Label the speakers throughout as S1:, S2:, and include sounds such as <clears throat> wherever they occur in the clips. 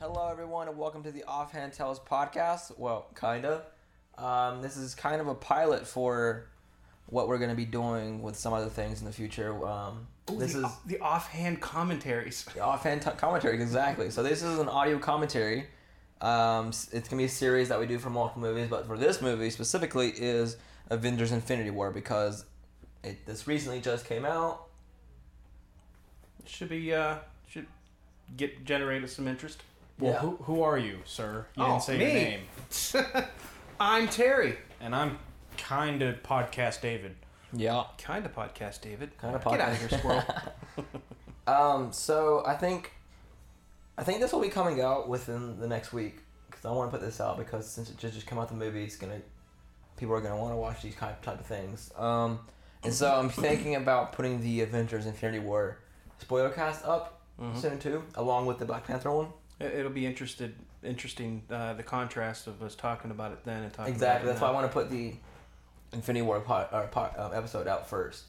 S1: Hello, everyone, and welcome to the Offhand Tales podcast. Well, kinda. Um, this is kind of a pilot for what we're gonna be doing with some other things in the future. Um, this
S2: the,
S1: is
S2: the offhand commentaries.
S1: the offhand t- commentary, exactly. So this is an audio commentary. Um, s- it's gonna be a series that we do for multiple movies, but for this movie specifically is Avengers: Infinity War because it this recently just came out.
S2: Should be uh should get generated some interest.
S3: Well,
S1: Yeah. Oh,
S3: who, who are you, sir? You didn't say your name.
S1: <laughs>
S2: I'm Terry.
S3: And I'm kind of podcast David.
S1: Yeah.
S2: Kind of podcast, David.
S1: Kinda
S2: Get out of
S1: podcast. <laughs>
S2: here, squirrel.
S1: Um, so I think, I think this will be coming out within the next week because I want to put this out because since it just just come out the movie, it's gonna people are gonna want to watch these kind type of things. Um, and so I'm thinking about putting the Avengers: Infinity War spoiler cast up soon too, along with the Black Panther one.
S2: It- It'll be interested interesting uh, the contrast of us talking about it then and talking
S1: Exactly.
S2: About it
S1: That's why I want to put the Infinity War po or po- um, episode out first,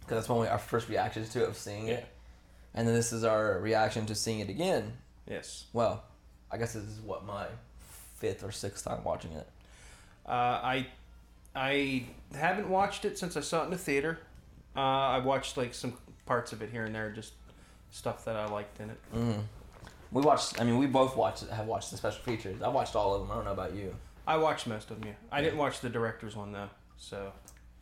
S1: because that's when we our first reactions to it of seeing
S2: Yeah.
S1: it, and then this is our reaction to seeing it again.
S2: Yes.
S1: Well, I guess this is what my fifth or sixth time watching it.
S2: Uh, I I haven't watched it since I saw it in the theater. Uh, I watched like some parts of it here and there, just stuff that I liked in it.
S1: We watched. I mean, we both watched. Have watched the special features. I watched all of them. I don't know about you.
S2: I watched most of them. Yeah, I didn't watch the director's one though. So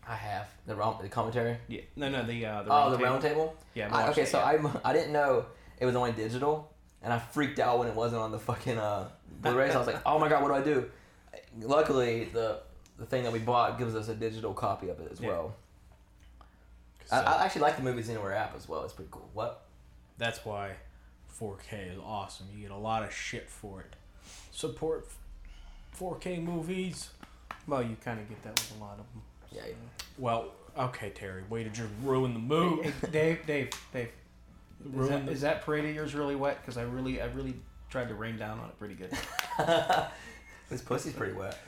S1: I have the, round, the commentary.
S2: yeah, no, no, the uh, the
S1: oh,
S2: round
S1: the
S2: table.
S1: round table.
S2: Yeah, I
S1: I,
S2: watched
S1: okay,
S2: it,
S1: so
S2: yeah.
S1: I <laughs> I didn't know it was only digital, and I freaked out when it wasn't on the fucking uh, Blu-ray. so I was like, oh my god, what do I do? Luckily, the the thing that we bought gives us a digital copy of it as
S2: Yeah.
S1: well.
S3: So
S1: I, I actually like the Movies Anywhere app as well. It's pretty cool. What?
S3: that's why 4K is awesome. You get a lot of shit for it. Support f- 4K movies.
S2: Well, you kind of get that with a lot of them.
S1: Yeah, yeah.
S3: Well, okay, Terry. Way to just ruin the mood.
S2: Hey, Dave, Dave, Dave. Is
S3: ruin
S2: that,
S3: the-
S2: is that parade of yours really wet? Because I really, I really tried to rain down on it pretty good.
S1: <laughs> This pussy's pretty wet.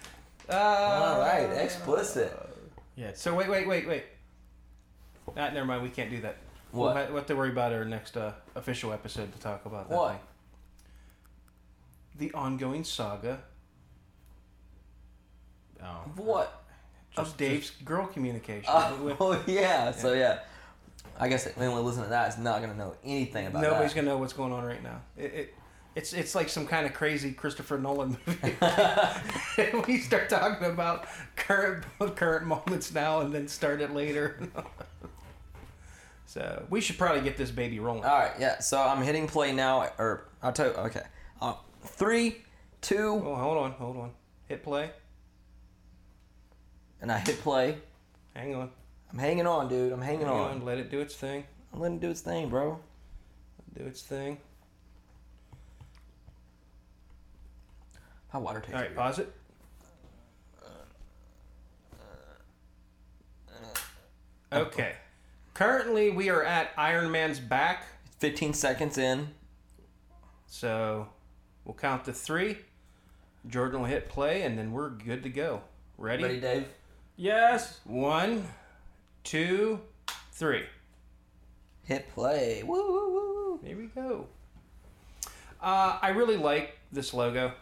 S2: Uh,
S1: All right, explicit.
S3: yeah, it's-
S2: So wait, wait, wait, wait. Ah, never mind. We can't do that. We'll
S1: What?
S2: ha- we'll have to worry about our next uh, official episode to talk about that.
S1: What?
S2: Thing. The ongoing saga
S3: oh.
S1: What?
S2: of Dave's girl communication.
S1: Oh, yeah. So yeah, I guess if anyone listening to that is not gonna know anything about
S2: Nobody's
S1: that.
S2: gonna know what's going on right now. It, it, it's it's like some kind of crazy Christopher Nolan
S1: <laughs>
S2: movie. <laughs> we start talking about current current moments now, and then start it later. <laughs> so we should probably get this baby rolling.
S1: All right. Yeah. So I'm hitting play now. Or I'll tell. You, okay. Uh, three, two,
S2: oh, hold on, hold on. Hit play.
S1: and I hit play.
S2: Hang on,
S1: I'm hanging on, dude. I'm hanging
S2: hang on.
S1: on.
S2: Let it do its thing.
S1: I'm letting it do its thing, bro.
S2: Do its thing.
S1: My water tastes.
S2: All right,
S1: weird.
S2: pause it. Okay. Currently, we are at Iron Man's back.
S1: Fifteen seconds in.
S2: So we'll count to three. Jordan will hit play, and then we're good to go. Ready?
S1: Ready, Dave?
S3: Yes.
S2: One, two, three.
S1: Hit play. Woo, woo, woo, woo.
S2: There we go. Uh, I really like this logo.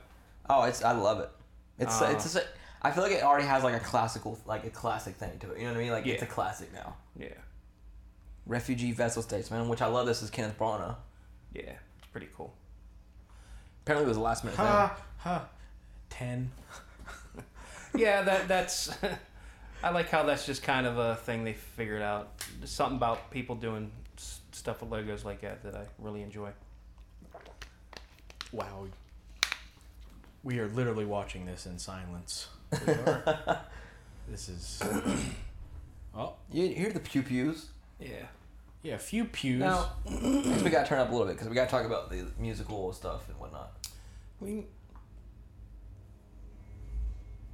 S1: Oh, it's. I love it. It's.
S2: Ah.
S1: it's. Just, I feel like it already has like a classical, like a classic thing to it. You know what I mean? Like it's a
S2: Yeah.
S1: classic now.
S2: Yeah,
S1: Refugee vessel statesman, which I love. This is Kenneth Branagh.
S2: yeah, it's pretty cool.
S1: Apparently, it was a last minute
S3: Ha ha. Ten.
S2: Yeah, that that's. <laughs> I like how that's just kind of a thing they figured out. Just something about people doing s- stuff with logos like that that I really enjoy.
S3: Wow. We are literally watching this in silence.
S2: <laughs>
S3: this is. Oh
S1: thing. You hear the pew pews?
S2: Yeah.
S3: yeah, a few pews.
S2: Now,
S1: we gotta turn up a little bit because we gotta talk about the musical stuff and whatnot.
S2: We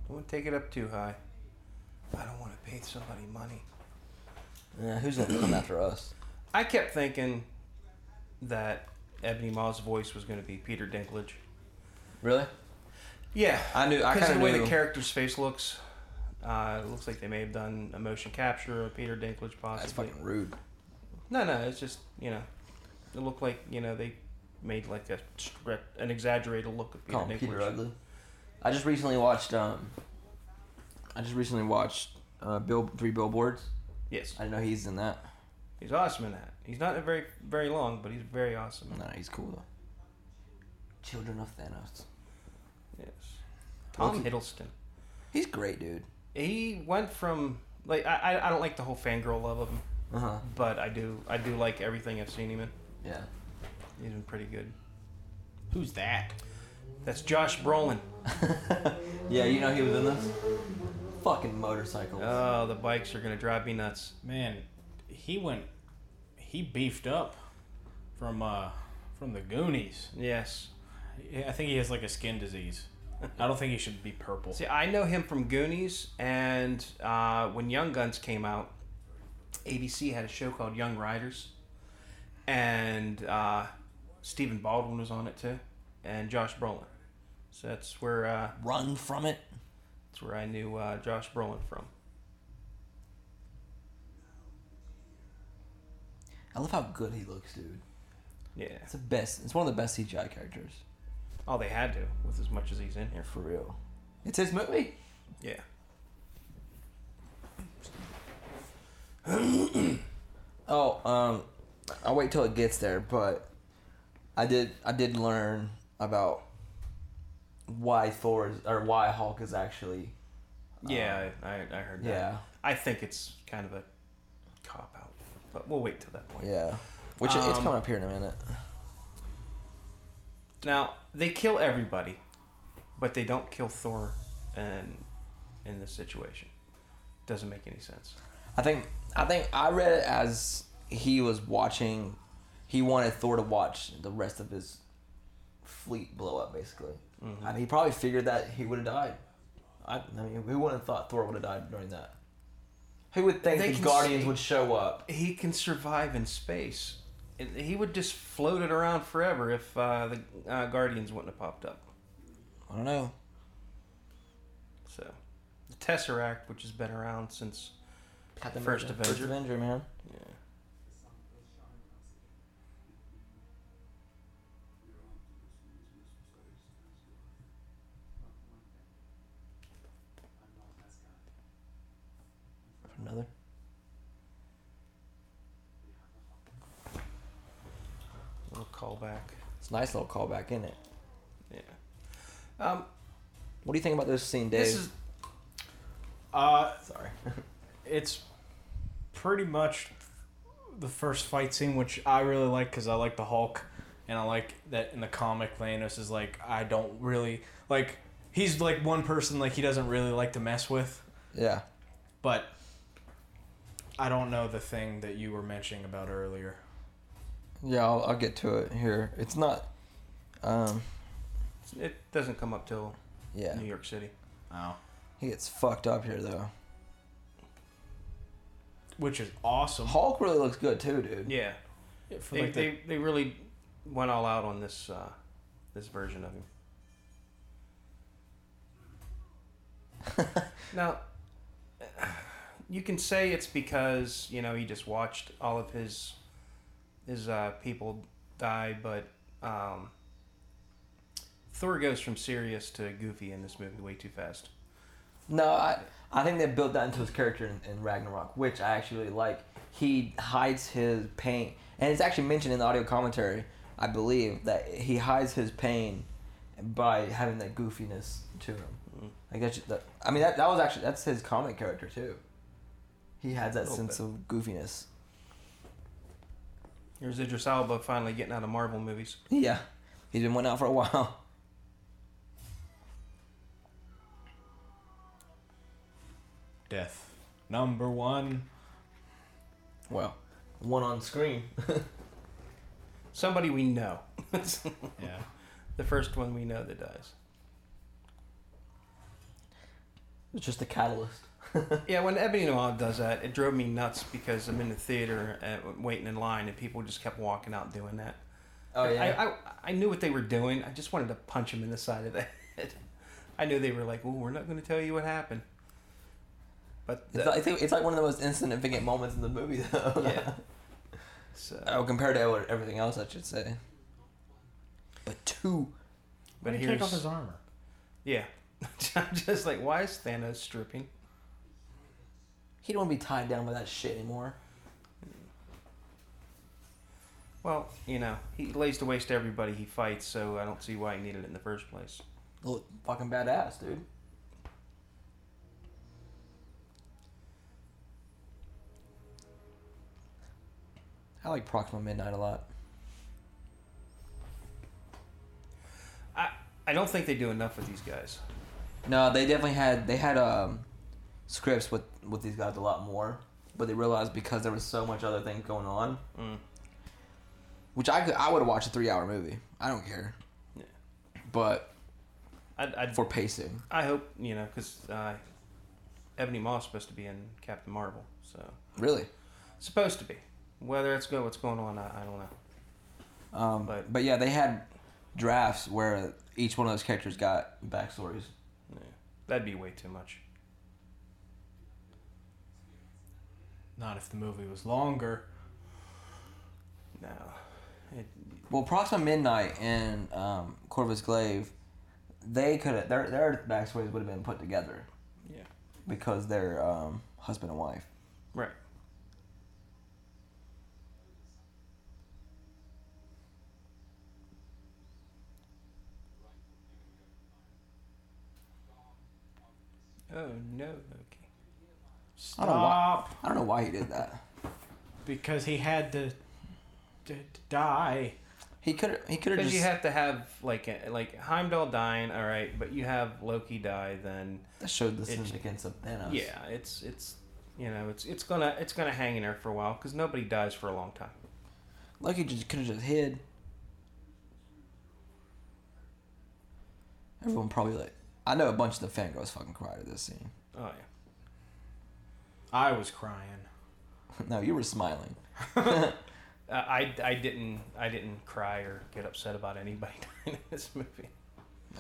S2: don't take it up too high. I don't want to pay somebody money.
S1: Yeah, who's gonna come after us?
S2: I kept thinking that Ebony Maw's voice was going to be Peter Dinklage.
S1: Really?
S2: Yeah,
S1: I knew. I
S2: because
S1: kind
S2: of
S1: of
S2: the way
S1: knew.
S2: the character's face looks, uh, it looks like they may have done a motion capture of Peter Dinklage
S1: That's
S2: possibly.
S1: fucking rude.
S2: No, no, it's just you know, it looked like you know they made like a strip, an exaggerated look of Peter
S1: Call him
S2: Dinklage.
S1: Peter Ugly. I just recently watched. Um, I just recently watched uh, Bill Three Billboards.
S2: Yes,
S1: I didn't know he's in that.
S2: he's awesome in that. He's not very very long, but he's very awesome.
S1: Nah, he's cool though. Children of Thanos.
S2: Yes, Tom
S1: Okay.
S2: Hiddleston.
S1: He's great, dude.
S2: He went from like I I- I don't like the whole fangirl love of him,
S1: Uh huh.
S2: but I do I do like everything I've seen him in.
S1: Yeah.
S2: He's been pretty good.
S3: Who's that?
S2: That's Josh Brolin.
S1: <laughs> yeah, you know he was in this. Fucking motorcycles.
S2: Oh, the bikes are gonna drive me nuts.
S3: Man, he went. He beefed up from uh from the Goonies.
S2: Yes.
S3: I think he has like a skin disease. I don't think he should be purple.
S2: See, I know him from Goonies, and uh, when Young Guns came out, ABC had a show called Young Riders, and uh, Stephen Baldwin was on it too, and Josh Brolin. So that's where uh,
S1: Run from it.
S2: that's where I knew uh, Josh Brolin from.
S1: I love how good he looks, dude.
S2: Yeah.
S1: It's the best. It's one of the best CGI characters.
S2: Oh, they had to with as much as he's in here.
S1: For real. It's his movie.
S2: Yeah.
S1: Oh, um, I'll wait till it gets there. But I did, I did learn about why Thor is, or why Hulk is actually.
S2: Yeah, I, I, I heard that.
S1: Yeah,
S2: I think it's kind of a cop out, but we'll wait till that point.
S1: yeah. Which it- it's
S2: Um,
S1: coming up here in a minute.
S2: Now they kill everybody, but they don't kill Thor, and in this situation, doesn't make any sense.
S1: I think, I think I read it as he was watching. He wanted Thor to watch the rest of his fleet blow up, basically,
S2: Mm-hmm.
S1: and he probably figured that he would have died. I, I mean, who wouldn't have thought Thor would have died during that? Who would think
S2: They
S1: the
S2: can
S1: Guardians
S2: see-
S1: would show up?
S2: He can survive in space. And He would just float it around forever if uh, the uh, Guardians wouldn't have popped up.
S1: I don't know.
S2: So, the Tesseract, which has been around since
S1: Captain
S2: First Avenger.
S1: First Avenger, man.
S2: yeah.
S1: Another.
S2: little callback.
S1: It's a nice little callback, isn't it?
S2: Yeah. Um,
S1: What do you think about this scene, Dave?
S2: this is
S3: Uh,
S2: <laughs>
S1: Sorry.
S3: it's pretty much the first fight scene, which I really like because I like the Hulk, and I like that in the comic Thanos is like I don't really like he's like one person like he doesn't really like to mess with,
S1: yeah.
S3: but I don't know the thing that you were mentioning about earlier.
S1: Yeah, I'll, I'll get to it here. It's not. Um.
S2: it doesn't come up till
S1: Yeah.
S2: New York City.
S3: Oh,
S1: He gets fucked up here though.
S3: which is awesome.
S1: Hulk really looks good too, dude.
S2: Yeah.
S3: Yeah, for
S2: They,
S3: like the-
S2: they, they really went all out on this uh, this version
S3: <laughs>
S2: of him. now, you can say it's because you know he just watched all of his his uh, people die, but um, Thor goes from serious to goofy in this movie way too fast.
S1: No, I I think they built that into his character in, in Ragnarok, which I actually really like. He hides his pain, and it's actually mentioned in the audio commentary, I believe, that he hides his pain by having that goofiness to him.
S2: Mhm.
S1: Like that's that, I mean that that was actually that's his comic character too. He has that
S2: Little
S1: sense of goofiness.
S2: Here's Idris Alba finally getting out of Marvel movies.
S1: Yeah, he's been one out for a <laughs> while.
S3: death number one.
S1: Well, one on screen.
S2: Somebody we know. <laughs>
S3: Yeah.
S2: the first one we know that
S1: <laughs>
S2: dies.
S1: It's just a catalyst.
S2: Yeah, when Ebony Noir does that, uh, it drove me nuts because I'm in the theater and waiting in line, and people just kept walking out doing that.
S1: Oh yeah.
S2: I, I I knew what they were doing. I just wanted to punch him in the side of the <laughs> head. I knew they were like, "Ooh, we're not going to tell you what happened." But
S1: it's,
S2: uh,
S1: like, it's like one of the most insignificant moments in the movie, though.
S2: yeah. So,
S1: oh, compared to everything else, I should say. But two.
S2: but
S3: Why did he
S2: here's
S3: take off his armor.
S2: yeah. <laughs> I'm just like, why is Thanos stripping?
S1: He don't want to be tied down by that shit anymore.
S2: Well, you know, he lays to waste everybody he fights, so I don't see why he needed it in the first place.
S1: Look, fucking badass, dude. I like Proxima Midnight a lot.
S2: I I don't think they do enough with these guys.
S1: No, they definitely had they had um, scripts with with these guys a lot more, but they realized because there was so much other things going on,
S2: Mm.
S1: which I could I would watch a three hour movie. I don't care.
S2: Yeah.
S1: But
S2: I'd, I'd
S1: for pacing,
S2: I hope you know because uh, Ebony Maw's supposed to be in Captain Marvel, so
S1: really.
S2: supposed to be. Whether it's good, what's going on, I, I don't know.
S1: Um, but,
S2: But-
S1: yeah, they had drafts where each one of those characters got backstories.
S2: Yeah. That'd be way too much.
S3: Not if the movie was longer.
S2: No, it,
S1: Well, Proxima Midnight and um, Corvus Glaive, they could have their their backstories would have been put together
S2: yeah,
S1: because they're um, husband and wife.
S2: right. Oh no, Loki.
S1: I don't wa-
S3: Stop.
S1: I don't know why he did that.
S3: Because he had to, to die.
S1: He could he could have
S2: Because
S1: just
S2: you have to have like a, like Heimdall dying, all right, but you have Loki die, then
S1: that showed the
S2: it-
S1: significance of Thanos.
S2: yeah, it's it's you know it's it's gonna it's gonna hang in there for a while because nobody dies for a long time.
S1: Loki just could have just hid. Everyone probably like I know a bunch of the fangirls fucking cried at this scene. <laughs>
S2: Oh yeah.
S3: I was crying.
S1: no, you were smiling.
S2: Uh, I, I didn't I didn't cry or get upset about anybody <laughs> dying in this movie.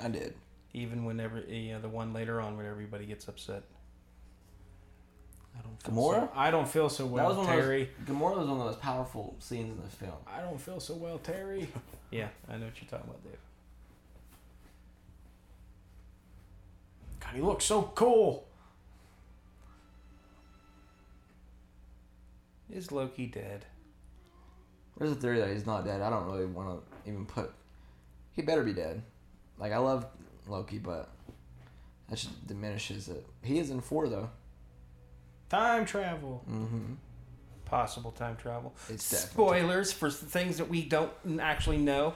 S1: I did.
S2: Even whenever you know the one later on when everybody gets upset.
S3: I don't
S1: Gamora?
S3: So, I don't feel so well,
S1: that was one
S3: Terry.
S1: Of those, Gamora was one of the most powerful scenes in the film.
S3: I don't feel so
S1: <laughs>
S3: well, Terry.
S2: Yeah, I know what you're talking about, Dave.
S3: God, he looks so cool.
S2: Is Loki dead?
S1: There's a theory that he's not dead. I don't really want to even put. He better be dead. Like I love Loki, but that just diminishes it. He is in four though.
S3: Time travel.
S1: Mm-hmm.
S2: Possible time travel.
S1: It's definitely.
S2: Spoilers for things that we don't actually know.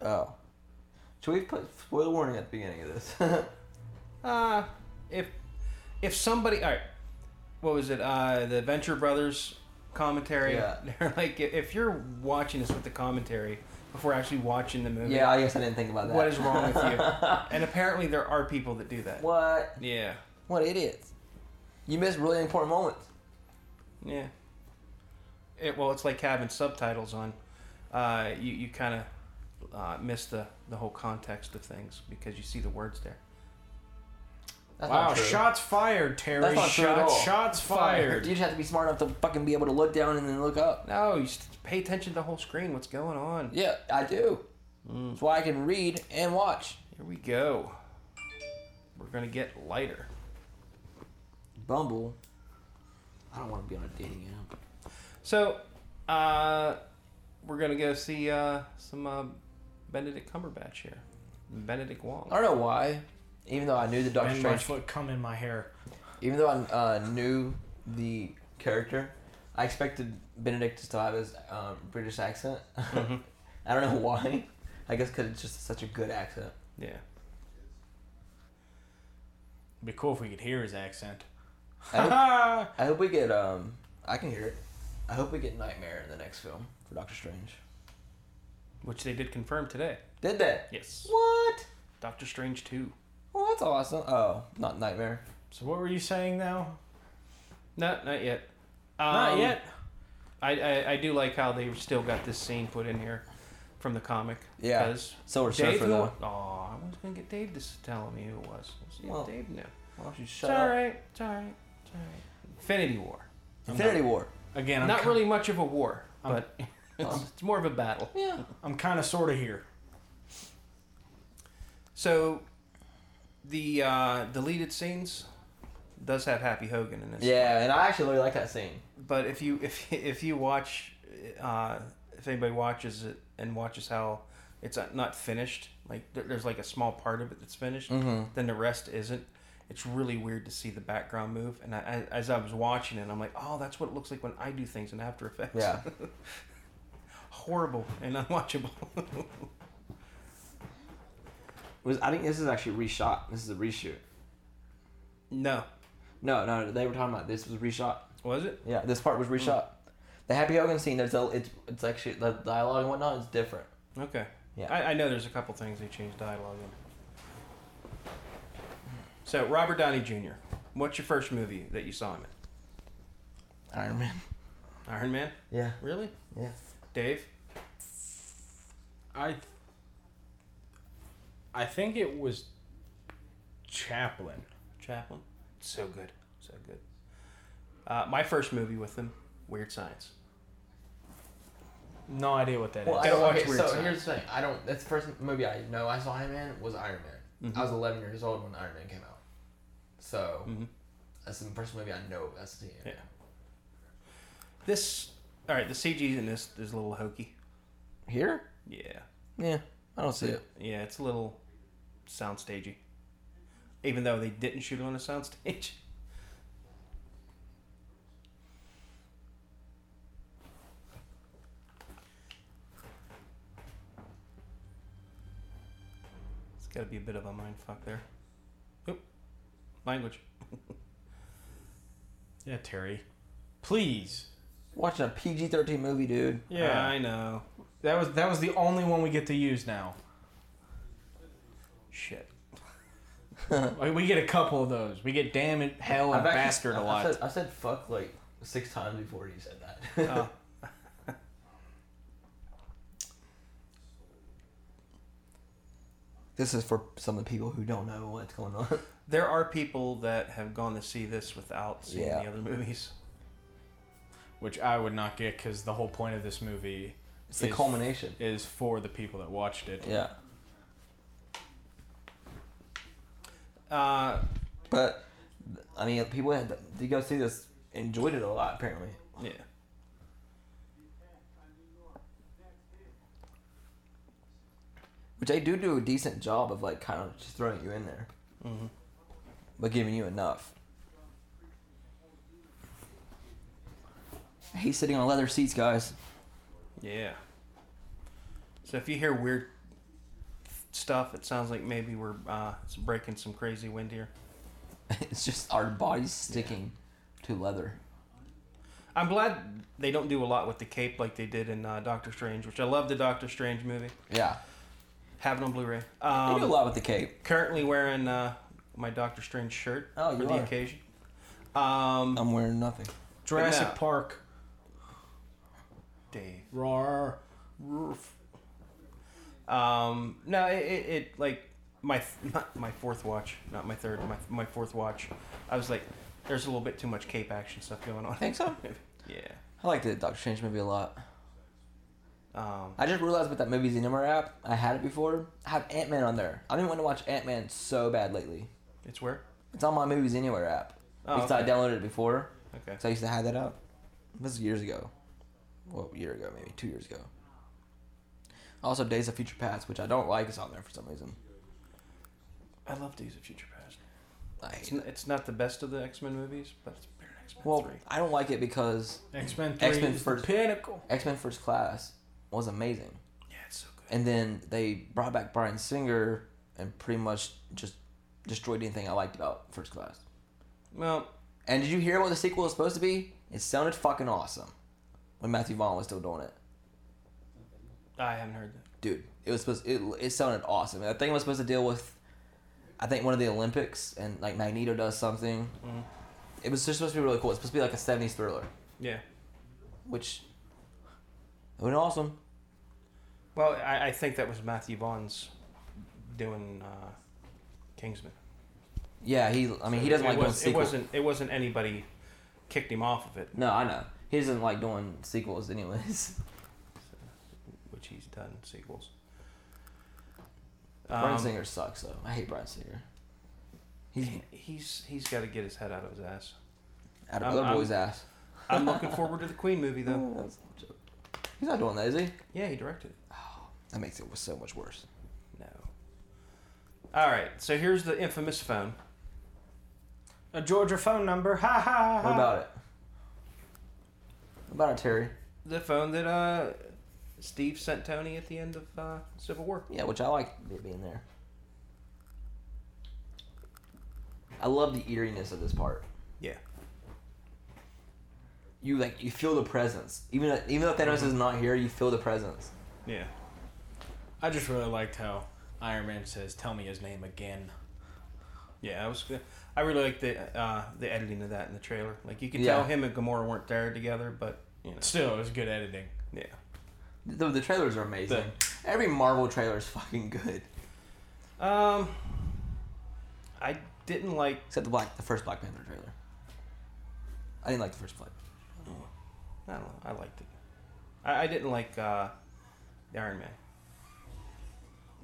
S1: Oh. Should we put spoiler warning at the beginning of this? <laughs>
S2: Uh if if somebody all right, what was it? Uh, the Venture Brothers commentary.
S1: Yeah.
S2: <laughs> They're like, if- if you're watching this with the commentary before actually watching the movie,
S1: yeah, I guess I didn't think about that.
S2: what is wrong with you?
S1: <laughs>
S2: and apparently, there are people that do that.
S1: What?
S2: Yeah,
S1: What idiots? You missed really important moments.
S2: yeah. It, well, it's like having subtitles on. Uh, you you kind of uh, miss the the whole context of things because you see the words there.
S1: That's
S3: wow,
S1: not true.
S3: shots fired, Terry.
S1: That's not true at
S3: shots,
S1: all.
S3: shots
S1: You
S3: fired.
S1: just have to be smart enough to fucking be able to look down and then look up.
S2: No, you just pay attention to the whole screen. What's going on?
S1: Yeah, I do. That's why I can read and watch.
S2: Here we go. We're gonna get lighter.
S1: Bumble. I don't want to be on a dating app.
S2: So, uh, we're gonna go see uh, some uh, Benedict Cumberbatch here. Benedict Wong.
S1: I don't know why. Even though I knew the Doctor
S3: And my
S1: Strange,
S3: foot come in my hair.
S1: even though I uh, knew the character, I expected Benedict to still have his um, British accent. <laughs> I don't know why. I guess because it's just such a good accent.
S2: Yeah.
S3: It'd be cool if we could hear his accent. <laughs>
S1: I hope,
S3: Ha
S1: I hope we get. Um, I can hear it. I hope we get Nightmare in the next film for Doctor Strange.
S2: Which they did confirm today.
S1: Did that?
S2: Yes.
S1: What?
S2: Doctor Strange 2.
S1: Well, that's awesome. Oh, not Nightmare.
S3: So what were you saying now?
S2: No, not yet.
S3: Not
S2: Um,
S3: yet.
S2: I, I, I do like how they've still got this scene put in here. from the comic.
S1: Yeah.
S2: 'cause
S1: So we're
S2: Dave.
S1: for
S2: knew-
S1: that one.
S2: Aw, I was gonna get Dave to s- tell me who it was. Let's see
S1: Well,
S2: if Dave knew.
S1: Why don't you shut
S2: It's all
S1: up?
S2: right. It's all right. It's all right. Infinity War.
S1: Infinity War.
S3: Again, I'm
S2: Not
S3: ki-
S2: really much of a war,
S3: I'm-
S1: <laughs>
S2: but it's, it's more of a battle.
S1: Yeah.
S3: I'm kind of sort of here.
S2: So, the uh, deleted scenes does have Happy Hogan in this.
S1: Yeah, and I actually really like that scene.
S2: But if you if <laughs> if you watch, uh, if anybody watches it and watches how it's not finished, like there- there's like a small part of it that's finished,
S1: Mm-hmm.
S2: then the rest isn't. It's really weird to see the background move. And I, I, as I was watching it, I'm like, oh, that's what it looks like when I do things in After Effects.
S1: Yeah.
S2: <laughs> Horrible and <laughs> unwatchable.
S1: Was I think this is actually reshot. This is a reshoot.
S2: no,
S1: No, no, they were talking about this was reshot. Mm.
S2: was it?
S1: Yeah, this part was reshot. The Happy Hogan scene, there's a, it's it's actually the dialogue and whatnot is different.
S2: Okay.
S1: Yeah.
S2: I, I know there's a couple things they changed dialogue in. So Robert Downey Jr. What's your first movie that you saw him in?
S1: Iron Man.
S2: Iron Man.
S1: Yeah,
S2: Really?
S1: yeah.
S2: Dave.
S3: I I think it was Chaplin.
S2: Chaplin. So good. So good. Uh, my first movie with him, Weird Science.
S3: No idea what that is.
S1: Well, I
S2: Gotta
S1: don't,
S2: watch
S1: okay,
S2: Weird
S1: so
S2: Science.
S1: here's the thing. I don't. That's the first movie I know I saw Iron Man was Iron Man. I was 11 years old when Iron Man came out. So
S2: Mhm.
S1: that's the first movie I know. That's the
S2: Yeah. This. All right. The CG in this is a little hokey.
S1: Here?
S2: Yeah.
S1: Yeah, I don't see it.
S2: Yeah. It's a little sound stagey. Even though they didn't shoot it on a soundstage. <laughs> It's got to be a bit of a mind fuck there. Oop. Language.
S3: yeah, Terry. Please.
S1: Watching a PG-13 movie, dude.
S3: Yeah.
S2: I know.
S3: That was that was the only one we get to use now.
S2: <laughs> Shit.
S3: Like, we get a couple of those. We get damn it, hell, and
S1: I've actually-
S2: <laughs>
S3: bastard a
S1: I-
S3: lot.
S1: I said, I said fuck like six times before you said that.
S2: Oh.
S1: <laughs> this is for some of the people who don't know what's going on. <laughs>
S2: There are people that have gone to see this without seeing
S1: Yeah.
S2: the other movies.
S3: which I would not get because the whole point of this movie
S1: It's the
S3: Is-
S1: culmination.
S3: is for the people that watched it.
S1: Yeah.
S2: Uh,
S1: But I mean, people had to go see this enjoyed it a lot apparently.
S2: yeah.
S1: Which they do do a decent job of like kind of just throwing you in there, Mm-hmm.
S2: hmm
S1: but giving you enough. He's sitting on leather seats, guys. <laughs>
S2: Yeah. So if you hear weird stuff, it sounds like maybe we're uh, it's breaking some crazy wind here.
S1: it's just our bodies sticking to leather.
S2: I'm glad they don't do a lot with the cape like they did in uh, Doctor Strange, which I love the Doctor Strange movie.
S1: Yeah.
S2: Have it on Blu-ray.
S1: I do a
S2: Um,
S1: lot with the cape.
S2: currently wearing uh, my Doctor Strange shirt
S1: Oh,
S2: for
S1: you
S2: the
S1: are. Oh.
S2: occasion. Um,
S1: I'm wearing nothing.
S3: Jurassic
S2: No.
S3: Park.
S2: Dave.
S3: Roar.
S2: Um, no, it, it, it like my <laughs> not my fourth watch, not my third, my, my fourth watch. I was like, there's a little bit too much cape action stuff going on.
S1: Think so?
S2: <laughs> yeah.
S1: I like the Doctor Strange movie a lot.
S2: Um,
S1: I just realized with that movie Xenomorph app, I had it before. I have Ant Man on there. I've been wanting to watch Ant Man so bad lately.
S2: it's where?
S1: It's on my Movies Anywhere app.
S2: Oh,
S1: because I downloaded it before,
S2: okay.
S1: so I used to have that up. This is years ago. Well, a year ago, maybe two years ago. Also, Days of Future Past, which I don't like, is on there for some reason.
S2: I love Days of Future Past.
S1: I
S2: It's,
S1: hate
S2: n-
S1: it.
S2: it's not the best of the X Men movies, but it's better than X Men
S1: Well,
S2: Three.
S1: I don't like it because
S3: X Men Three.
S1: X-Men
S3: is the
S1: first.
S3: pinnacle.
S1: X Men First Class was amazing.
S2: Yeah, it's so good.
S1: and then they brought back Brian Singer and pretty much just destroyed anything I liked about First Class.
S2: Well,
S1: And did you hear what the sequel was supposed to be? It sounded fucking awesome when Matthew Vaughn was still doing it,
S2: I haven't heard that.
S1: dude. It was supposed it it sounded awesome. And I think it was supposed to deal with, I think one of the Olympics and like Magneto does something.
S2: Mhm.
S1: It was just supposed to be really cool. It's supposed to be like a '70s thriller,
S2: Yeah.
S1: which would have been awesome.
S2: Well, I, I think that was Matthew Vaughn's doing uh, Kingsman.
S1: Yeah, he. I mean, he doesn't
S2: it
S1: like doing
S2: was, It
S1: sequels.
S2: wasn't. It wasn't anybody kicked him off of it,
S1: No, I know. He doesn't like doing sequels, anyways. <laughs>
S2: which he's done sequels.
S1: Brian
S2: Um,
S1: Singer sucks though. I hate Brian Singer. He's
S2: he- he's he's got to get his head out of his ass.
S1: out of
S2: I'm-
S1: other
S2: I'm-
S1: boys' ass.
S2: I'm looking forward to the Queen movie though.
S1: <laughs> Oh, that's- He's not doing that, is he?
S2: Yeah, he directed. it.
S1: That makes it so much worse.
S2: No. All right, so here's the infamous phone.
S3: A Georgia phone number. Ha ha ha.
S1: What about it? What about it, Terry?
S2: The phone that uh, Steve sent Tony at the end of uh, Civil War.
S1: Yeah, which I like it being there. I love the eeriness of this part.
S2: Yeah.
S1: You like you feel the presence, even though, even though Thanos is not here, you feel the presence.
S2: Yeah.
S3: I just really liked how Iron Man says, "Tell me his name again."
S2: Yeah, I was. good. I really like the uh, the editing of that in the trailer. Like you can
S1: Yeah.
S2: tell him and Gamora weren't there together, but you know,
S3: Still, it was good editing.
S2: yeah.
S1: The, the trailers are amazing. Every Marvel trailer is fucking good,
S2: Um, I didn't like.
S1: except the black the first Black Panther trailer. I didn't like the first Black.
S2: I don't know. I liked it. I, I didn't like uh, the Iron Man.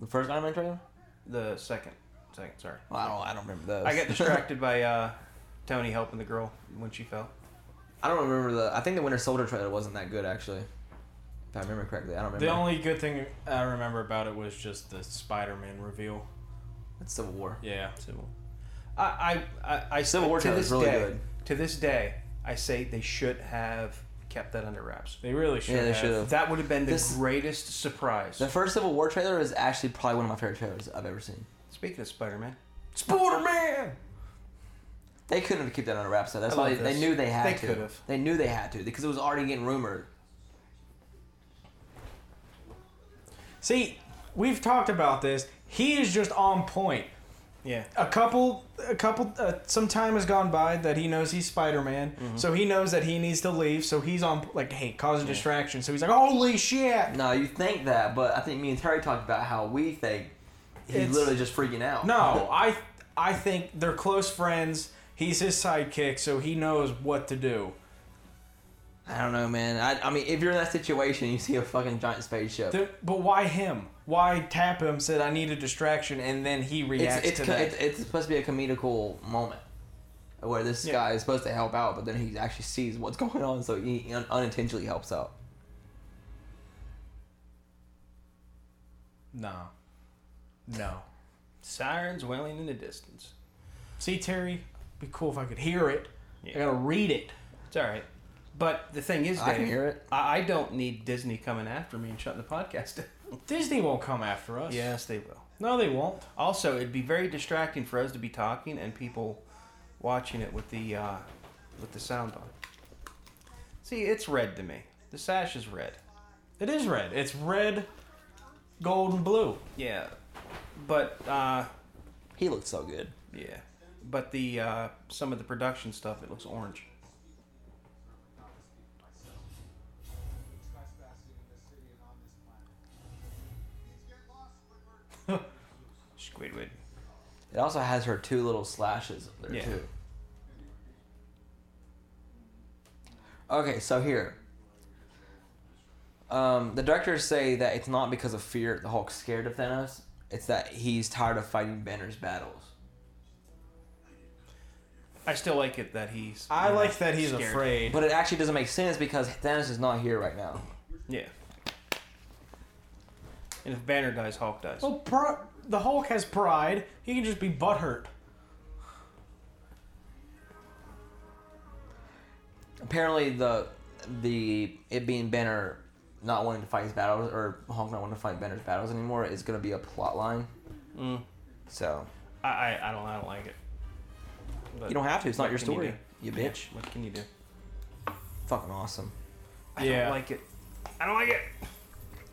S1: The first Iron Man trailer?
S2: The second, second. Sorry,
S1: Well, I don't. I don't remember those. <laughs>
S2: I got distracted by uh, Tony helping the girl when she fell.
S1: I don't remember the. I think the Winter Soldier trailer wasn't that good actually. If I remember correctly, I don't remember.
S3: The only good thing I remember about it was just the Spider-Man reveal.
S1: That's Civil War.
S3: Yeah.
S2: Civil. I I I, I
S1: Civil War
S2: to
S1: trailer
S2: this
S1: is really
S2: day,
S1: good.
S2: To this day, I say they should have kept that under wraps.
S3: They really should.
S1: Yeah, they
S3: have.
S1: should have.
S2: That would have been the
S1: This-
S2: greatest surprise.
S1: The first Civil War trailer is actually probably one of my favorite trailers I've ever seen.
S2: Speaking of Spider Man,
S3: Spider-Man.
S1: They couldn't have kept that on a wraps though. That's
S2: I
S1: why
S2: love
S1: they,
S2: this.
S1: knew they had
S2: They
S1: to.
S2: could've.
S1: They knew they had to because it was already getting rumored.
S3: See, we've talked about this. He is just on point.
S2: yeah,
S3: A couple, a couple, uh, some time has gone by that he knows he's Spider Man,
S1: Mm-hmm.
S3: so he knows that he needs to leave. So he's on like, hey, cause a distraction. So he's like, holy shit!
S1: No, you think that, but I think me and Terry talked about how we think he's
S3: It's-
S1: literally just freaking out.
S3: No, I, I think they're close friends. He's his sidekick, so he knows what to do.
S1: <laughs> I don't know, man. I, I mean, if you're in that situation, you see a fucking giant spaceship.
S3: Th- But why him? Why tap him? Said I need a distraction, and then he
S1: it's
S3: reacts
S1: it's,
S3: to
S1: co-
S3: that.
S1: it's it's supposed to be a comedical moment where this
S3: Yeah.
S1: guy is supposed to help out, but then he actually sees what's <laughs> going on, so he un- unintentionally helps out.
S3: no, no.
S2: sirens wailing in the distance.
S3: See, Terry, be cool if I could hear it. I
S2: Yeah.
S3: gotta read it.
S2: It's all right. But the thing is, Dave,
S1: I can hear it.
S2: I, I don't need Disney coming after me and shutting the podcast down.
S3: Disney won't come after
S2: <laughs>
S3: us.
S2: yes, they will.
S3: No, they won't.
S2: Also, it'd be very distracting for us to be talking and people watching it with the uh, with the sound on. See, it's red to me. The sash is red.
S3: It is red. It's red, gold, and blue.
S2: Yeah, but uh,
S1: He looks so good.
S2: yeah, but the uh, some of the production stuff it looks orange. <laughs> Squidward.
S1: It also has her two little slashes up there
S2: Yeah.
S1: too. Okay, so here, um, the directors say that it's not because of fear the Hulk's scared of Thanos. It's that he's tired of fighting Banner's battles.
S2: I still like it that he's.
S3: I like that he's
S2: scared.
S3: afraid.
S1: But it actually doesn't make sense because Thanos is not here right now.
S2: Yeah. And if Banner dies, Hulk dies.
S1: Oh.
S3: Well, pro- the Hulk has pride. He can just be butthurt.
S1: Apparently, the the it being Banner not wanting to fight his battles or Hulk not wanting to fight Banner's battles anymore is going to be a plot line.
S2: Mm.
S1: So
S2: I, I, I don't I don't like it. But
S1: you don't have to. It's not
S2: what
S1: your
S2: can you
S1: story.
S2: do?
S1: You,
S2: Yeah,
S1: bitch.
S2: What can you do?
S1: Fucking awesome.
S2: I
S3: Yeah.
S2: don't like it. I don't like it.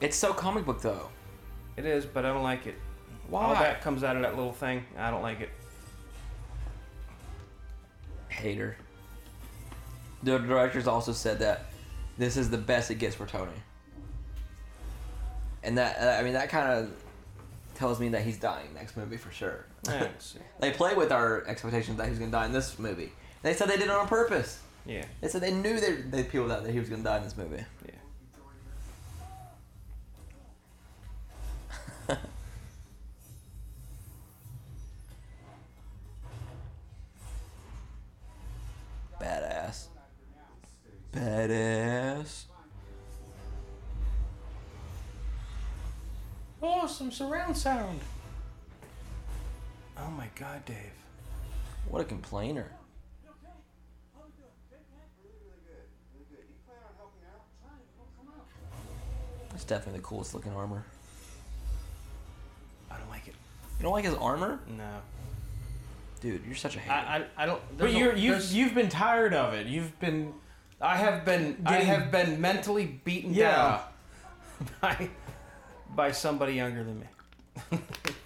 S1: It's so comic book though.
S2: It is, but I don't like it. All
S1: Why?
S2: that comes out of that little thing. I don't like it.
S1: Hater. The directors also said that this is the best it gets for Tony. and that uh, I mean that kind of tells me that he's dying next movie for sure.
S2: Yeah, <laughs> so-
S1: They play with our expectations that he's gonna die in this movie. They said they did it on purpose.
S2: yeah.
S1: They said they knew they they peeled out that he was gonna die in this movie.
S2: Yeah.
S1: Badass. Badass.
S2: Awesome Oh, surround sound. Oh my god, Dave.
S1: What a complainer. That's definitely the coolest looking armor.
S2: I don't like it.
S1: You don't like his armor?
S2: No.
S1: Dude, you're such a hater.
S2: I, I, I don't.
S3: But
S2: there's no-
S3: you're, you've
S2: there's-
S3: you've been tired of it. You've been
S2: I have been I
S3: Getting-
S2: have been mentally beaten
S3: Yeah.
S2: down <laughs> by by somebody younger than me.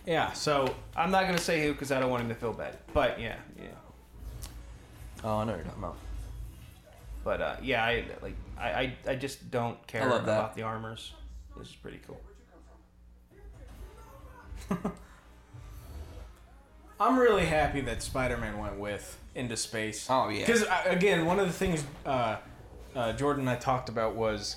S3: yeah. So
S2: I'm not gonna say who because I don't want him to feel bad. But yeah, yeah.
S1: oh, I know what you're talking about.
S2: But uh, yeah, I like I, I, I just don't care
S1: I love that.
S2: about the armors. This is pretty cool.
S3: I'm really happy that Spider-Man went with into space.
S1: Oh, yeah.
S3: Because again, one of the things uh, uh, Jordan and I talked about was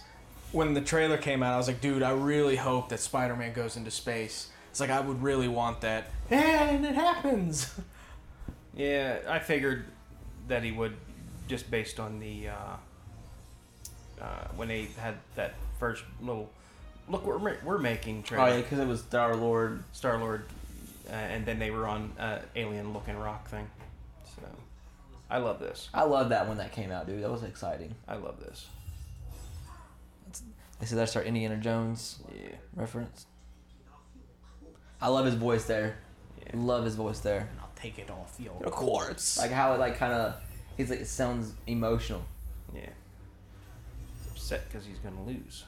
S3: when the trailer came out. I was like, dude, I really hope that Spider-Man goes into space. It's like I would really want that, and it happens. <laughs>
S2: Yeah, I figured that he would just based on the uh, uh, when they had that first little look we're, ma- we're making trailer
S1: Oh, yeah, because it was Star Lord.
S2: Star Lord, uh, and then they were on uh, alien looking rock thing. So I love this.
S1: I love that when that came out, dude. That was exciting.
S2: I love this.
S1: They said that's our Indiana Jones
S2: Yeah,
S1: reference. I love his voice there.
S2: Yeah.
S1: Love his voice there.
S3: I'll take it off the
S1: Of
S3: old.
S1: course. Like how it like kind of, he's like it sounds emotional.
S2: yeah. He's upset because he's gonna lose.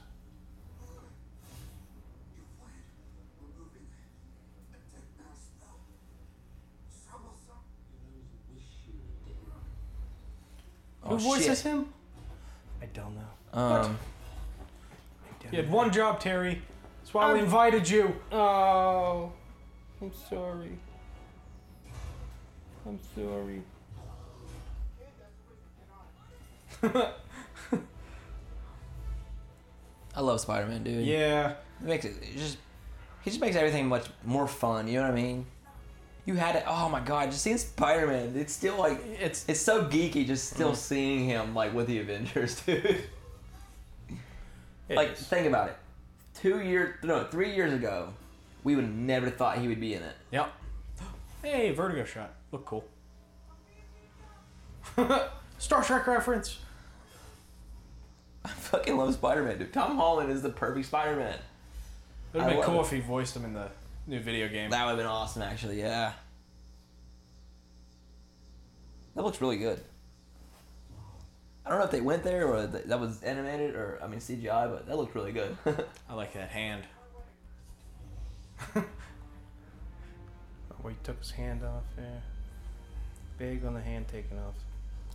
S1: Oh,
S3: Who voices
S1: shit.
S3: him?
S2: I don't know.
S1: Um,
S2: I
S3: You had
S2: don't know.
S3: one job, Terry. That's why we
S2: I'm-
S3: invited you.
S2: Oh, I'm sorry. I'm sorry.
S1: I love Spider-Man, dude.
S3: Yeah.
S1: It makes it, it just he just makes everything much more fun. You know what I mean? You had it. Oh my god! Just seeing Spider Man. It's still like
S3: It's
S1: it's so geeky. Just still seeing him like with the Avengers, <laughs> dude.
S2: It
S1: like
S2: is.
S1: think about it. Two years, no, three years ago, we would have never thought he would be in it. <laughs>
S3: Yep. <gasps> Hey, vertigo shot. Look cool. <laughs> Star Trek reference.
S1: I fucking love Spider Man, dude. Tom Holland is the perfect Spider Man.
S3: It would
S1: I
S3: have been
S1: love
S3: cool
S1: it.
S3: if he voiced him in the new video game.
S1: That would have been awesome, actually. Yeah. That looks really good. I don't know if they went there or th- that was animated or I mean CGI, but that looked really good. <laughs>
S3: I like that hand.
S2: Well, he took his hand off there. Big on the hand taken off.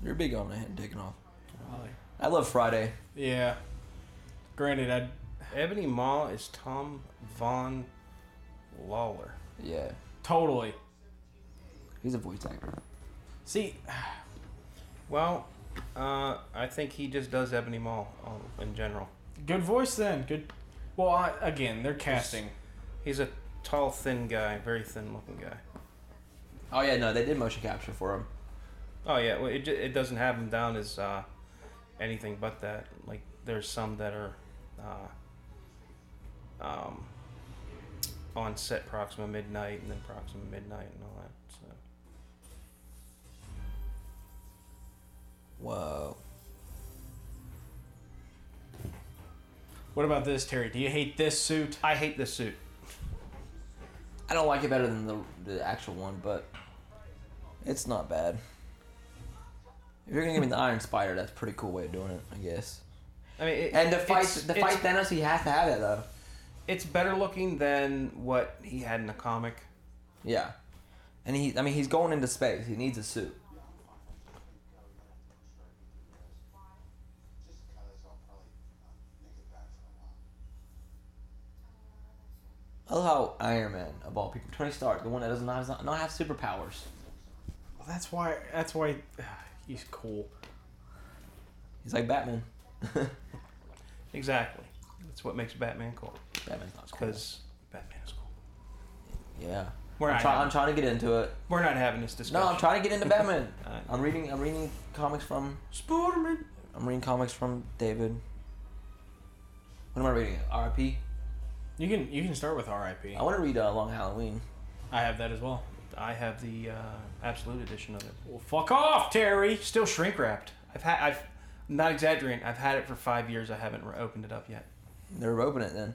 S1: You're big on my hand taking off.
S2: Really.
S1: I love Friday.
S3: Yeah. Granted, I'd.
S2: <sighs> Ebony Maw is Tom Von Lawler.
S1: Yeah,
S3: Totally.
S1: he's a voice actor.
S3: See,
S2: Well, uh, I think he just does Ebony Maw all- in general.
S3: good voice then. Good. Well, I, again, they're casting.
S2: He's a tall, thin guy, very thin-looking guy.
S1: Oh yeah, no, they did motion capture for him.
S2: Oh yeah, well, it, ju- it doesn't have him down as uh, anything but that. Like there's some that are uh, um, on set Proxima Midnight and then Proxima Midnight and all that. So
S1: Whoa.
S3: What about this, Terry? Do you hate this suit?
S2: I hate this suit.
S1: I don't like it better than the the actual one, but it's not bad. If you're gonna give me the Iron Spider, that's a pretty cool way of doing it, I guess.
S2: I mean, it,
S1: And the fight,
S2: it's-
S1: the
S2: it's-
S1: fight Thanos, he has to have that though.
S2: it's better looking than what he had in the comic.
S1: Yeah, and he, I mean, he's going into space. He needs a suit. I love how Iron Man, of all people, Tony Stark, the one that does not not, not have superpowers.
S3: Well, that's why. That's why <sighs> he's cool.
S1: He's like Batman.
S2: Exactly. That's what makes Batman cool.
S1: Batman's not cool.
S2: Because Batman is cool.
S1: Yeah.
S2: We're
S1: I'm,
S2: not,
S1: try- I'm
S2: having,
S1: trying to get into it.
S2: we're not having this discussion.
S1: No, I'm trying to get into Batman.
S2: Alright.
S1: I'm reading. I'm reading comics from.
S2: Spider-Man.
S1: I'm reading comics from David. What am I reading? R.I.P.
S3: You can you can start with R.I.P.
S1: I want to read uh, Long Halloween.
S3: I have that as well.
S2: I have the uh, absolute edition of it.
S3: Well, fuck off, Terry.
S2: Still shrink wrapped. I've had. I've. I'm not exaggerating. I've had it for five years. I haven't re- opened it up yet.
S1: They're open it then.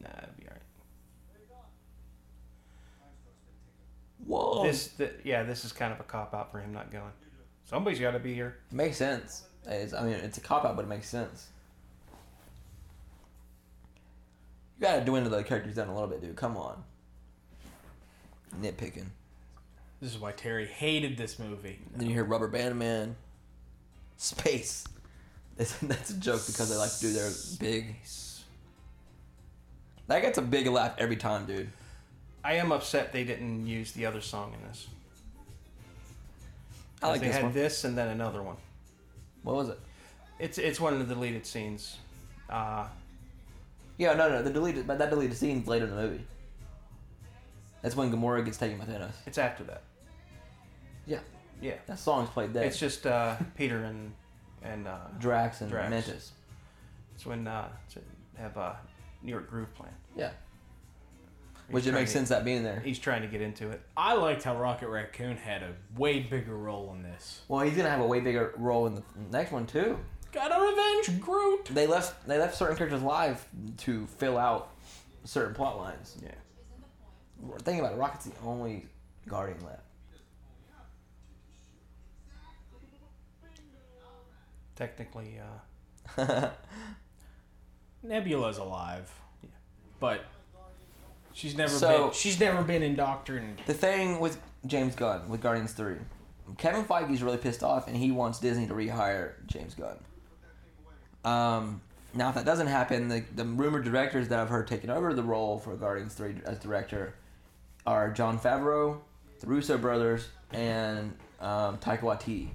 S2: Nah, it'll be alright.
S1: Whoa.
S2: This. The, yeah, this is kind of a cop out for him not going. Somebody's got to be here.
S1: makes sense. It's, I mean, it's a cop out, but it makes sense. You gotta dwindle the characters down a little bit, dude. Come on. Nitpicking.
S3: This is why Terry hated this movie.
S1: Then you hear Rubber Band Man. Space. <laughs> That's, that's a joke because they like to do their big. That gets a big laugh every time, dude.
S2: I am upset they didn't use the other song in this.
S1: I like
S2: they
S1: this
S2: had
S1: one.
S2: this and then another one.
S1: What was it?
S2: It's it's one of the deleted scenes. Uh,
S1: Yeah, no, no, the deleted, but that deleted scene's later in the movie. That's when Gamora gets taken by Thanos.
S2: it's after that.
S1: Yeah,
S2: Yeah.
S1: that song's played there.
S2: It's just uh, Peter and and uh,
S1: Drax and
S2: Drax.
S1: Mantis.
S2: it's when uh, it's- have uh, New York Groove plan.
S1: Yeah,
S2: He's
S1: which it
S2: trying
S1: makes
S2: to-
S1: sense that being there.
S2: He's trying to get into it.
S3: I liked how Rocket Raccoon had a way bigger role in this.
S1: Well, he's gonna have a way bigger role in the next one too.
S3: Gotta revenge Groot.
S1: They left they left certain characters alive to fill out certain plot lines.
S2: Yeah.
S1: Think about it. Rocket's the only Guardian left.
S2: Technically, uh,
S1: <laughs>
S3: Nebula's alive.
S2: Yeah.
S3: But she's never
S1: So-
S3: been she's never been indoctrinated.
S1: The thing with James Gunn with Guardians Three, Kevin Feige's really pissed off, and he wants Disney to rehire James Gunn. Um, now, if that doesn't happen, the, the rumored directors that I've heard taking over the role for Guardians Three as director are John Favreau, the Russo brothers, and um, Taika Waititi.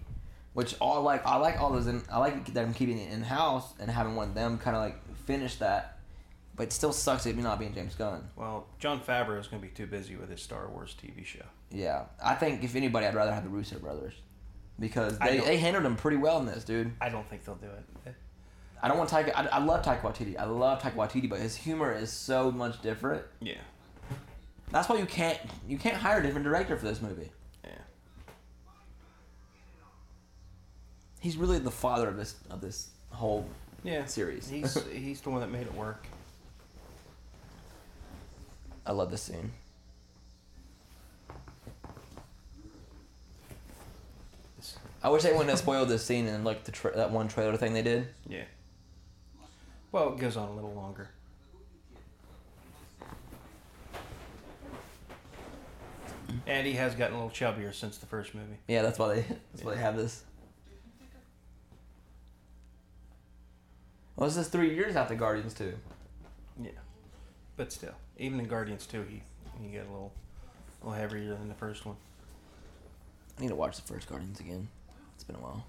S1: Which all like I like all those and I like them keeping it in house and having one of them kind of like finish that, but it still sucks it not being James Gunn.
S2: well, John Favreau is going to be too busy with his Star Wars TV show.
S1: Yeah, I think if anybody, I'd rather have the Russo brothers because
S2: I
S1: they,
S2: don't-
S1: they handled him pretty well in this, dude.
S2: I don't think they'll do it.
S1: I don't want Taika. I, I love Taika Waititi. I love Taika Waititi, but his humor is so much different.
S2: Yeah.
S1: That's why you can't you can't hire a different director for this movie.
S2: Yeah.
S1: He's really the father of this of this whole.
S2: Yeah.
S1: Series.
S2: He's he's the one that made it work.
S1: I love this scene. I wish they wouldn't have spoiled this scene in like the tra- that one trailer thing they did.
S2: Yeah. Well, it goes on a little longer. And he has gotten a little chubbier since the first movie.
S1: Yeah, that's why they <laughs> that's why they have this. Well, this is three years after Guardians Two.
S2: Yeah. But still, even in Guardians 2, he, he got a little, little heavier than the first one.
S1: I need to watch the first Guardians again. It's been a while.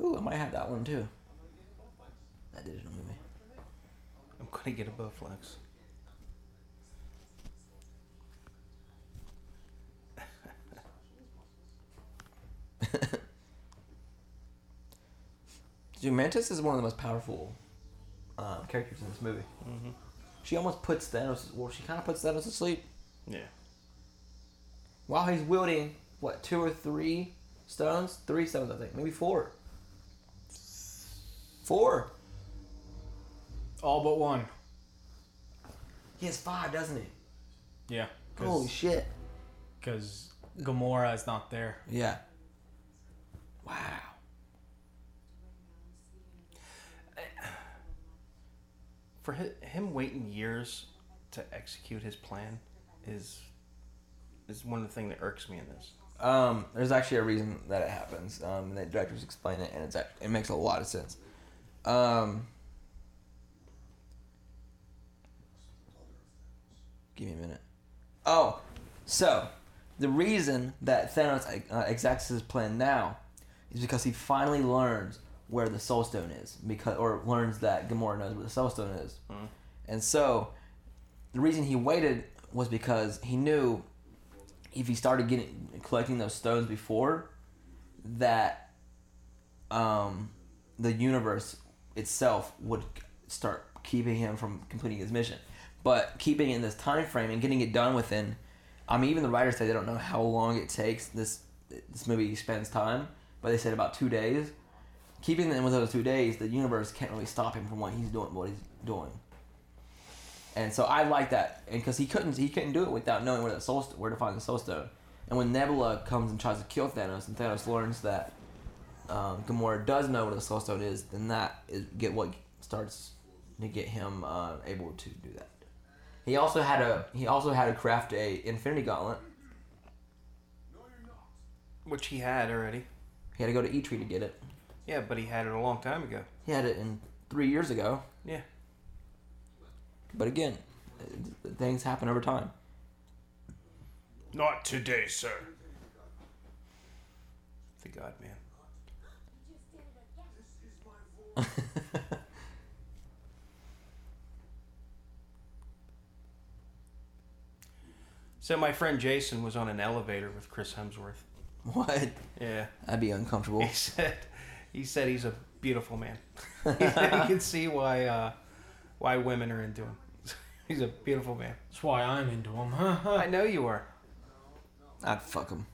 S1: Ooh, I might have that one too. That digital movie.
S2: I'm going to get a Bowflex.
S1: Dude, Mantis is one of the most powerful uh, characters in this movie.
S2: Mm-hmm.
S1: She almost puts Thanos. Well, she kind of puts Thanos to sleep
S2: Yeah.
S1: while he's wielding what two or three stones? Three stones, I think. Maybe four. Four.
S3: All but one.
S1: He has five, doesn't he?
S3: Yeah.
S1: Holy
S3: Cause,
S1: shit.
S3: 'cause Gamora is not there.
S1: Yeah. Wow.
S2: For hi- him waiting years to execute his plan is is one of the things that irks me in this.
S1: Um, there's actually a reason that it happens. Um, and the directors explain it, and it's act- it makes a lot of sense. Um, Give me a minute. Oh, so the reason that Thanos uh, exacts his plan now is because he finally learns where the Soul Stone is, because or learns that Gamora knows where the Soul Stone is, and so the reason he waited was because he knew if he started getting collecting those stones before that um, the universe itself would start keeping him from completing his mission but keeping it in this time frame and getting it done within i mean even the writers say they don't know how long it takes this this movie spends time but they said about two days keeping them with those two days the universe can't really stop him from what he's doing what he's doing and so I like that, and because he couldn't, he couldn't do it without knowing where the soul, St- where to find the soul stone. And when Nebula comes and tries to kill Thanos, and Thanos learns that um, Gamora does know where the soul stone is, then that is get what starts to get him uh, able to do that. He also had a he also had to craft a Infinity Gauntlet.
S2: which he had already.
S1: He had to go to E-Tree to get it.
S2: Yeah, but he had it a long time ago.
S1: He had it in three years ago,
S2: Yeah.
S1: but again, uh, things happen over time. <laughs>
S2: Not today, sir. The God Man. <laughs> so my friend Jason was on an elevator with Chris Hemsworth.
S1: What?
S2: Yeah.
S1: I'd be <laughs> uncomfortable.
S2: <laughs> He said he said he's a beautiful <laughs> man. he can see why uh, why women are into him. <laughs> he's a beautiful man.
S3: That's why I'm into him. <laughs>
S2: I know you are.
S1: I'd fuck him.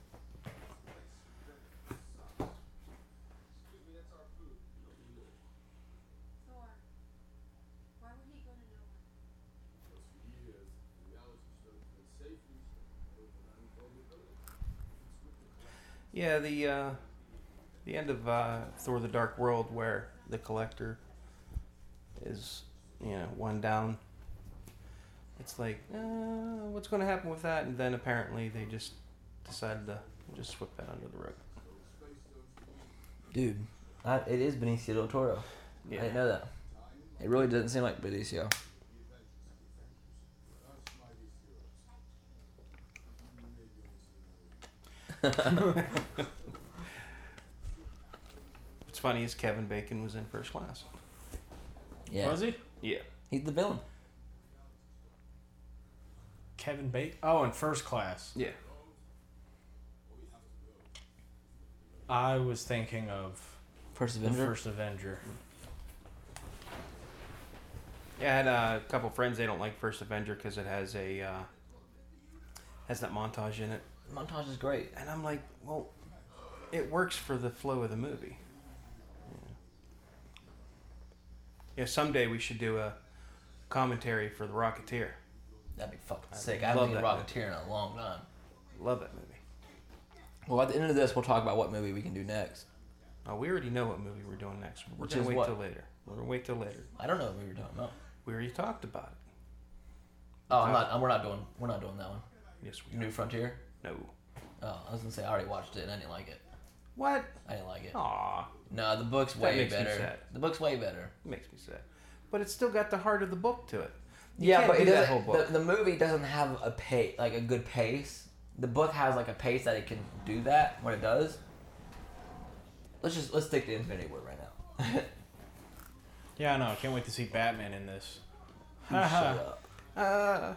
S4: Thor. Why would he go to Nova?
S2: Yeah, the uh, the end of uh, Thor: The Dark World, where the Collector is, you know, one down. It's like, uh, what's going to happen with that? And then apparently they just decided to just sweep that under the rug.
S1: Dude, I, it is Benicio del Toro. I didn't know that. It really doesn't seem like Benicio.
S2: What's funny is Kevin Bacon was in first class.
S1: Yeah,
S3: Was he?
S2: Yeah.
S1: he's the villain.
S3: Kevin Bacon. Oh, in first class.
S2: Yeah.
S3: I was thinking of
S1: First
S3: the
S1: Avenger.
S3: first Avenger.
S2: Yeah, I had uh, a couple friends. They don't like First Avenger because it has a uh, has that montage in it,
S1: Montage is great.
S2: and I'm like, well, it works for the flow of the movie. Yeah, yeah someday we should do a commentary for the Rocketeer.
S1: That'd be fucking
S2: I
S1: sick. I
S2: love
S1: haven't seen
S2: that
S1: Rocketeer in a long time.
S2: Love that movie.
S1: Well, at the end of this, we'll talk about what movie we can do next.
S2: Oh, we already know what movie we're doing next. We're
S1: Which
S2: gonna
S1: is
S2: wait
S1: what?
S2: till later. We're gonna wait till later.
S1: I don't know what we were talking about.
S2: We already talked about it.
S1: Oh, I'm not. I'm, we're not doing. We're not doing that one.
S2: Yes, we
S1: New Frontier.
S2: No.
S1: Oh, I was gonna say I already watched it and I didn't like it.
S2: What?
S1: I didn't like it.
S2: Aw,
S1: No, the book's way
S2: makes me
S1: better.
S2: sad.
S1: The book's way better.
S2: makes me sad. But it's still got the heart of the book to it. You
S1: Yeah,
S2: can't
S1: but
S2: do
S1: it
S2: that
S1: doesn't.
S2: whole book.
S1: The, the movie doesn't have a pace, like a good pace. The book has like a pace that it can do that when it does. Let's just let's stick to Infinity War right now. <laughs>
S3: Yeah, I know. I can't wait to see Batman in this.
S1: You Shut up.
S2: Uh-huh. Uh,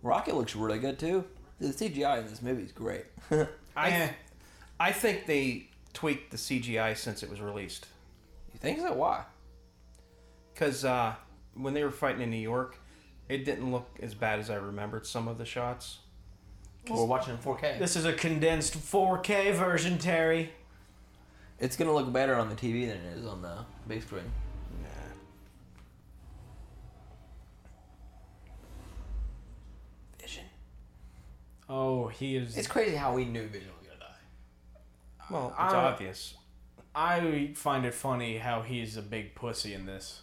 S1: Rocket looks really good too. The CGI in this movie is great. <laughs> you
S2: I,
S3: Eh.
S2: I think they tweaked the CGI since it was released.
S1: think so? Why?
S2: Because uh, when they were fighting in New York, it didn't look as bad as I remembered some of the shots.
S1: We're watching in 4K.
S3: This is a condensed 4K version, Terry.
S1: It's gonna look better on the TV than it is on the big screen.
S2: Nah.
S1: Vision.
S3: Oh, he is.
S1: It's crazy how we knew Vision was gonna die.
S2: Well, it's
S3: I-
S2: obvious.
S3: I find it funny how he's a big pussy in this.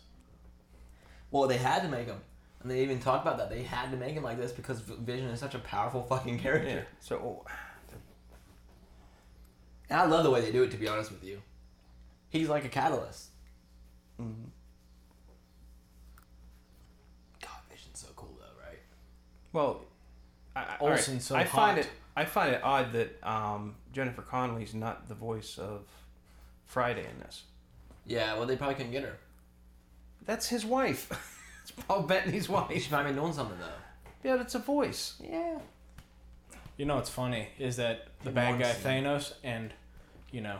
S1: Well, they had to make him, and they even talked about that. They had to make him like this because V- Vision is such a powerful <laughs> fucking character.
S2: Yeah. So, oh,
S1: And I love the way they do it, to be honest with you. He's like a catalyst.
S2: Mm-hmm.
S1: God, Vision's so cool, though,
S2: Well, I, I- all right.
S3: Olsen's so
S2: I
S3: hot.
S2: find it I find it odd that um, Jennifer Connelly's not the voice of Friday in this.
S1: Yeah, well, they probably couldn't get her.
S2: That's his wife. <laughs> it's Paul Bettany's wife.
S1: She might be doing something though.
S2: Yeah, that's a voice. Yeah.
S3: You know what's funny is that the
S1: In
S3: bad
S1: one
S3: guy
S1: scene.
S3: Thanos and you know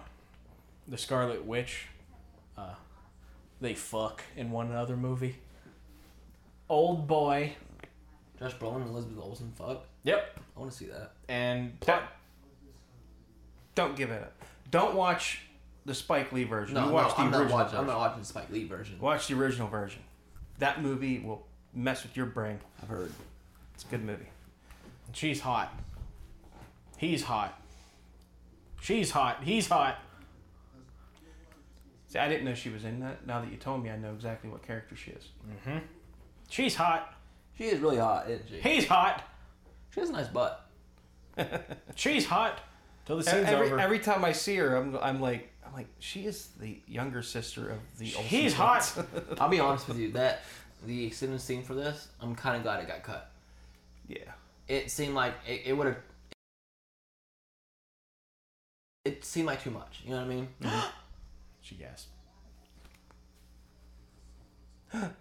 S3: the Scarlet Witch, uh, they fuck in one other movie. Old boy.
S1: Josh Brolin and Elizabeth Olsen. Fuck.
S3: Yep.
S1: I want to see that.
S3: And
S2: Don't, don't give it up. Don't watch the Spike Lee version.
S1: No,
S2: you
S1: no,
S2: watch the
S1: I'm not
S2: original
S1: watching. I'm
S2: version.
S1: not watching the Spike Lee version.
S2: Watch the original version. That movie will mess with your brain.
S1: I've heard.
S2: It's a good movie.
S3: she's hot. He's hot. She's hot. He's hot.
S2: See, I didn't know she was in that. Now that you told me, I know exactly what character she is.
S3: She's hot.
S1: She is really hot, isn't she?
S3: He's hot.
S1: She has a nice butt.
S3: She's hot. Till the scene's
S2: E-, every,
S3: over.
S2: every time I see her, I'm, I'm like, I'm like, she is the younger sister of the. Olsen twins."
S3: He's <laughs>
S2: <laughs>
S3: hot.
S1: I'll be honest with you. That the extended scene for this, I'm kind of glad it got cut.
S2: Yeah.
S1: It seemed like it, it would have. It seemed like too much. You know what I mean?
S3: she gasped.
S2: <gasps>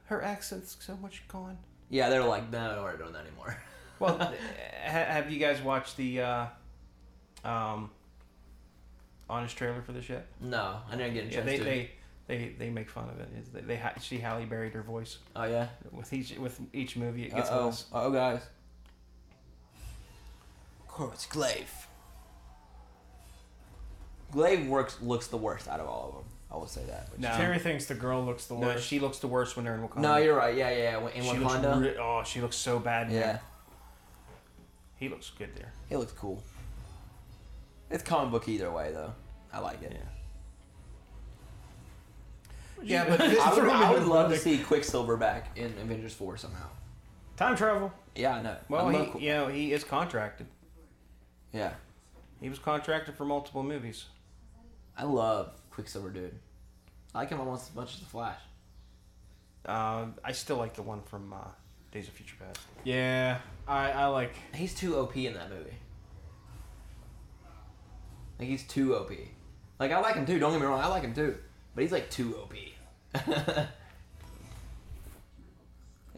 S2: Her accent's so much gone.
S1: yeah, they're like, no, we're not doing that anymore. <laughs>
S3: <laughs>
S2: Well, ha- have you guys watched the uh, um, honest trailer for this yet?
S1: No, I didn't get a chance
S2: Yeah, they,
S1: to.
S2: they they they make fun of it. Is they, they ha- see Halle buried her voice
S1: oh yeah.
S2: with each with each movie. It gets
S1: Uh
S2: worse.
S1: oh, guys. Of course, Glaive. Glaive works looks the worst out of all of them. I will say that.
S2: No,
S3: Terry thinks the girl looks the
S2: no,
S3: worst.
S2: she looks the worst when they're in Wakanda.
S1: No, you're right. Yeah, yeah. yeah. In
S2: she looks
S1: Wakanda,
S2: re- oh, she looks so bad. in
S1: yeah,
S2: there. he looks good there.
S1: it looks cool. It's comic book either way, though. I like it.
S2: Yeah. Yeah, but this,
S1: I would,
S3: Throw me
S1: I would
S3: the
S1: love to
S3: verdict.
S1: see Quicksilver back in Avengers Four somehow.
S3: Time travel.
S1: Yeah, I know.
S2: well,
S1: I
S2: he,
S1: love Qui-
S2: you know, he is contracted.
S1: yeah,
S2: He was contracted for multiple movies.
S1: I love Quicksilver, dude. I like him almost as much as the Flash.
S2: Uh, I still like the one from uh, Days of Future Past.
S3: Yeah, I, I like.
S1: He's too OP in that movie. Like he's too OP. Like I like him too. Don't get me wrong, I like him too. But he's like too OP. Like, <laughs>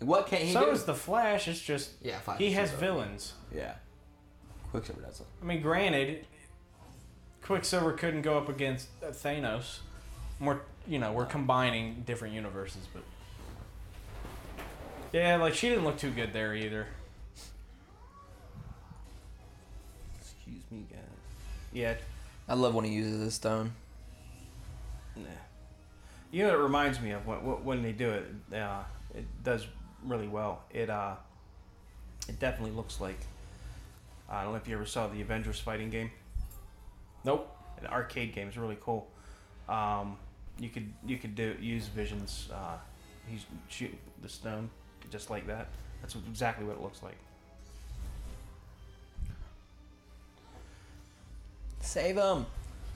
S1: what can he
S3: so
S1: do?
S3: is the Flash. It's just
S1: yeah, Flash
S3: he
S1: is
S3: has
S1: too OP.
S3: villains.
S1: Yeah, Quicksilver doesn't.
S3: I mean, granted, Quicksilver couldn't go up against uh, Thanos. More, you know, we're combining different universes, but yeah, like she didn't look too good there either.
S2: Excuse me, guys. Yeah,
S1: I love when he uses his stone.
S2: nah. You know what it reminds me of when, when they do it. Uh, it does really well. It uh, it definitely looks like. I don't know if you ever saw the Avengers fighting game.
S3: Nope.
S2: An arcade game is really cool. Um, you could you could do use Vision's. Uh, he's shoot the stone just like that. That's exactly what it looks like.
S1: Save him.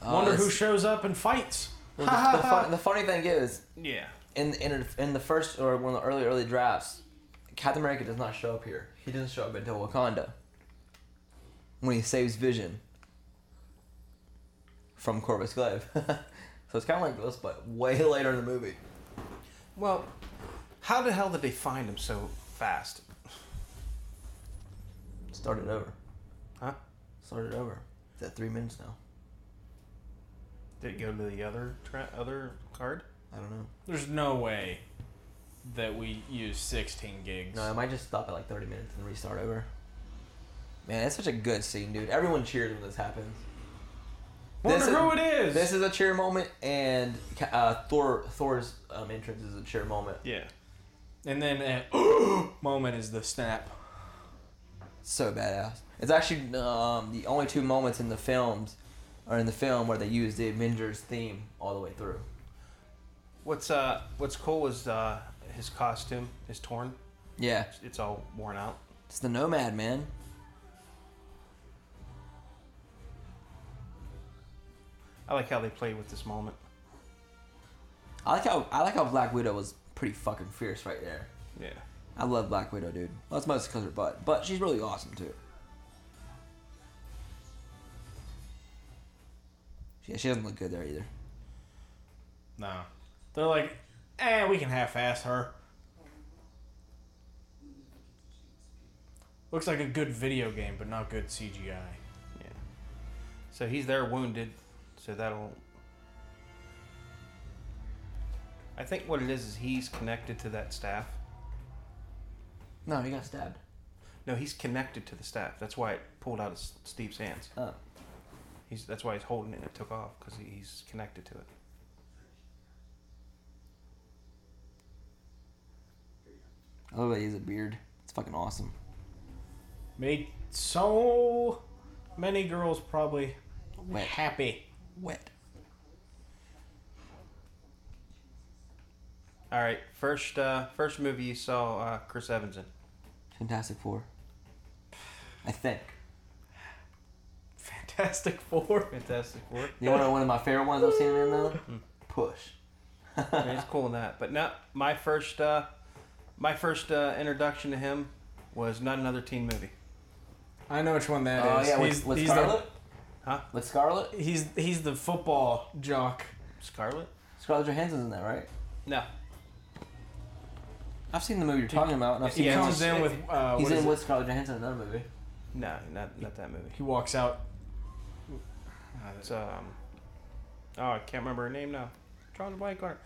S1: Uh,
S3: Wonder who
S1: it's-
S3: shows up and fights.
S1: <laughs> well, the, the,
S2: <laughs>
S1: fun, the funny thing is,
S2: Yeah.
S1: in in in the first or one of the early early drafts, Captain America does not show up here. He doesn't show up until Wakanda. When he saves Vision from Corvus Glaive. <laughs> so it's kind of like this, but way <laughs> later in the movie.
S2: Well, how the hell did they find him so fast?
S1: Start it over.
S2: Huh?
S1: Start it over. It's at three minutes now.
S2: Did it go to the other tra- other card?
S1: I don't know.
S3: There's no way that we use 16 gigs.
S1: No, I might just stop at like 30 minutes and restart over. Man, it's such a good scene, dude. Everyone cheers when this happens.
S3: Wonder
S1: This is-
S3: who it is.
S1: This is a cheer moment, and uh, Thor Thor's um, entrance is a cheer moment.
S2: Yeah.
S3: and then that <gasps> moment is the snap.
S1: so badass. It's actually um, the only two moments in the films, or in the film, where they use the Avengers theme all the way through.
S2: What's uh What's cool is uh his costume is torn.
S1: Yeah,
S2: It's all worn out.
S1: it's the Nomad man.
S2: I like how they play with this moment.
S1: I like how I like how Black Widow was pretty fucking fierce right there.
S2: Yeah.
S1: I love Black Widow, dude. Well, that's mostly because her butt, but she's really awesome too. Yeah, she doesn't look good there either.
S3: No. They're like, eh, we can half ass her. Looks like a good video game, but not good CGI.
S2: Yeah. So he's there wounded. So that'll. I think what it is is he's connected to that staff.
S1: No, he got stabbed.
S2: No, he's connected to the staff. That's why it pulled out of S- Steve's hands.
S1: Oh.
S2: He's that's why he's holding it and it took off because he's connected to it.
S1: I love that he has a beard. It's fucking awesome.
S3: Made so many girls probably
S1: Wet.
S3: happy. <laughs>
S1: Wet.
S2: All right, first uh, first movie you saw uh, Chris Evans in.
S1: Fantastic Four. I think.
S3: Fantastic Four.
S2: Fantastic Four.
S1: You want to know one of my favorite ones I've seen him in though? <laughs> Push.
S2: Yeah, <laughs> he's cool in that. But now my first uh, my first uh, introduction to him was not another teen movie.
S3: I know which one that is.
S1: Oh yeah,
S3: he's,
S1: with, with
S3: he's
S1: Scarlet.
S2: Huh?
S1: With Scarlet.
S3: The, he's he's the football jock.
S2: Scarlet?
S1: Scarlett Johansson's in that, right?
S2: No. I've
S1: seen the movie you're talking about, and I've
S3: He
S1: seen.
S2: Yeah,
S3: comes
S2: it's-
S3: in with uh,
S1: he's
S3: what is
S1: in
S3: it?
S1: with Scarlett Johansson in another movie.
S2: No, not not that movie.
S3: He walks out. Uh,
S2: It's um Oh, I can't remember her name now. Drawing a blank on her.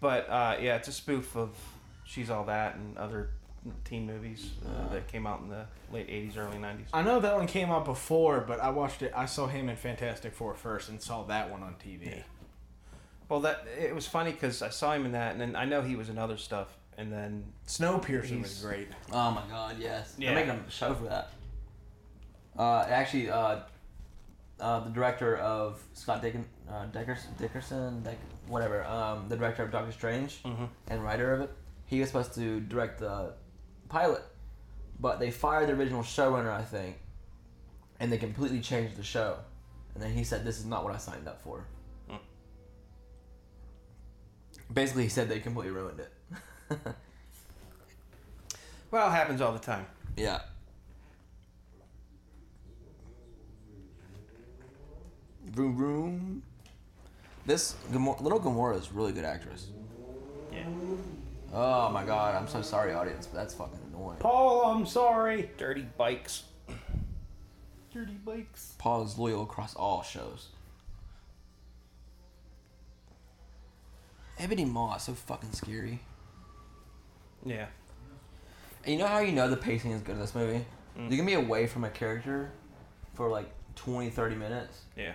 S2: But uh, yeah, it's a spoof of She's All That and other teen movies uh, that came out in the late 80s, early 90s.
S3: I know that one came out before, but I watched it. I saw him in Fantastic Four first and saw that one on TV.
S2: Well, that it was funny because I saw him in that, and then I know he was in other stuff, and then
S3: Snowpiercer
S2: He's-
S3: was great.
S1: Oh my god, yes.
S2: Yeah.
S1: They're making a show for that. Uh, actually, uh, uh, the director of Scott Dickin, uh, Dickerson, Dickerson Dick, whatever, um, the director of Doctor Strange
S2: Mhm.
S1: and writer of it, he was supposed to direct the pilot, but they fired the original showrunner, I think, and they completely changed the show. And then he said, "This is not what I signed up for."
S2: Hmm.
S1: Basically, he said they completely ruined it. <laughs>
S2: well, it happens all the time.
S1: yeah. Vroom vroom. This Gamora, little Gamora is really good actress.
S2: Yeah.
S1: Oh my god, I'm so sorry, audience, but that's fucking annoying.
S2: Paul, I'm sorry. Dirty bikes. Dirty bikes.
S1: Paul is loyal across all shows. Ebony Maw is so fucking scary.
S2: Yeah.
S1: And you know how you know the pacing is good in this movie? You can be away from a character for like 20, 30 minutes,
S2: Yeah.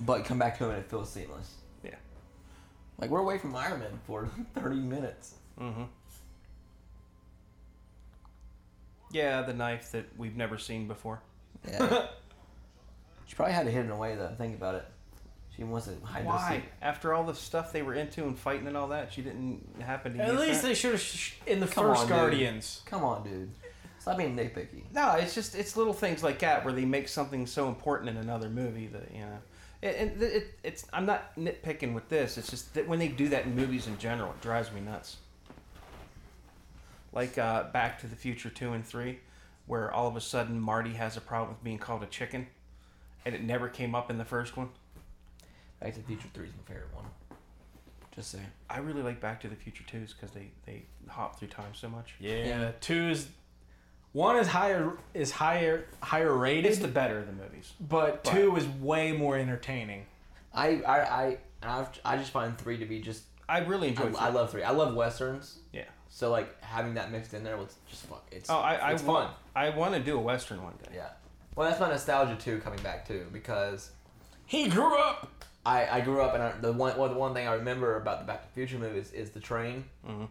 S1: but come back to him and it feels seamless.
S2: Yeah.
S1: Like, we're away from Iron Man for <laughs> 30 minutes.
S2: Mm-hmm. Yeah, the knife that we've never seen before.
S1: Yeah. <laughs> she probably had to hit it away, though. Think about it. She wants to hide those
S2: Why?
S1: secrets.
S2: After all the stuff they were into and fighting and all that, she didn't happen to.
S3: At
S2: use
S3: least
S2: that?
S3: they should have sh- in the
S1: Come
S3: first
S1: on, dude.
S3: Guardians.
S1: Come on, dude. Stop being nitpicky.
S2: No, it's just it's little things like that where they make something so important in another movie that you know. It, and it, it, it's I'm not nitpicking with this. It's just that when they do that in movies in general, it drives me nuts. Like uh, Back to the Future two and three, where all of a sudden Marty has a problem with being called a chicken, and it never came up in the first one.
S1: Back to the Future 3 is my favorite one. Just saying.
S2: I really like Back to the Future twos because they they hop through time so much.
S3: Yeah.
S1: Yeah.
S3: Two is one is higher is higher higher rated,
S2: It's the better of the movies.
S3: but
S2: but-
S3: two is way more entertaining.
S1: I, I, I, I've, I just find 3 to be just
S2: I really
S1: I,
S2: enjoyed.
S1: I love three. I love westerns.
S2: Yeah.
S1: So like having that mixed in there was just fuck. It's
S2: Oh, I I,
S1: it's
S2: wa-
S1: fun.
S2: I want to do a western one day.
S1: Yeah. Well, that's my nostalgia too coming back too because
S3: He grew up.
S1: I, I grew up and I, the one well, the one thing I remember about the Back to the Future movies is the train.
S2: Mhm.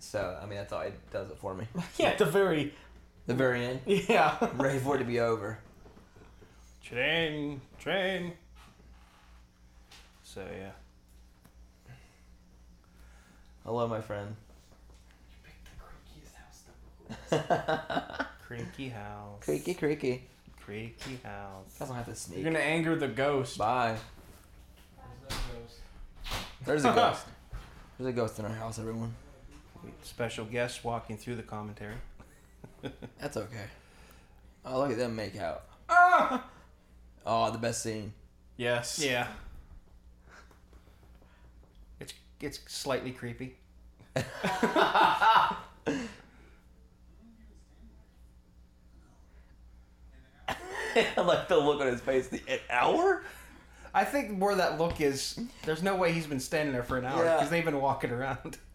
S1: So I mean that's all it does it for me. <laughs>
S3: Yeah, at the very <laughs>
S1: the very end,
S3: yeah.
S1: ready for it to be over.
S2: Train, train. So yeah,
S1: Hello, my friend.
S2: creaky house,
S1: Creaky, creaky.
S2: creaky house.
S1: Doesn't have to
S3: You're
S1: sneak.
S3: gonna anger the ghost.
S1: Bye. <laughs> There's a ghost. There's a ghost in our house, everyone.
S2: special guest walking through the commentary.
S1: That's okay. Oh, look at them make out.
S3: Ah!
S1: Oh, the best scene.
S3: Yes.
S2: Yeah. It's it's slightly creepy.
S1: <laughs> I like the look on his face. The an hour?
S2: I think where that look is, there's no way he's been standing there for an hour
S1: Yeah.
S2: because they've been walking around. <laughs>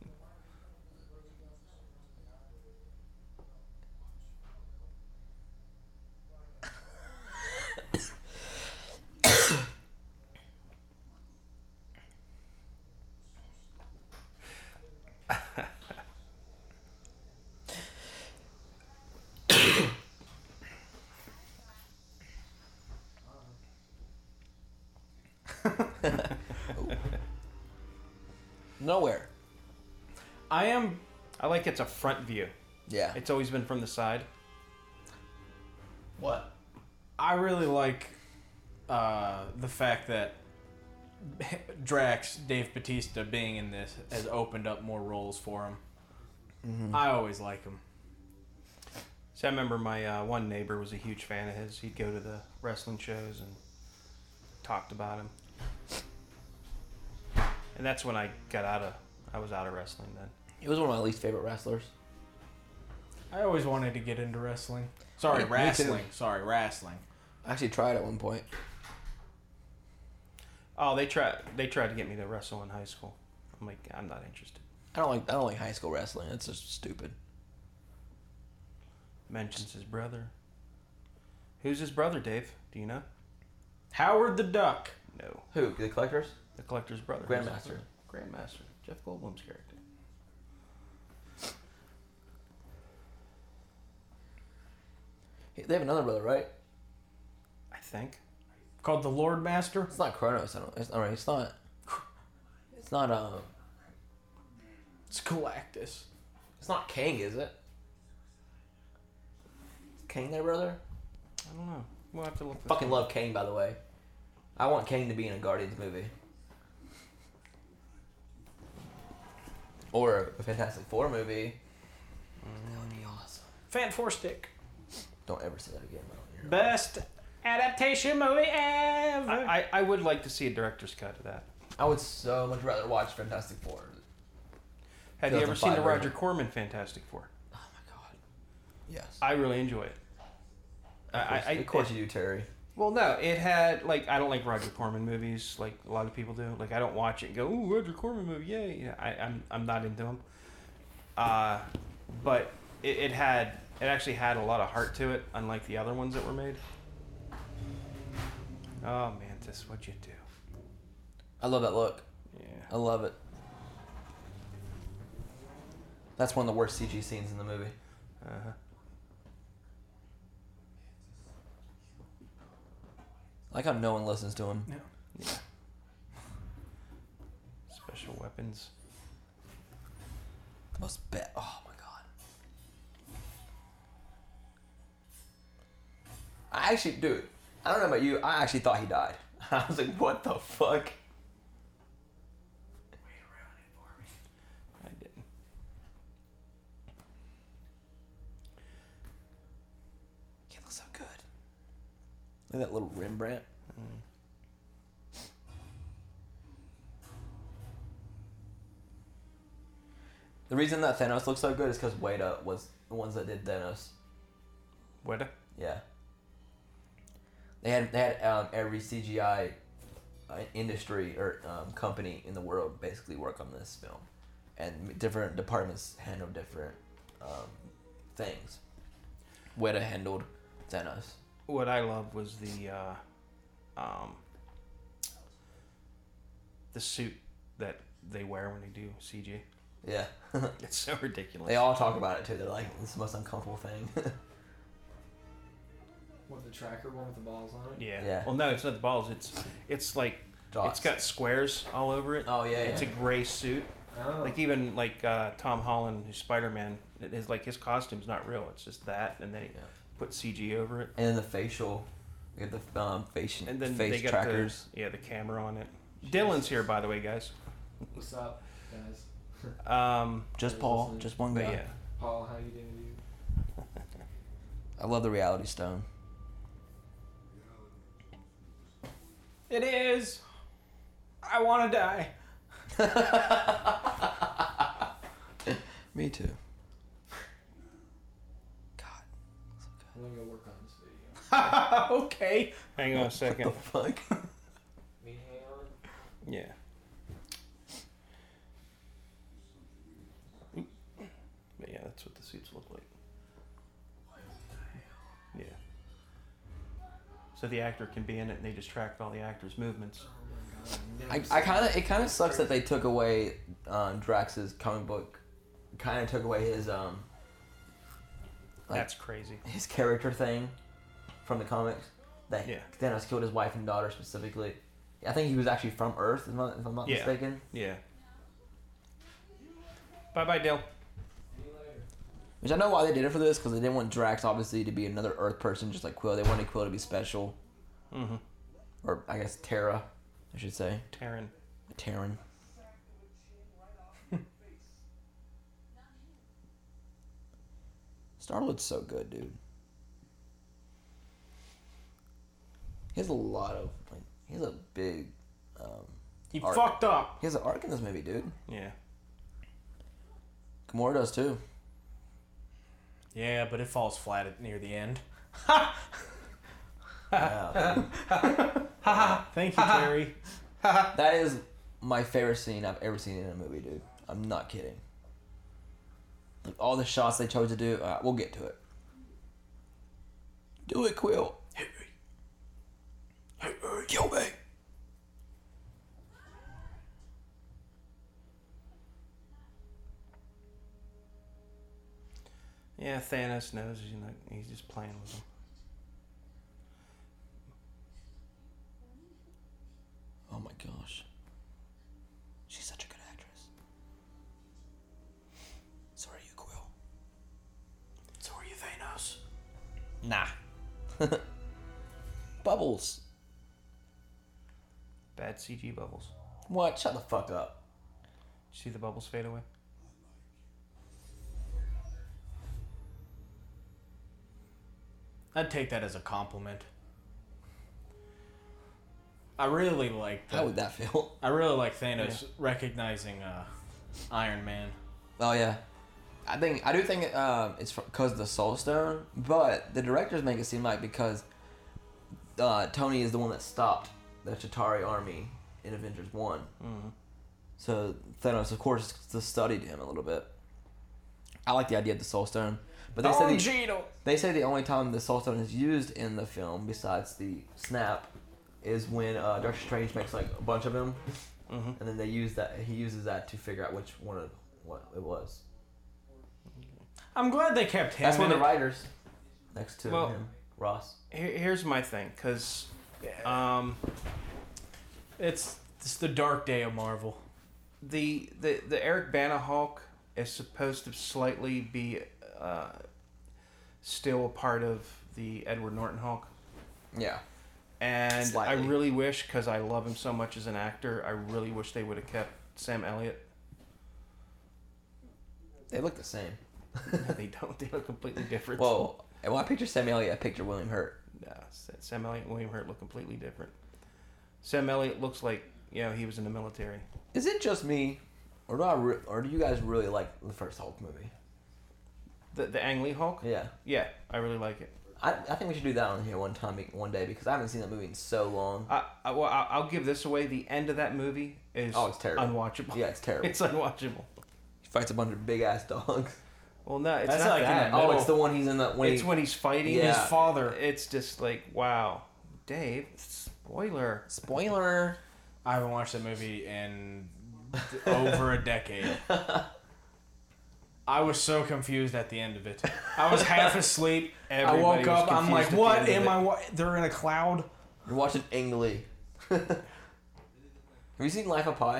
S1: Nowhere.
S2: I am. I like it's a front view.
S1: Yeah.
S2: It's always been from the side.
S1: What?
S3: I really like uh, the fact that Drax, Dave Batista being in this has opened up more roles for him.
S1: Mm-hmm.
S3: I always like him.
S2: So I remember my uh, one neighbor was a huge fan of his. He'd go to the wrestling shows and talked about him. And that's when I got out of. I was out of wrestling then.
S1: He was one of my least favorite wrestlers.
S3: I always wanted to get into wrestling. Sorry,
S1: Me too.
S3: wrestling. Sorry, wrestling.
S1: I actually tried at one point.
S2: Oh, they tried. They tried to get me to wrestle in high school. I'm like, I'm not interested.
S1: I don't like I don't like high school wrestling. It's just stupid.
S2: Mentions his brother. Who's his brother, Dave? Do you know?
S3: Howard the Duck.
S2: No.
S1: Who? The collectors?
S2: The collector's brother.
S1: Grandmaster.
S2: Grandmaster. Jeff Goldblum's character.
S1: They have another brother, right?
S2: I think.
S3: Called the Lord Master.
S1: It's not Kronos. I don't. It's, all right. It's not. It's not. Um.
S3: It's Galactus.
S1: It's not Kang, is it? Is Kang, their brother.
S2: I don't know. We'll have to look. this
S1: Fucking
S2: up.
S1: love Kang, by the way. I want Kang to be in a Guardians movie. Or a Fantastic Four movie. Mm, That would be awesome.
S3: Fan Four Stick.
S1: Don't ever say that again. I don't hear it.
S3: Best adaptation movie ever.
S2: I, I, I would like to see a director's cut of that.
S1: I would so much rather watch Fantastic Four.
S2: Have you ever seen the
S1: 2005
S2: Roger
S1: version.
S2: Corman Fantastic Four?
S1: Oh my god. Yes.
S2: I really enjoy it. I,
S1: Of course,
S2: I, I,
S1: of course
S2: it-
S1: you do, Terry.
S2: well, no, it had like I don't like Roger Corman movies, like a lot of people do. Like I don't watch it and go, "Ooh, Roger Corman movie, yay!" You know, I, I'm I'm not into them. Uh, but it, it had it actually had a lot of heart to it, unlike the other ones that were made. Oh man, this what you do?
S1: I love that look. I
S2: Yeah,
S1: love it. That's one of the worst CG scenes in the movie. Oh.
S2: uh-huh.
S1: I like how no one listens to him.
S2: special weapons.
S1: The most bet. Oh my god. I actually, dude. I don't know about you. I actually thought he died. I was like, what the fuck?
S2: I didn't.
S1: He looks so good. Look at that little Rembrandt. Mm. The reason that Thanos looks so good is because Weta was the ones that did Thanos.
S2: What? a-
S1: Yeah. They had they had um, every CGI uh, industry or um, company in the world basically work on this film, and different departments handle different um, things. Weta handled Thanos.
S2: what I loved was the uh, um, the suit that they wear when they do CG.
S1: Yeah,
S2: <laughs> It's so ridiculous.
S1: they all talk about it too. They're like, "This is the most uncomfortable thing." <laughs>
S5: What the tracker one with the balls on it?
S2: yeah.
S1: Yeah.
S2: Well, no, it's not the balls. It's it's like
S1: Dots.
S2: it's got squares all over it.
S1: Oh yeah, yeah.
S2: It's a gray suit.
S5: Oh.
S2: Like even like uh, Tom Holland, who's Spider Man, is like his costume's not real. It's just that, and they
S1: Yeah.
S2: put CG over it,
S1: and then the facial, you get the um, face
S2: and then
S1: face
S2: they got
S1: trackers.
S2: the yeah the camera on it. Dylan's here, by the way, guys.
S5: What's up, guys?
S2: Um,
S1: Just
S5: Yeah,
S1: Paul,
S5: listen.
S1: just one
S2: but
S1: guy.
S2: yeah,
S5: Paul, how you doing, dude?
S1: I love the Reality Stone. <laughs>
S3: It is. I want to die.
S1: Me too. God,
S5: I'm gonna go work on this video.
S3: <laughs> okay.
S2: hang on a second. <laughs>
S1: fuck.
S5: Me hang on.
S2: Yeah. But yeah, that's what the suits look like. Yeah. So the actor can be in it, and they just tracked all the actor's movements.
S5: Oh my god. I've never
S1: I,
S5: seen
S1: I kind of it kind of sucks that they took away um, Drax's comic book, kind of took away his um Like-
S2: That's crazy.
S1: his character thing from the comics. That
S2: Yeah.
S1: Thanos killed his wife and daughter specifically. I think he was actually from Earth, if I'm not, if I'm not
S2: Yeah.
S1: mistaken.
S2: Yeah. Bye bye, Dale.
S5: See you later.
S1: Which I know why they did it for this because they didn't want Drax obviously to be another Earth person, just like Quill. They wanted Quill to be special,
S2: Mm-hmm.
S1: or I guess Terra, I should say
S2: Taryn.
S1: Terran. <laughs> Star Lord's so good, dude. He has a lot of like, he has a big, um,
S3: He
S1: All right.
S3: fucked up.
S1: he has an arc in this movie, dude.
S2: Yeah.
S1: Gamora does too.
S3: Yeah, but it falls flat at near the end.
S1: Yeah, dude.
S3: Thank <laughs> you, Terry.
S1: that is my favorite scene I've ever seen in a movie, dude. I'm not kidding. Like, all the shots they chose to do, uh, we'll get to it. Do it, Quill. Hit me. Hit me. Kill me.
S2: Yeah, Thanos knows he's not, he's just playing with him.
S1: Oh my gosh. She's such a good actress. So are you, Quill. So are you, Thanos. Nah. Bubbles.
S2: Bad CG bubbles.
S1: What? Shut the fuck up.
S2: See the bubbles fade away?
S3: I'd take that as a compliment. I really like
S1: How
S3: that.
S1: would that feel?
S3: I really like Thanos recognizing uh, Iron Man.
S1: Oh yeah, I think I do think um, it's because of the Soul Stone, but the directors make it seem like because uh, Tony is the one that stopped the Chitari army in Avengers One,
S2: Mm-hmm.
S1: so Thanos of course has studied him a little bit. I like the idea of the Soul Stone, but they
S2: Oh,
S1: say the, they say the only time the Soul Stone is used in the film besides the snap is when uh, Doctor Strange makes like a bunch of them,
S2: Mm-hmm.
S1: and then they use that he uses that to figure out which one of, what it was.
S3: I'm glad they kept him.
S1: That's one
S3: in
S1: of the
S3: it.
S1: writers. Next to
S2: Well-
S1: him, Ross.
S2: Here, here's my thing, because um,
S3: It's it's the dark day of Marvel.
S2: the, the the Eric Bana Hulk is supposed to slightly be uh, still a part of the Edward Norton Hulk,
S1: Yeah.
S2: and
S1: Slightly.
S2: I really wish, because I love him so much as an actor, I really wish they would have kept Sam Elliott.
S1: <laughs> They look the same.
S2: they don't. They look completely different.
S1: Whoa. And when I picture Sam Elliott, I picture William Hurt.
S2: Nah, Sa- Sam Elliott and William Hurt look completely different. Sam Elliott looks like you know he was in the military.
S1: Is it just me, or do I, re- or do you guys really like the first Hulk movie?
S2: The the Ang Lee Hulk.
S1: Yeah.
S2: Yeah, I really like it.
S1: I, I think we should do that on here one time, one day, because I haven't seen that movie in so <laughs> long.
S2: I, I, well, I, I'll give this away. The end of that movie is
S1: Oh, it's terrible.
S2: unwatchable. <laughs>
S1: Yeah, it's terrible.
S2: It's unwatchable.
S1: He fights a bunch of big ass dogs. <laughs>
S2: Well, no, it's
S3: That's
S2: not
S3: like in
S2: that.
S3: the
S1: Oh,
S3: middle.
S1: it's the one he's in that when
S2: it's
S1: he-
S2: when he's fighting
S1: Yeah.
S2: his
S3: His father.
S2: It's just like wow, Dave. Spoiler.
S1: Spoiler.
S3: I haven't watched that movie in over a decade. <laughs> I was so confused at the end of it. I was half asleep.
S2: Everybody
S3: <laughs> I woke
S2: was
S3: up. I'm
S2: confused at
S3: like,
S2: the
S3: what
S2: end of
S3: am
S2: it."
S3: I? Wa- they're in a cloud.
S1: You're watching Ang Lee. <laughs> Have you seen Life of Pi?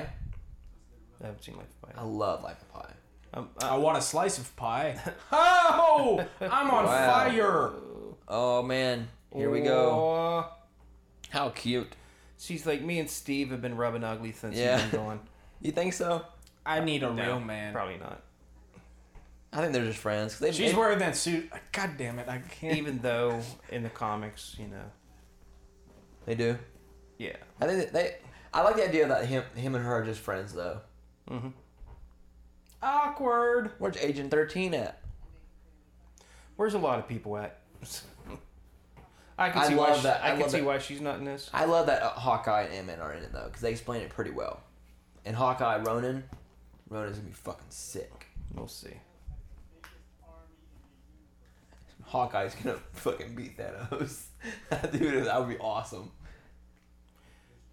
S2: I haven't seen Life of
S1: I
S2: Pi.
S1: love Life of Pi.
S2: Um,
S3: I
S2: uh,
S3: want a slice of pie. Oh, I'm on
S1: Wow.
S3: fire.
S1: Oh man, here we go.
S2: Aw.
S1: How cute.
S2: She's like me and Steve have been rubbing ugly since
S1: Yeah.
S2: you've been gone.
S1: You think so?
S3: I need a
S2: No,
S3: <laughs> real man.
S2: Probably not.
S1: I think they're just friends. 'cause They,
S3: She's
S1: they-
S3: wearing that suit. Uh, God damn it! I
S2: <laughs>
S3: can't.
S2: Even though in the comics, you know,
S1: they do.
S2: yeah.
S1: I think that they. I like the idea that him, him and her are just friends though.
S2: Mm-hmm.
S3: Awkward.
S1: Where's Agent Thirteen at?
S2: Where's a lot of people at? <laughs> I can
S1: I
S2: see why.
S1: love
S2: She,
S1: that. I
S2: I, can
S1: love
S2: see
S1: that.
S2: why she's not in this.
S1: I love that uh, Hawkeye and Ant Man are in it though, because they explain it pretty well. And Hawkeye, Ronan, Ronan's gonna be fucking sick.
S2: We'll see.
S1: Hawkeye's gonna <laughs> fucking beat Thanos. <laughs> that dude, that would be awesome. <laughs>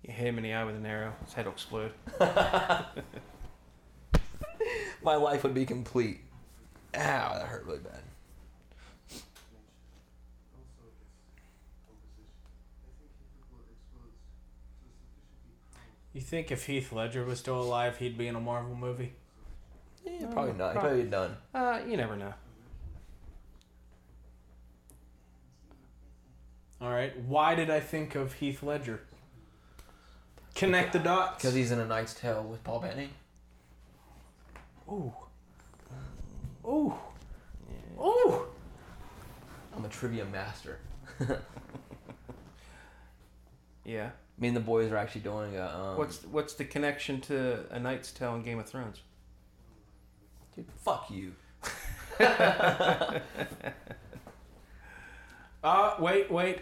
S2: You hit him in the eye with an arrow. His head will explode.
S1: My life would be complete. Ow, that hurt really bad.
S3: You think if Heath Ledger was still alive, he'd be in a Marvel movie?
S1: Yeah,
S2: No,
S1: probably not.
S2: prob-
S1: Probably done.
S2: Uh, you never know.
S3: All right. Why did I think of Heath Ledger? Connect the dots.
S1: Because he's in a Knight's Tale with Paul Bettany.
S3: Ooh. Ooh.
S1: Oh.
S3: Ooh.
S1: I'm a trivia master.
S2: Yeah.
S1: Me and the boys are actually doing a. Um,
S2: What's what's the connection to A Knight's Tale and Game of Thrones?
S1: Dude, fuck
S2: <laughs>
S1: you.
S3: Uh, wait, wait.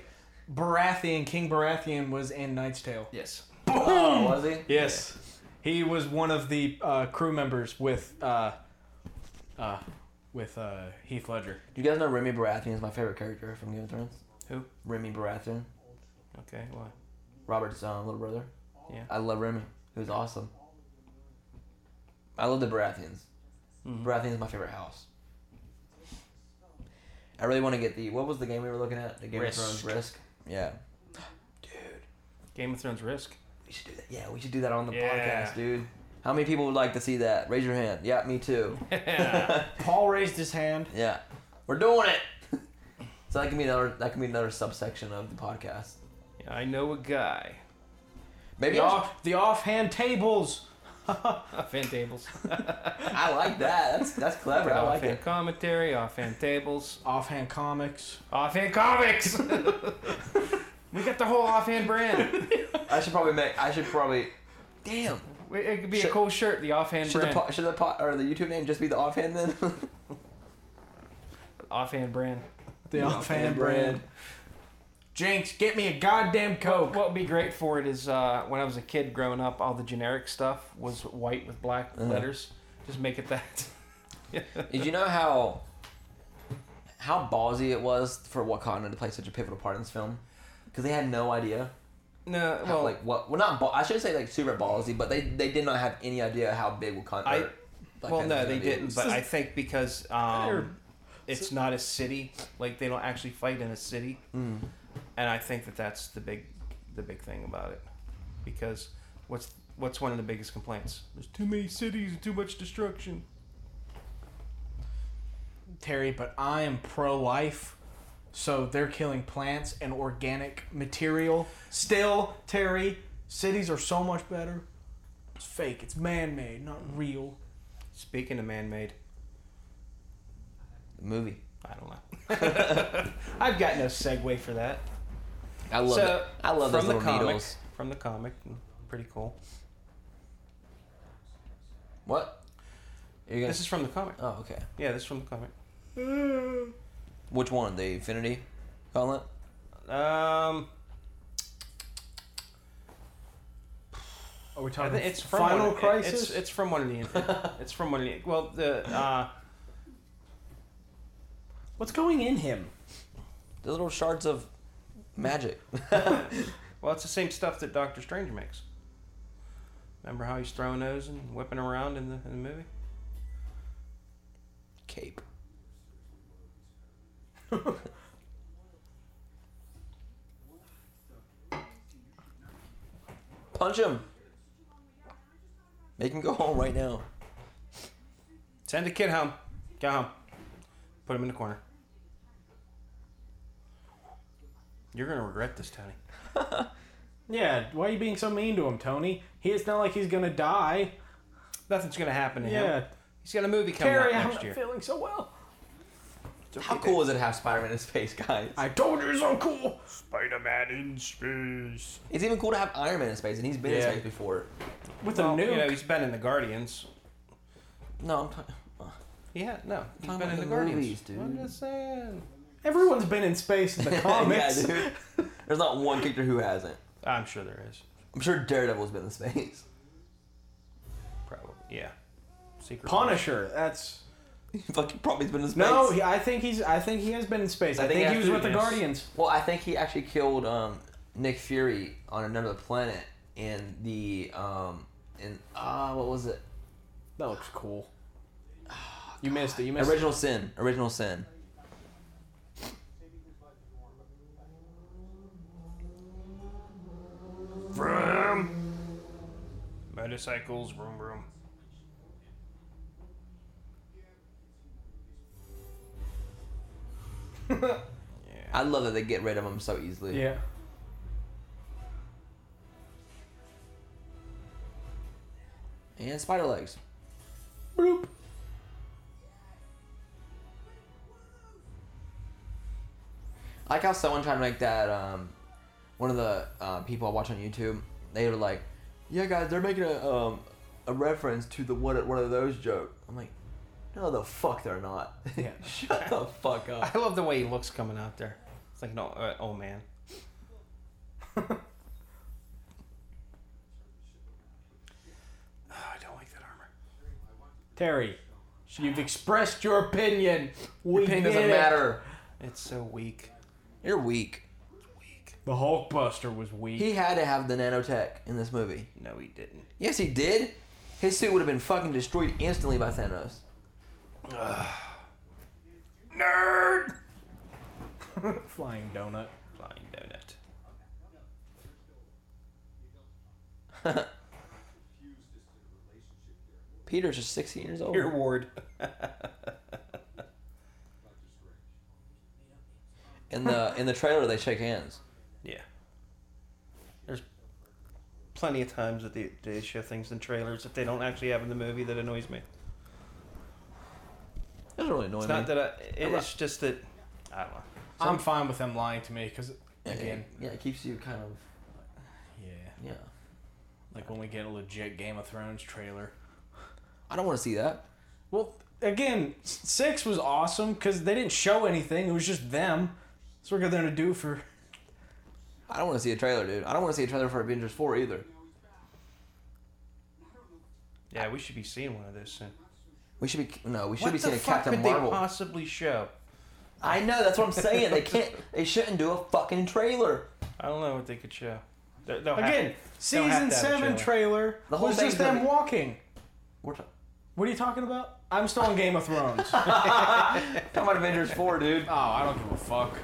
S3: Baratheon, King Baratheon was in Knight's Tale.
S2: Yes.
S1: Oh, was he?
S3: Yes. He was one of the uh, crew members with uh, uh, with uh, Heath Ledger.
S1: Do you guys know Remy Baratheon is my favorite character from Game of Thrones?
S2: Who?
S1: Remy Baratheon,
S2: Okay. Why?
S1: Robert's uh, little brother.
S2: Yeah.
S1: I love Remy. He was awesome. I love the Baratheons.
S2: Mhm.
S1: Baratheon's my favorite house. I really want to get the what was the game we were looking at? The Game
S2: Risk.
S1: of Thrones Risk. Yeah. Dude,
S2: Game of Thrones Risk. <laughs>
S1: we should do that. Yeah, we should do that on the
S2: Yeah.
S1: podcast, dude. How many people would like to see that? Raise your hand. Yeah, me too.
S3: Paul raised his hand.
S1: Yeah, we're doing it. so that can be another that can be another subsection of the podcast.
S2: I know a guy.
S1: Maybe
S3: The,
S1: I should-
S3: off, the offhand tables.
S2: <laughs> Offhand tables.
S1: I like that. That's that's clever. <laughs> I like
S2: offhand
S1: it.
S2: commentary. Offhand tables.
S3: Offhand comics.
S2: Offhand comics. <laughs> we got the whole offhand brand.
S1: <laughs> I should probably make. I should probably. Damn.
S2: It could be
S1: Should-
S2: a cool shirt. The offhand
S1: Should the
S2: brand.
S1: po- should the po- or the YouTube name just be the offhand then? <laughs>
S2: offhand brand.
S3: The offhand
S1: offhand
S3: brand.
S1: brand.
S3: Jinx, get me a goddamn coke.
S2: What would be great for it is uh, when I was a kid growing up, all the generic stuff was white with black
S1: Uh-huh.
S2: letters. Just make it that. <laughs>
S1: Did you know how how ballsy it was for Wakanda to play such a pivotal part in this film? Because they had no idea.
S2: no,
S1: How,
S2: well,
S1: like what? Well, not. Ball- I should say like super ballsy, but they they did not have any idea how big Wakanda.
S2: I-
S1: or Black
S2: well,
S1: Panther
S2: no,
S1: was
S2: they
S1: gonna be.
S2: didn't. But I think because
S3: They're-
S2: um, it's not a city, like they don't actually fight in a city,
S1: Mm.
S2: and I think that that's the big, the big thing about it, because what's what's one of the biggest complaints? There's too many cities and too much destruction.
S3: Terry, but I am pro life. So they're killing plants and organic material. Still, Terry, cities are so much better. It's fake, it's man made, not real.
S2: Speaking of man-made,
S1: The movie.
S2: I don't know.
S1: <laughs>
S2: <laughs> I've got no segue for that.
S1: I love
S2: so
S1: it. I love
S2: from
S1: those
S2: the
S1: little
S2: comic,
S1: needles.
S2: From the comic, pretty cool.
S1: What? Are you gonna?
S2: This is from the comic.
S1: oh, okay.
S2: Yeah, this is from the comic.
S1: Which one? The Infinity Gauntlet.
S2: Um,
S3: Are we
S2: I
S3: talking
S2: think it's from
S3: Final
S2: one, it-
S3: Crisis?
S2: It's, it's from one of
S3: <laughs>
S2: the. It's from one of the. Well, the uh,
S3: What's going in him?
S1: The little shards of magic. <laughs>
S2: well, it's the same stuff that Doctor Strange makes. Remember how he's throwing those and whipping 'em around in the in the movie?
S1: Cape. <laughs> Punch him. Make him go home right now.
S2: Send the kid home. Go home. Put him in the corner. You're gonna regret this, Tony.
S3: Yeah, why are you being so mean to him, Tony? He, it's not like he's gonna die.
S2: nothing's gonna happen to him.
S3: Yeah,
S2: He's got a movie coming
S3: Carrie,
S2: out
S3: I'm
S2: next
S3: not
S2: year.
S3: feeling so well.
S1: How cool is it to have Spider-Man in space, guys?
S3: I told you it's uncool.
S2: Spider-Man in space.
S1: It's even cool to have Iron Man in space, and he's been
S3: Yeah.
S1: in space before.
S3: With
S2: Well,
S3: a nuke.
S2: you know, he's been in the Guardians.
S1: No, I'm
S3: <laughs>
S1: talking. <laughs>
S2: Yeah, no,
S1: Talking
S2: he's been
S1: about
S2: in the,
S1: the
S2: Guardians.
S1: movies, dude.
S2: I'm just saying.
S3: Everyone's been in space in the
S1: <laughs>
S3: comics.
S1: yeah, dude. There's not one character who hasn't.
S2: I'm sure there is.
S1: I'm sure Daredevil's been in space. <laughs>
S2: Probably. Yeah. Secret.
S3: Punisher. That's
S1: Fucking probably's been in space.
S3: no. He, I think he's. I think he has been in space. I,
S1: I think
S3: think, he was
S1: after
S3: with the
S1: this-
S3: Guardians.
S1: Well, I think he actually killed um, Nick Fury on another planet in the um in ah what was it?
S3: That looks cool. You missed it. You missed
S1: Original Sin. Original Sin.
S2: Vroom. Motorcycles. Vroom vroom. yeah.
S1: I love that they get rid of him so
S3: it.
S1: easily.
S3: Yeah.
S1: And spider legs.
S3: Bloop.
S1: I like how someone tried to make that um, one of the uh, people I watch on YouTube. They were like, "Yeah, guys, they're making a um, a reference to the what one of those joke." I'm like, "No, the fuck, they're not." <laughs>
S3: Yeah.
S1: Shut the fuck up.
S2: <laughs> I love the way he looks coming out there. It's like an old, uh, old <laughs> man. Ah, oh, I don't like that armor.
S3: Terry, you've expressed your opinion. <laughs> We
S1: Your opinion
S3: get
S1: doesn't
S3: it.
S1: matter.
S2: It's so weak.
S1: You're weak.
S2: Weak.
S3: The Hulkbuster was weak.
S1: He had to have the nanotech in this movie.
S2: No, he didn't.
S1: Yes, he did. His suit would have been fucking destroyed instantly by Thanos.
S2: Nerd.
S3: Flying donut.
S2: Flying donut.
S1: <laughs> Peter's just 16 years old.
S2: Your ward.
S1: In the in the trailer, they shake hands.
S2: Yeah. There's plenty of times that they, they show things in trailers that they don't actually have in the movie that annoys me.
S1: That doesn't really annoy
S2: It's
S1: me.
S2: not that I. It's just that. I don't know.
S3: I'm fine with them lying to me because,
S1: Yeah,
S3: again,
S1: yeah, it keeps you kind of
S3: yeah.
S1: yeah.
S3: Like when we get a legit Game of Thrones trailer.
S1: I don't want to see that.
S3: Well, again, s- six was awesome because they didn't show anything. It was just them. That's what they're gonna do for.
S1: I don't want to see a trailer, dude. I don't want to see a trailer for Avengers 4 either.
S2: Yeah, we should be seeing one of those soon.
S1: We should be no, we should
S2: what
S1: be seeing
S2: the
S1: a
S2: fuck
S1: Captain
S2: could
S1: Marvel.
S2: they possibly show?
S1: I know that's what I'm saying.
S2: <laughs>
S1: they can't. They shouldn't do a fucking trailer.
S2: I don't know what they could show. They're,
S3: Again,
S2: Don't have
S3: season
S2: to have a
S3: seven trailer
S1: The whole
S3: was
S1: thing's
S3: just
S1: gonna
S3: them
S1: be-
S3: walking.
S1: We're ta-
S3: What are you talking about? I'm still on Game of Thrones.
S2: <laughs>
S3: oh,
S1: talking about Avengers 4, dude.
S3: I don't give a fuck.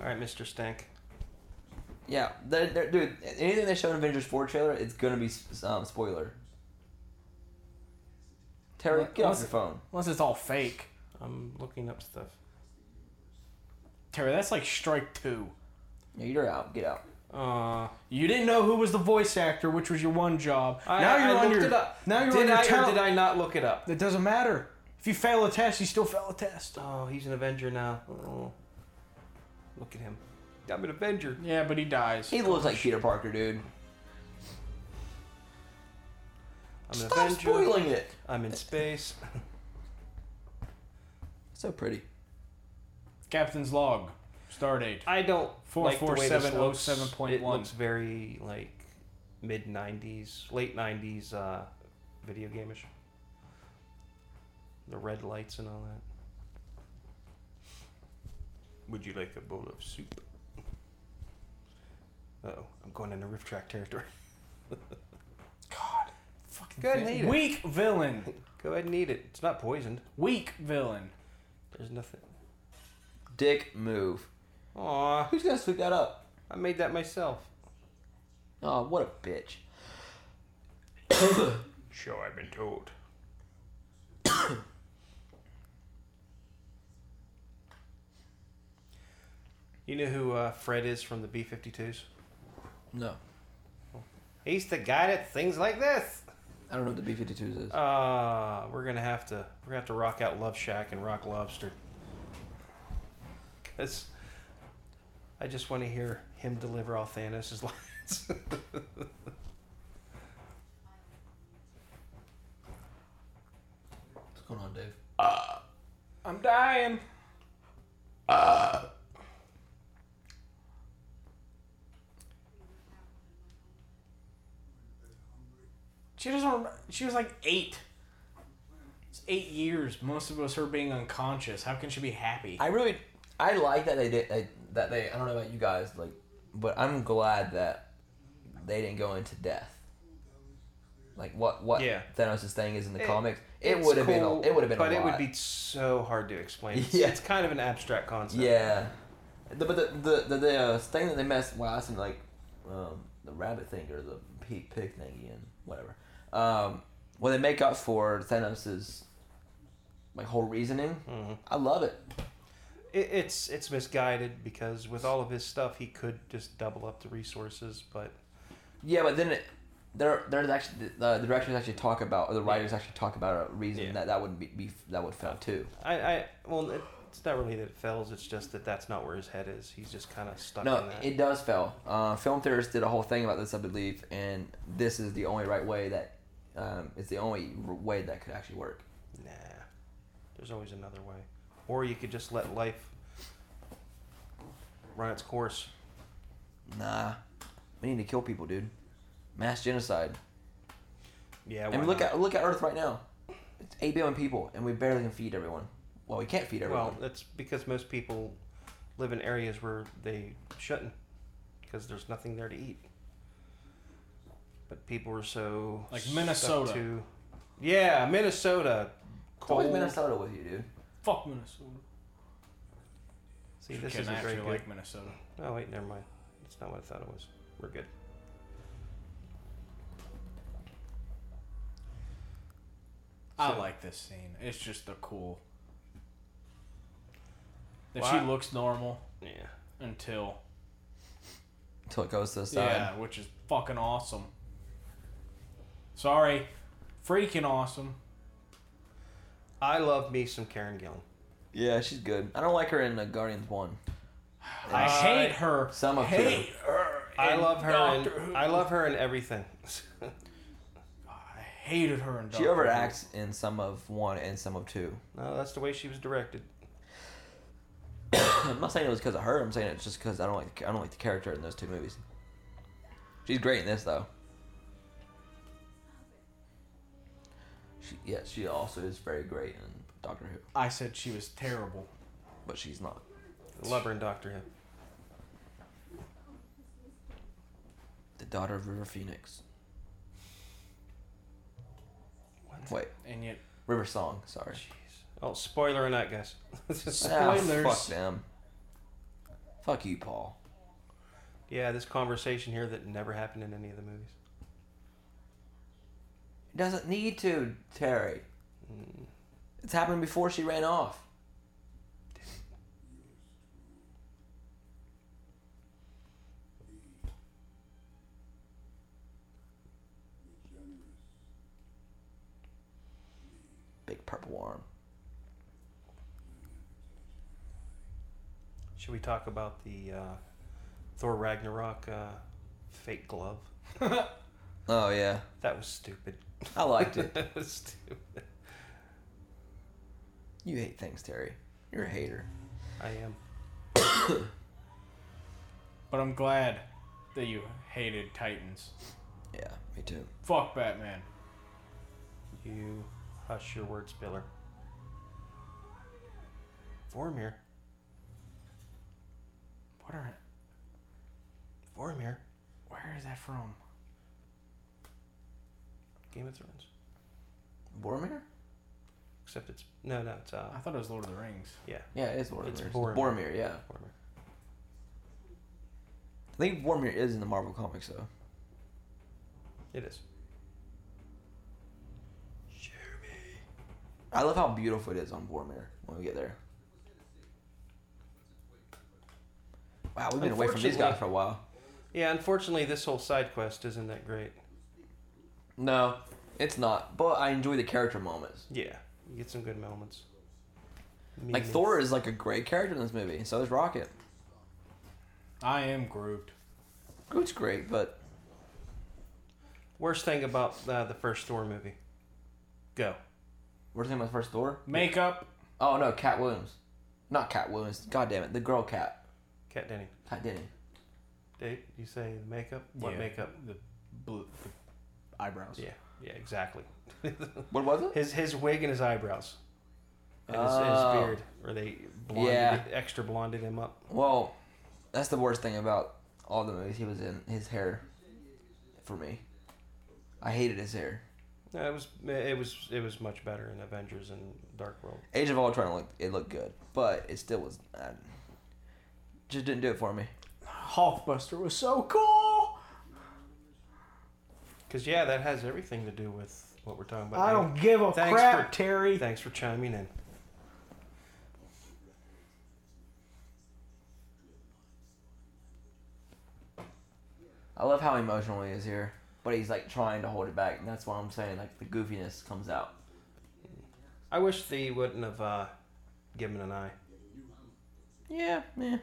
S2: all right, Mr. Stank.
S1: Yeah, they're, they're, dude. Anything they show in Avengers Four trailer, it's gonna be s- um, spoiler. Terry,
S3: What-
S1: get off
S3: what's-
S1: your phone.
S3: Unless it's all fake.
S2: I'm looking up stuff.
S3: Terry, that's like strike two.
S1: Yeah, you're out. Get out.
S2: Uh,
S3: You didn't know who was the voice actor, which was your one job.
S2: I,
S3: now you're
S2: I
S3: on
S2: looked
S3: your.
S2: it up.
S3: Now you're
S2: did
S3: on your
S2: I or
S3: talent-
S2: did I not look it up?
S3: It doesn't matter. If you fail a test, you still fail a test.
S2: Oh, he's an Avenger now. Oh. Look at him. I'm an Avenger.
S3: Yeah, but he dies.
S1: He looks like Peter Parker, dude.
S2: I'm an
S1: Stop
S2: Avenger.
S1: spoiling it.
S2: I'm in space.
S1: So pretty.
S3: Captain's log. Stardate.
S2: I don't
S3: Four,
S2: like
S3: four,
S2: the way
S3: seven,
S2: this
S3: oh,
S2: looks.
S3: seven point
S2: it
S3: one.
S2: looks very like mid '90s, late '90s uh, video gameish. The red lights and all that. Would you like a bowl of soup? Uh oh, I'm going into riff track territory. <laughs>
S3: God. Fucking
S2: Go ahead and
S3: thing.
S2: eat it.
S3: Weak villain.
S2: Go ahead and eat it. It's not poisoned.
S3: Weak villain.
S2: There's nothing.
S1: Dick move.
S2: Aw,
S1: Who's gonna sweep that up?
S2: I made that myself.
S1: Oh, what a bitch.
S2: Sure, I've been told. you know who uh, Fred is from the B 52s?
S1: No.
S2: He's the guy that things like this.
S1: I don't know what the B 52s is.
S2: Uh, we're gonna have to we're gonna have to rock out Love Shack and Rock Lobster. That's. I just want to hear him deliver all Thanos' lines.
S1: What's going on, Dave?
S3: I'm dying. She doesn't. Remember, she was like eight. It's eight years. Most of us her being unconscious. How can she be happy?
S1: I really, I like that they did they, that. They I don't know about you guys, like, but I'm glad that they didn't go into death. Like what what
S2: Yeah.
S1: Thanos' thing is in the
S2: It-
S1: comics. It
S2: It's
S1: would have been
S2: cool,
S1: a, it would have been
S2: but
S1: a
S2: it would
S1: lot.
S2: be so hard to
S1: <laughs>
S2: explain. It's,
S1: Yeah.
S2: it's kind of an abstract concept.
S1: yeah. The, but the the the, the uh, thing that they messed well, I seen like um, the rabbit thing or the pig pig thingy and whatever. Um, when they make up for Thanos' like whole reasoning,
S2: Mhm.
S1: I love it.
S2: It, it's it's misguided because with all of his stuff, he could just double up the resources, but
S1: Yeah, but then it, there, there's actually the, the directors actually talk about, or the writers actually talk about a reason
S2: Yeah.
S1: that that would be, be that would fail too.
S2: I, I well, it, it's not really that it fails. It's just that that's not where his head is. He's just kind of stuck in
S1: No,
S2: that.
S1: it does fail. Uh, Film theorists did a whole thing about this, I believe, and this is the only right way that um, it's the only r- way that could actually work.
S2: nah, there's always another way. Or you could just let life run its course.
S1: Nah, we need to kill people, dude. Mass genocide.
S2: Yeah.
S1: I mean, look at look at Earth right now. It's eight billion people, and we barely can feed everyone. Well, we can't feed everyone.
S2: well, that's because most people live in areas where they shouldn't, because there's nothing there to eat. But people are so
S3: Like
S2: stuck
S3: Minnesota.
S2: To, yeah, Minnesota.
S1: it's always
S2: cold.
S1: Minnesota with you, dude.
S3: Fuck Minnesota.
S2: See,
S3: She
S2: this
S3: can
S2: is very good.
S3: actually like Minnesota.
S2: Oh wait, never mind. That's not what I thought it was. We're good.
S3: I
S2: So-
S3: like this scene. It's just the cool. That
S2: Why-
S3: she looks normal
S2: Yeah.
S3: until
S1: Until it goes to the side.
S3: yeah, which is fucking awesome. Sorry, freaking awesome.
S2: I love me some Karen Gillan.
S1: Yeah, she's good. I don't like her in uh, Guardians One.
S3: I
S2: Uh,
S3: hate her.
S1: Some of
S3: hate
S1: two.
S3: her.
S2: I
S3: in
S2: love her.
S3: Doctor
S2: In,
S3: Who.
S2: I love her in everything. <laughs>
S3: I hated her in Doctor
S1: She
S3: Who.
S1: overacts in some of one and some of two. <clears throat>
S2: no, that's the way she was directed.
S1: I'm not saying it was because of her. I'm saying it's just because I don't like I don't like the character in those two movies. She's great in this though. She, yeah, she also is very great in Doctor Who,
S3: I said she was terrible.
S1: but she's not.
S2: Love her in Doctor Who.
S1: The daughter of River Phoenix. Wait,
S3: And yet,
S1: River Song. Sorry.
S2: Jeez. Oh, spoiler or not, guys.
S1: Ah,
S3: Spoilers.
S1: fuck them. Fuck you, Paul.
S2: yeah, this conversation here that never happened in any of the movies.
S1: It doesn't need to, Terry.
S2: Mm.
S1: It's happened before she ran off. Big purple arm.
S2: Should we talk about the uh, Thor Ragnarok uh, fake glove?
S1: Oh yeah,
S2: That was stupid.
S1: <laughs> I liked it.
S2: that was stupid.
S1: you hate things, Terry. You're a hater.
S2: I am.
S3: but I'm glad that you hated Titans.
S1: Yeah, me too.
S3: Fuck Batman.
S2: You hush your words, Spiller. Vormir.
S3: What are?
S2: Vormir.
S3: Where is that from?
S2: Game of Thrones.
S1: Boromir?
S2: Except it's no, no, it's uh,
S3: I thought it was Lord of the Rings.
S2: yeah,
S1: Yeah, it is Boromir.
S2: It's
S1: It's
S2: Boromir.
S1: Boromir. yeah.
S2: Vormir.
S1: I think Boromir is in the Marvel comics though.
S2: It is.
S1: I love how beautiful it is on Boromir when we get there. Wow, we've been away from these guys for a while.
S2: Yeah, unfortunately, this whole side quest isn't that great.
S1: No, It's not, but I enjoy the character moments.
S2: Yeah, you get some good moments.
S1: Like
S2: Moments.
S1: Thor is like a great character in this movie, and so is Rocket.
S3: I am grouped.
S1: Groot's great, but
S2: Worst thing about uh, the first Thor movie. Go.
S1: we're talking about the first Thor.
S3: Makeup.
S1: Oh no, Cat Williams, not Cat Williams. God damn it, the girl Cat,
S2: Cat Denny.
S1: Cat Denny.
S2: Dave, you say makeup? What
S3: Yeah.
S2: makeup?
S3: The blue the eyebrows.
S2: Yeah. Yeah, exactly.
S1: What was it?
S2: his his wig and his eyebrows. And his,
S1: Oh.
S2: his beard. Or they blonded
S1: Yeah.
S2: extra blonded him up.
S1: Well, that's the worst thing about all the movies he was in. His hair, for me, I hated his hair.
S2: No, it was it was it was much better in Avengers and Dark World.
S1: Age of Ultron looked it looked good, but it still was I, just didn't do it for me.
S3: Hulkbuster was so cool.
S2: Cause yeah, that has everything to do with what we're talking about.
S3: I
S2: now.
S3: don't give a
S2: Thanks
S3: crap,
S2: for-
S3: Terry.
S2: Thanks for chiming in.
S1: I love how emotional he is here, but he's like trying to hold it back, and that's why I'm saying like the goofiness comes out.
S2: I wish they wouldn't have uh, given an eye.
S1: Yeah, yeah.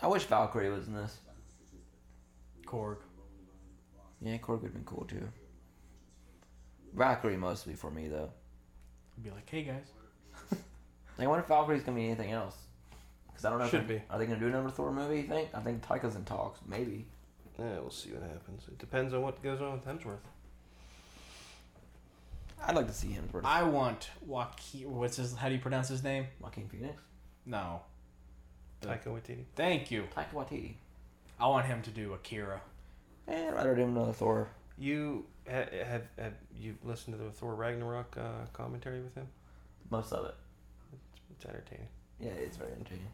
S1: I wish Valkyrie was in this.
S3: Korg.
S1: Yeah, Korg would have been cool too. Valkyrie mostly for me though.
S3: Be like, hey guys.
S1: Like, I wonder if Valkyrie's gonna be anything else. Because I don't know. if
S2: Should
S1: they-
S2: be.
S1: Are they gonna do another Thor movie? You think? I think Taika's in talks. Maybe.
S2: Yeah, Eh, we'll see what happens. It depends on what goes on with Hemsworth.
S1: I'd like to see him for
S3: I want Joaquin. What's his? How do you pronounce his name?
S1: Joaquin Phoenix,
S3: No.
S2: Taika Waititi.
S3: Thank you.
S1: Taika Waititi.
S3: I want him to do Akira.
S1: Eh, I'd rather do another Thor.
S2: You ha- have have you listened to the Thor Ragnarok uh, commentary with him?
S1: Most of it.
S2: It's, it's entertaining.
S1: Yeah, it's very entertaining.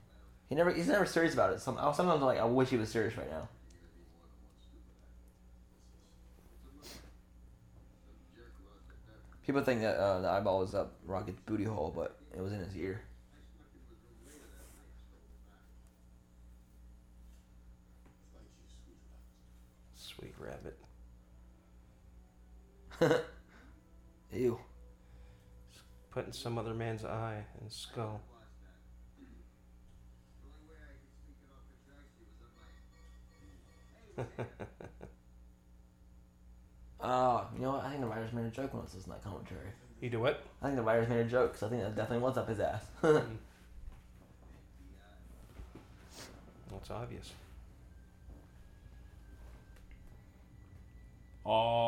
S1: He never. He's never serious about it. Some, I- sometimes I'm like, I wish he was serious right now. People think that uh, the eyeball was up Rocket's booty hole, but it was in his ear.
S2: Sweet rabbit.
S1: Ew.
S2: Put in some other man's eye and skull.
S1: Oh, you know what? I think the writers made a joke once. It's not commentary.
S2: You do what?
S1: I think the writers made a joke, so I think that definitely was up his ass. <laughs>
S2: Well, it's obvious.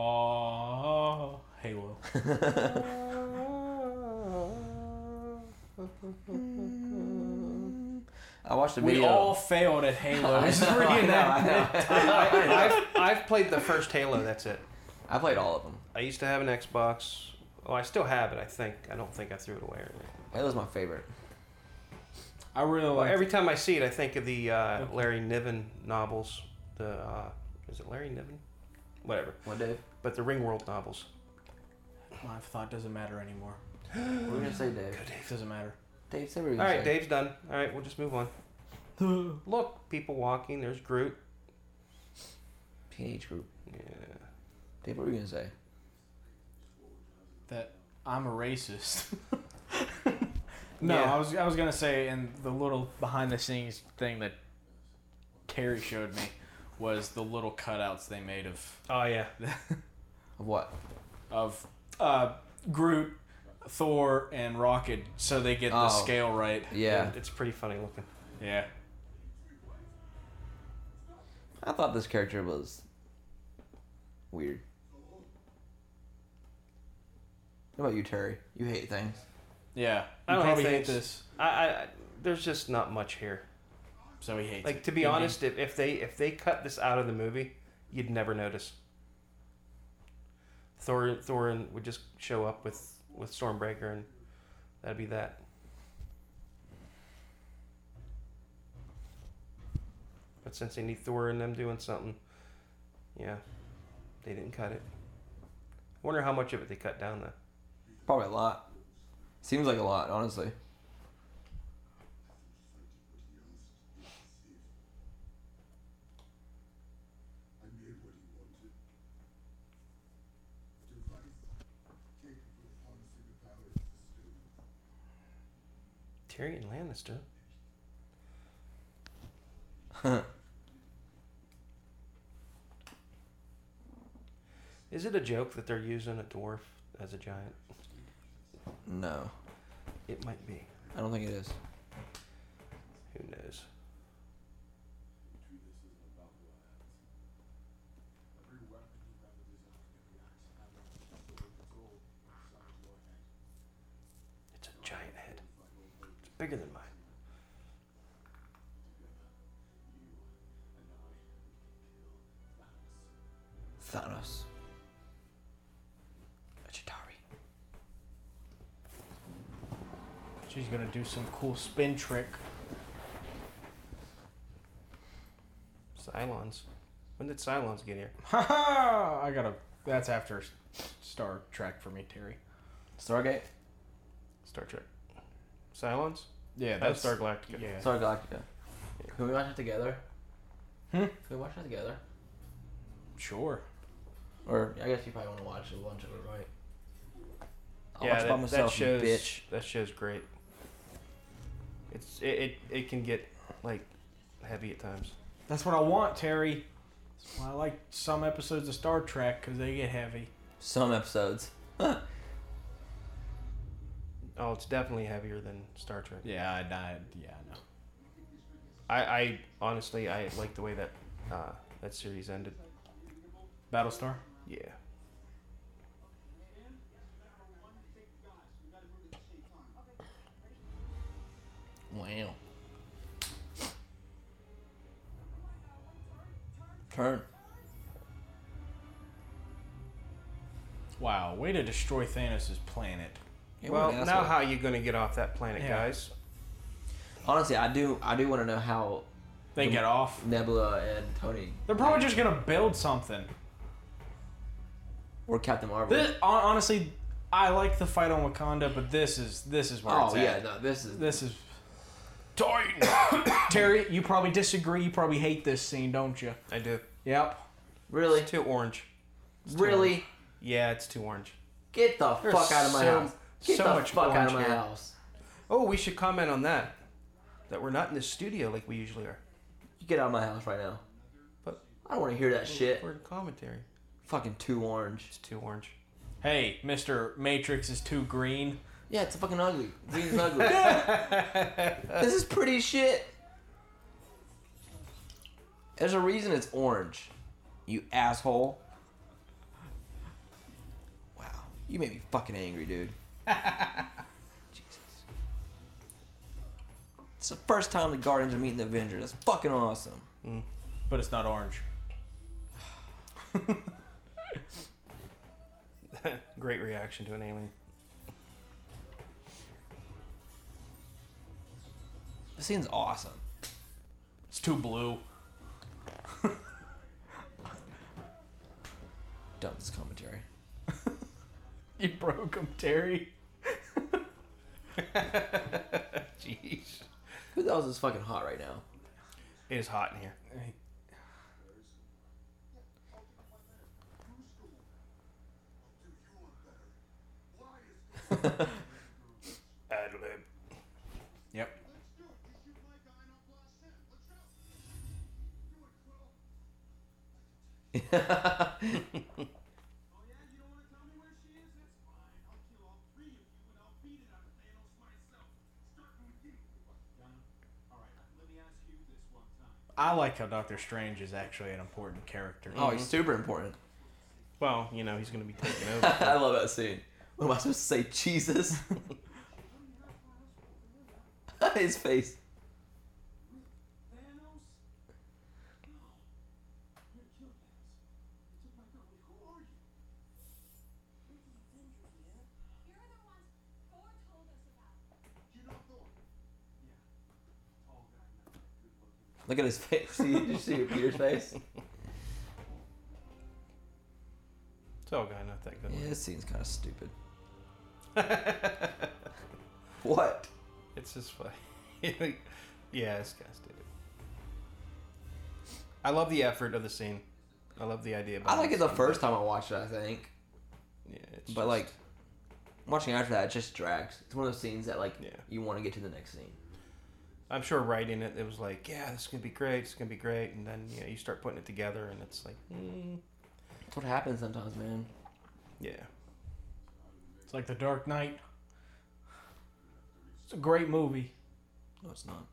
S3: Oh, Halo.
S1: I watched a
S3: We
S1: video.
S3: all failed at Halo.
S1: uh, I
S3: Just
S1: know, I know,
S3: reenactment.
S2: I, I, I've, I've played the first Halo. That's it.
S1: I played all of them.
S2: I used to have an Xbox. Oh, I still have it. I think. I don't think I threw it away. Or anything.
S1: It was my favorite.
S3: <laughs> I really
S2: Well,
S3: like.
S2: every time I see it, I think of the uh, Larry Niven novels. The uh, is it Larry Niven? Whatever.
S1: What, Dave?
S2: But the Ringworld novels.
S3: My thought doesn't matter anymore.
S1: What were you gonna say, Dave?
S3: It doesn't matter.
S1: Dave, say what you were
S2: All
S1: gonna
S2: right,
S1: say.
S2: Dave's done. All right, we'll just move <gasps> on. Look, people walking. There's Groot.
S1: PH group.
S2: Yeah.
S1: Dave, what were you gonna say?
S3: that I'm a racist. <laughs> no,
S2: Yeah.
S3: I was I was gonna say, and the little behind the scenes thing that Terry showed me was the little cutouts they made of
S2: Oh yeah.
S1: Of what?
S3: of uh, Groot, Thor, and Rocket, so they get
S1: Oh.
S3: the scale right.
S1: Yeah.
S2: It's pretty funny looking.
S3: Yeah,
S1: I thought this character was weird. What about you, Terry? You hate things.
S3: yeah.
S2: I
S3: You
S2: don't
S3: probably
S2: think
S3: hate
S2: it's-
S3: this,
S2: I, I I- there's just not much here.
S3: so he hates.
S2: Like
S3: it.
S2: to be
S3: Mhm.
S2: honest, if, if they if they cut this out of the movie, you'd never notice. Thor Thorin would just show up with with Stormbreaker, and that'd be that. But since they need Thor and them doing something, yeah, they didn't cut it. wonder how much of it they cut down though.
S1: Probably a lot. Seems like a lot, honestly.
S2: Tyrion
S3: <laughs>
S2: Lannister. Is it a joke that they're using a dwarf as a giant?
S1: No,
S2: It might be.
S1: I don't think it is.
S2: Who knows? It's a giant head. It's bigger than mine.
S1: Thanos. Chitari.
S3: She's gonna do some cool spin trick. <laughs>
S2: Cylons. When did Cylons get here?
S3: Ha ha! I gotta. That's after Star Trek for me, Terry.
S1: Stargate.
S2: Star Trek. Cylons?
S3: Yeah,
S2: That's Star Galactica.
S3: Yeah.
S1: Star Galactica. Can we watch it together?
S3: Hmm?
S1: Can we watch it together?
S3: Sure.
S1: Or I guess you probably want to watch a bunch of it, right? I'll
S2: yeah,
S1: watch it
S2: that,
S1: by
S2: that
S1: myself, you
S2: shows,
S1: bitch.
S2: That show's great. It's it, it, it can get like heavy at times.
S3: That's what I want, Terry. That's why I like some episodes of Star Trek because they get heavy.
S1: Some episodes.
S2: Oh, it's definitely heavier than Star Trek.
S3: Yeah, I died. Yeah, I know.
S2: I, I honestly I like the way that uh, that series ended.
S3: Battlestar.
S2: Yeah.
S1: Wow. Turn.
S3: Wow, way to destroy Thanos' planet.
S1: Yeah, what
S2: well,
S1: an
S2: now
S1: asshole.
S2: how you gonna get off that planet,
S3: Yeah.
S2: guys?
S1: Honestly, I do. I do want to know how
S3: They get off.
S1: Nebula and Tony
S3: They're probably just gonna build something.
S1: or Captain Marvel.
S3: This, hon- honestly, I like the fight on Wakanda, but this is this is where
S1: oh
S3: it's
S1: yeah,
S3: at.
S1: no, this is
S3: This is. <coughs> Terry, you probably disagree. You probably hate this scene, don't you?
S2: I do.
S3: Yep.
S1: really,
S2: It's too orange.
S1: really.
S2: Yeah, it's too orange.
S1: Get the
S2: There's
S1: fuck out of my
S2: so-
S1: house. Get
S2: so
S1: the
S2: much
S1: fuck out
S2: orange
S1: of my
S2: here.
S1: house.
S2: Oh, we should comment on that. That we're not in the studio like we usually are.
S1: You get out of my house right now.
S2: But-
S1: I don't want to hear that shit.
S2: We're in commentary.
S1: Fucking too orange.
S2: It's too orange.
S3: Hey, Mister Matrix is too green.
S1: Yeah, it's fucking ugly. <laughs> Green's ugly. this is pretty shit. There's a reason it's orange. You asshole. Wow. You made me fucking angry, <laughs> dude. Jesus. It's the first time the Guardians are meeting the Avengers. That's fucking awesome.
S3: But it's not orange.
S2: Great reaction to an alien.
S1: This scene's awesome.
S3: It's too blue.
S1: Dumb this commentary.
S3: You broke him, Terry.
S2: Jeez.
S1: Who else is fucking hot right now?
S2: It is hot in here. Ad lib.
S3: Yep. I like how Doctor Strange is actually an important character.
S1: <laughs> Oh, he's super important.
S2: Well, you know, he's going to be taking over.
S1: I love that scene. What am I supposed to say? Jesus. <laughs> His face.
S4: You're the ones Thor told us about.
S1: Look at his face. See, did you see Peter's face?
S2: It's Still kind of think that.
S1: Yeah, this scene's kind of stupid. What?
S2: <laughs> It's just funny. <laughs> yeah, it's kind of stupid. I love the effort of the scene. I love the idea.
S1: I
S2: behind
S1: like it the
S2: scene,
S1: first time I watched it. I think,
S2: but- Yeah, it's
S1: but
S2: just-
S1: like watching after that, it just drags. It's one of those scenes that like
S2: Yeah.
S1: you want to get to the next scene.
S2: I'm sure writing it, it was like, yeah, this is gonna be great. It's gonna be great, and then you know you start putting it together, and it's like, mm,
S1: That's what happens sometimes, man.
S2: yeah,
S3: It's like The Dark Knight. It's a great movie.
S1: No, it's not.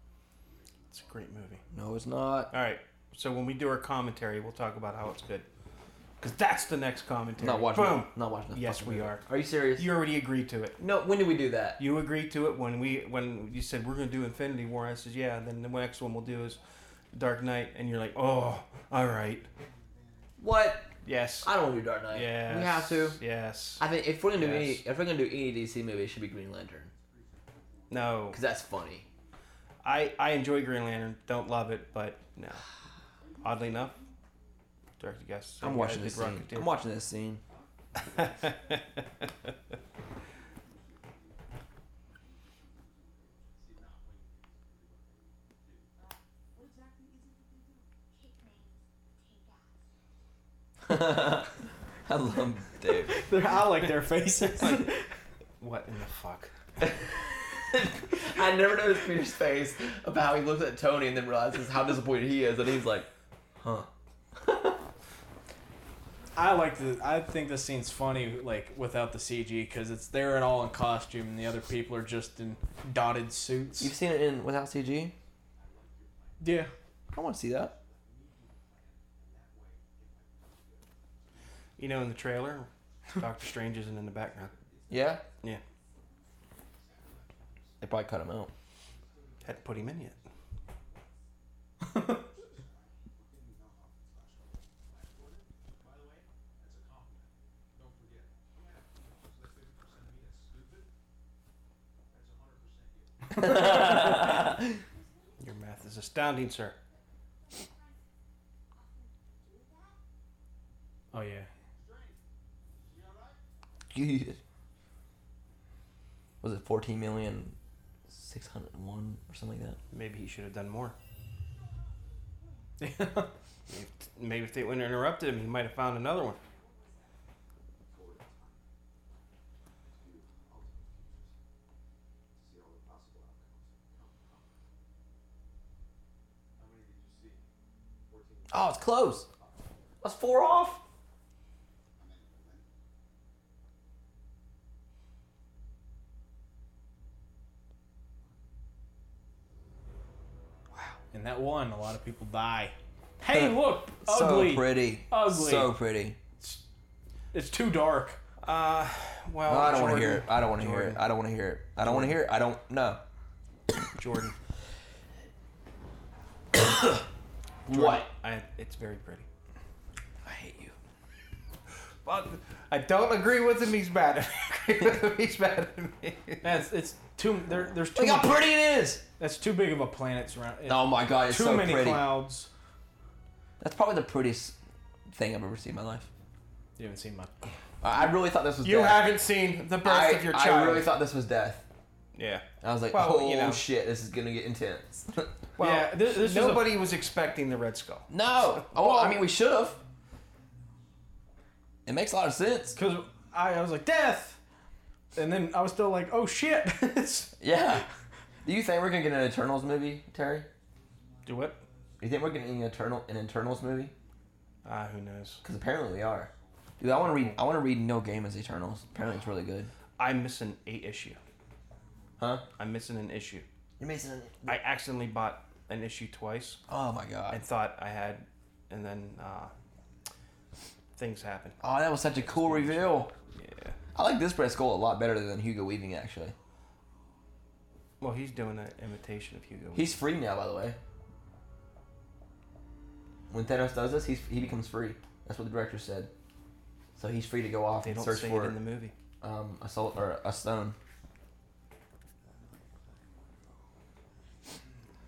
S2: it's a great movie.
S1: No, it's not.
S2: All right, so when we do our commentary, we'll talk about how it's good, because that's the next commentary.
S1: not watching.
S2: Boom.
S1: Not watching. The
S2: Yes,
S1: fucking
S2: we
S1: movie.
S2: are.
S1: Are you serious?
S2: You already agreed to it.
S1: no. When did we do that?
S2: You agreed to it when we when you said we're gonna do Infinity War. I said yeah. And then the next one we'll do is Dark Knight, and you're like, oh, all right,
S1: What?
S2: yes,
S1: I don't want to do Dark Knight.
S2: yes,
S1: We have to.
S2: yes.
S1: I think if we're gonna do any,
S2: Yes.
S1: if we're gonna do any DC movie, it should be Green Lantern
S2: No,
S1: because that's funny.
S2: I I enjoy Green Lantern. Don't love it, but no. Oddly enough, directed guess.
S1: I'm watching this scene. I'm watching this scene.
S3: <laughs>
S4: What exactly is it that they do? Take names, take ass.
S1: <laughs> I love Dave.
S3: <laughs> I like their faces.
S2: what in the fuck?
S1: <laughs> I never noticed Peter's face about how he looks at Tony and then realizes how disappointed he is, and he's like, "Huh."
S3: I like the. I think the scene's funny, like without the CG, because it's they're at all in costume, and the other people are just in dotted suits.
S1: You've seen it in without CG.
S3: yeah,
S1: I want to see that.
S2: You know, in the trailer, Doctor Strange isn't in the background.
S1: Yeah.
S2: Yeah,
S1: They probably cut <laughs> him out.
S2: hadn't put him in yet. Your math is astounding, sir.
S3: Oh yeah.
S1: Jesus. Was it fourteen million six hundred one or something like that?
S2: Maybe he should have
S1: <laughs>
S2: done more. Maybe if- Maybe if they wouldn't have interrupted him, he might have found another one.
S1: Oh, it's close. That's four off.
S3: And that one, a lot of people die. Hey, look, ugly.
S1: So pretty.
S3: Ugly.
S1: So pretty.
S3: It's too dark.
S2: Uh, well,
S1: Oh, I don't want to
S2: Jordan-
S1: hear it. I don't want to hear it. I don't want to hear it. I don't want to hear it. I don't. No. <coughs>
S2: Jordan.
S1: What?
S2: I, it's very pretty.
S1: I hate you.
S2: But I don't agree with him. He's mad at me. <laughs> he's mad at me.
S3: That's it's too. There, there's too.
S1: Look how pretty it is.
S3: that's too big of a planet surround. It's
S1: Oh my god, it's
S3: too
S1: so
S3: many
S1: pretty.
S3: clouds.
S1: That's probably the prettiest thing I've ever seen in my life.
S3: You haven't seen my.
S1: I I really thought this was
S2: You
S1: death.
S2: haven't seen the birth
S1: I,
S2: of your
S1: I
S2: child.
S1: really thought this was death.
S2: yeah.
S1: I was like,
S2: Well,
S1: oh
S2: you know.
S1: shit, this is gonna get intense. <laughs>
S2: Well,
S3: Yeah, this- this is a-
S2: nobody was expecting the Red <laughs> Skull.
S1: no. Oh, I mean, we should have. It makes a lot of sense.
S3: Cause I, I was like death, and then I was still like, oh shit. <laughs>
S1: Yeah. Do you think we're gonna get an Eternals movie, Terry?
S2: Do what?
S1: Do you think we're getting an Eternal an Eternals movie?
S2: Ah, who knows?
S1: Because apparently we are. Dude, I want to read. I want to read No Game as Eternals. Apparently it's really good.
S2: I'm missing a issue.
S1: Huh?
S2: I'm missing an issue.
S1: You're missing.
S2: I accidentally bought an issue twice
S1: Oh my god.
S2: and thought I had, and then uh, things happened.
S1: Oh, that was such a cool reveal.
S2: Yeah.
S1: I like this Brett Skull a lot better than Hugo Weaving actually.
S2: Well, he's doing an imitation of Hugo.
S1: He's free now, by the way. When Thanos does this, he's he becomes free. That's what the director said. So he's free to go off
S2: they
S1: and
S2: don't
S1: search
S2: say
S1: for
S2: it in the <laughs> movie.
S1: um, a soul or a stone.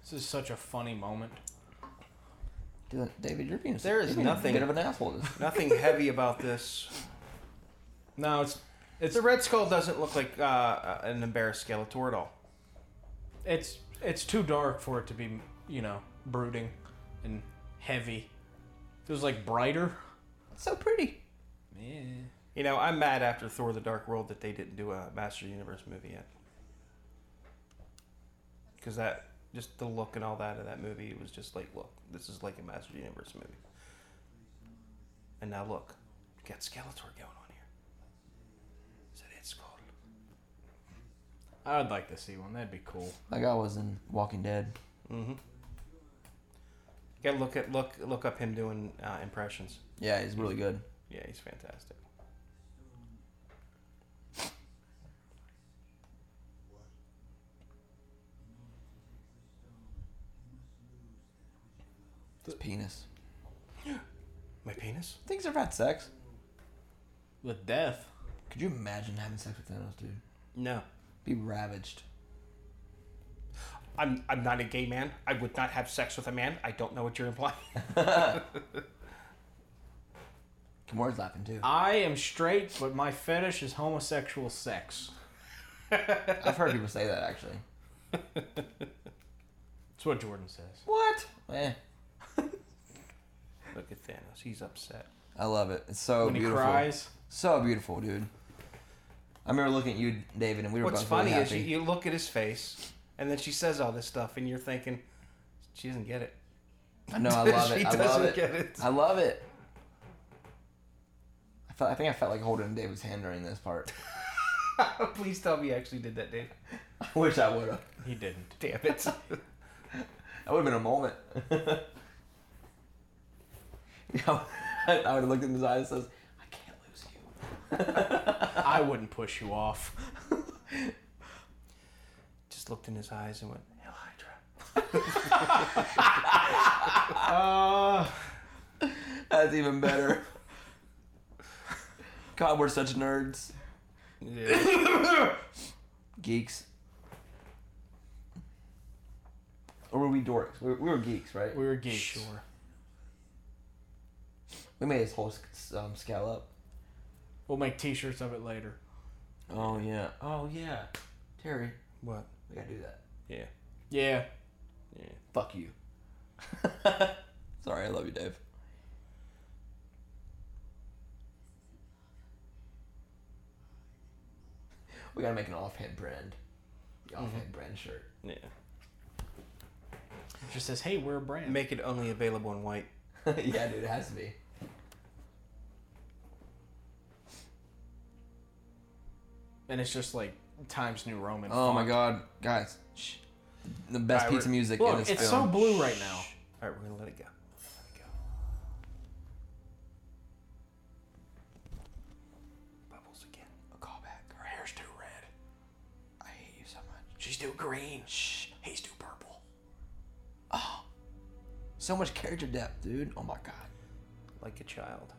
S3: this is such a funny moment.
S1: Dude, David, you're being
S2: There is
S1: you're being a
S2: nothing-
S1: bit of an asshole. in this.
S2: Nothing heavy about this.
S3: No, it's
S2: It's the Red Skull doesn't look like uh, an embarrassed Skeletor at all.
S3: it's it's too dark for it to be you know brooding and heavy. If it was like brighter.
S2: so pretty.
S3: Yeah.
S2: You know, I'm mad after Thor: The Dark World that they didn't do a Master Universe movie yet. Because that, just the look and all that of that movie, it was just like, look, this is like a Master Universe movie. And now look, we got Skeletor going on here. Is that it, Skull?
S3: I would like to see one. That'd be cool.
S1: That guy was in Walking Dead.
S2: Mm-hmm. Gotta look at look look up him doing uh, impressions.
S1: Yeah, he's really good.
S2: Yeah, he's fantastic.
S1: His penis.
S2: My penis?
S1: Things have had sex.
S3: With death.
S1: Could you imagine having sex with Thanos, dude?
S2: No,
S1: Be ravaged.
S2: I'm I'm not a gay man. I would not have sex with a man. I don't know what you're implying. <laughs>
S1: Kimura's laughing
S2: <laughs>
S1: too.
S3: I am straight, but my fetish is homosexual sex.
S1: I've heard people say that actually.
S3: That's what Jordan says.
S1: What? Eh,
S2: Look at Thanos. He's upset.
S1: I love it. It's so
S3: when he
S1: Oh, beautiful.
S3: cries.
S1: So beautiful, dude. I remember looking at you, David, and we were
S2: What's
S1: both
S2: funny
S1: really
S2: is
S1: happy.
S2: you, you look at his face, and then she says all this stuff, and you're thinking, she doesn't get it.
S1: I know,
S2: <laughs>
S1: I love
S2: she
S1: it. I
S2: doesn't
S1: love it.
S2: get it. <laughs>
S1: I love it. I felt. I think I felt like holding David's hand during this part. <laughs>
S2: Please tell me you actually did that, Dave.
S1: I wish I would have.
S3: He didn't.
S2: Damn
S1: <laughs>
S2: it.
S1: That would have been a moment. <laughs> You know, I would have looked in his eyes and says, "I can't lose you."
S3: I wouldn't push you off.
S2: Just looked in his eyes and went, Hell, Hydra. <laughs>
S3: Uh,
S1: That's even better. <laughs> God, we're such nerds,
S2: Yeah.
S1: geeks. Or were we dorks? We were, we were geeks, right?
S3: we were geeks.
S2: Sure.
S1: We made his whole s- um, scale up.
S3: We'll make T-shirts of it later.
S1: Oh yeah. Oh yeah. Terry,
S2: What?
S1: we gotta do that.
S2: Yeah.
S3: Yeah.
S2: Yeah.
S1: Fuck you. <laughs> Sorry, I love you, Dave. We gotta make an offhand brand. The offhand brand shirt. <laughs>
S2: Yeah.
S3: It just says, "Hey, we're a brand."
S2: Make it only available in white.
S1: yeah, dude, it has to be.
S3: and it's just like Times New Roman.
S1: Oh my
S3: font.
S1: god, guys! Shh. The best
S2: Alright,
S1: pizza
S2: we're-
S1: music in
S3: Look,
S1: this
S3: it's so
S1: film.
S3: blue right now.
S2: All right, we're going to let it go. Let it go. Bubbles again.
S1: A callback.
S3: Her hair's too red.
S1: I hate you so much.
S3: She's too green. Shh. He's too purple.
S1: Oh. So much character depth, dude. Oh my god.
S2: Like a child.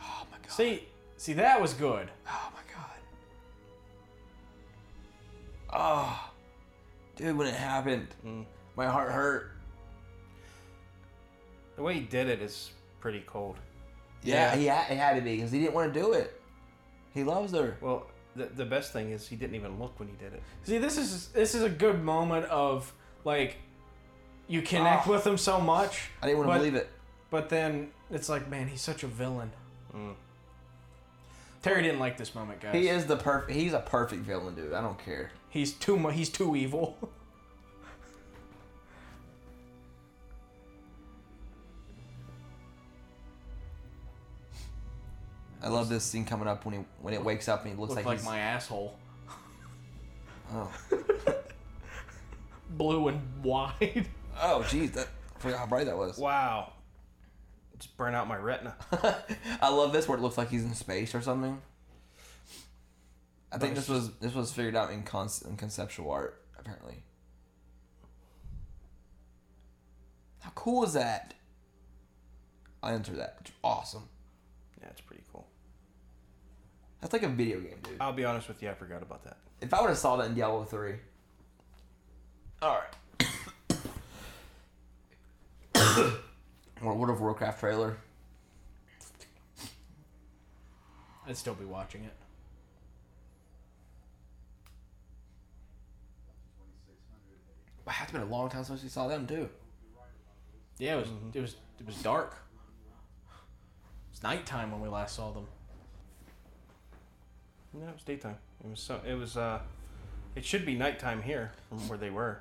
S1: Oh my god.
S3: See, see, that was good.
S1: Oh my god. Oh, dude, when it happened,
S3: Mm.
S1: my heart hurt.
S2: The way he did it is pretty cold.
S1: Yeah, he had, it had to be because he didn't want to do it. He loves her.
S2: Well, the, the best thing is he didn't even look when he did it.
S3: See, this is this is a good moment of like, you connect
S1: Ah.
S3: with him so much.
S1: I didn't want
S3: but-
S1: to believe it.
S3: But then it's like, man, he's such a villain.
S2: Mm.
S3: Terry didn't like this moment, guys.
S1: He is the perfect. He's a perfect villain, dude. I don't care.
S3: He's too mu- he's too evil.
S1: I love this scene coming up when he when it wakes up and he looks
S3: Looked
S1: like,
S3: like,
S1: he's.
S3: my asshole.
S1: Oh,
S3: <laughs> Blue and wide.
S1: oh, jeez, that I forgot how bright that was.
S2: Wow. Just burn out my retina. <laughs>
S1: I love this where it looks like he's in space or something. I think this was this was figured out in, con- in conceptual art apparently. How cool is that? I enter that. It's awesome.
S2: Yeah, it's pretty cool.
S1: That's like a video game, dude.
S2: I'll be honest with you, I forgot about that.
S1: If I would have saw that in Diablo three. All <coughs> right. or World of Warcraft trailer.
S3: I'd still be watching it.
S1: Wow, it's been a long time since we saw them too.
S3: Yeah, it was
S1: Mm-hmm.
S3: it was it was dark. It's nighttime when we last saw them.
S2: No, it was daytime. It was so. It was. uh It should be nighttime here from where they were.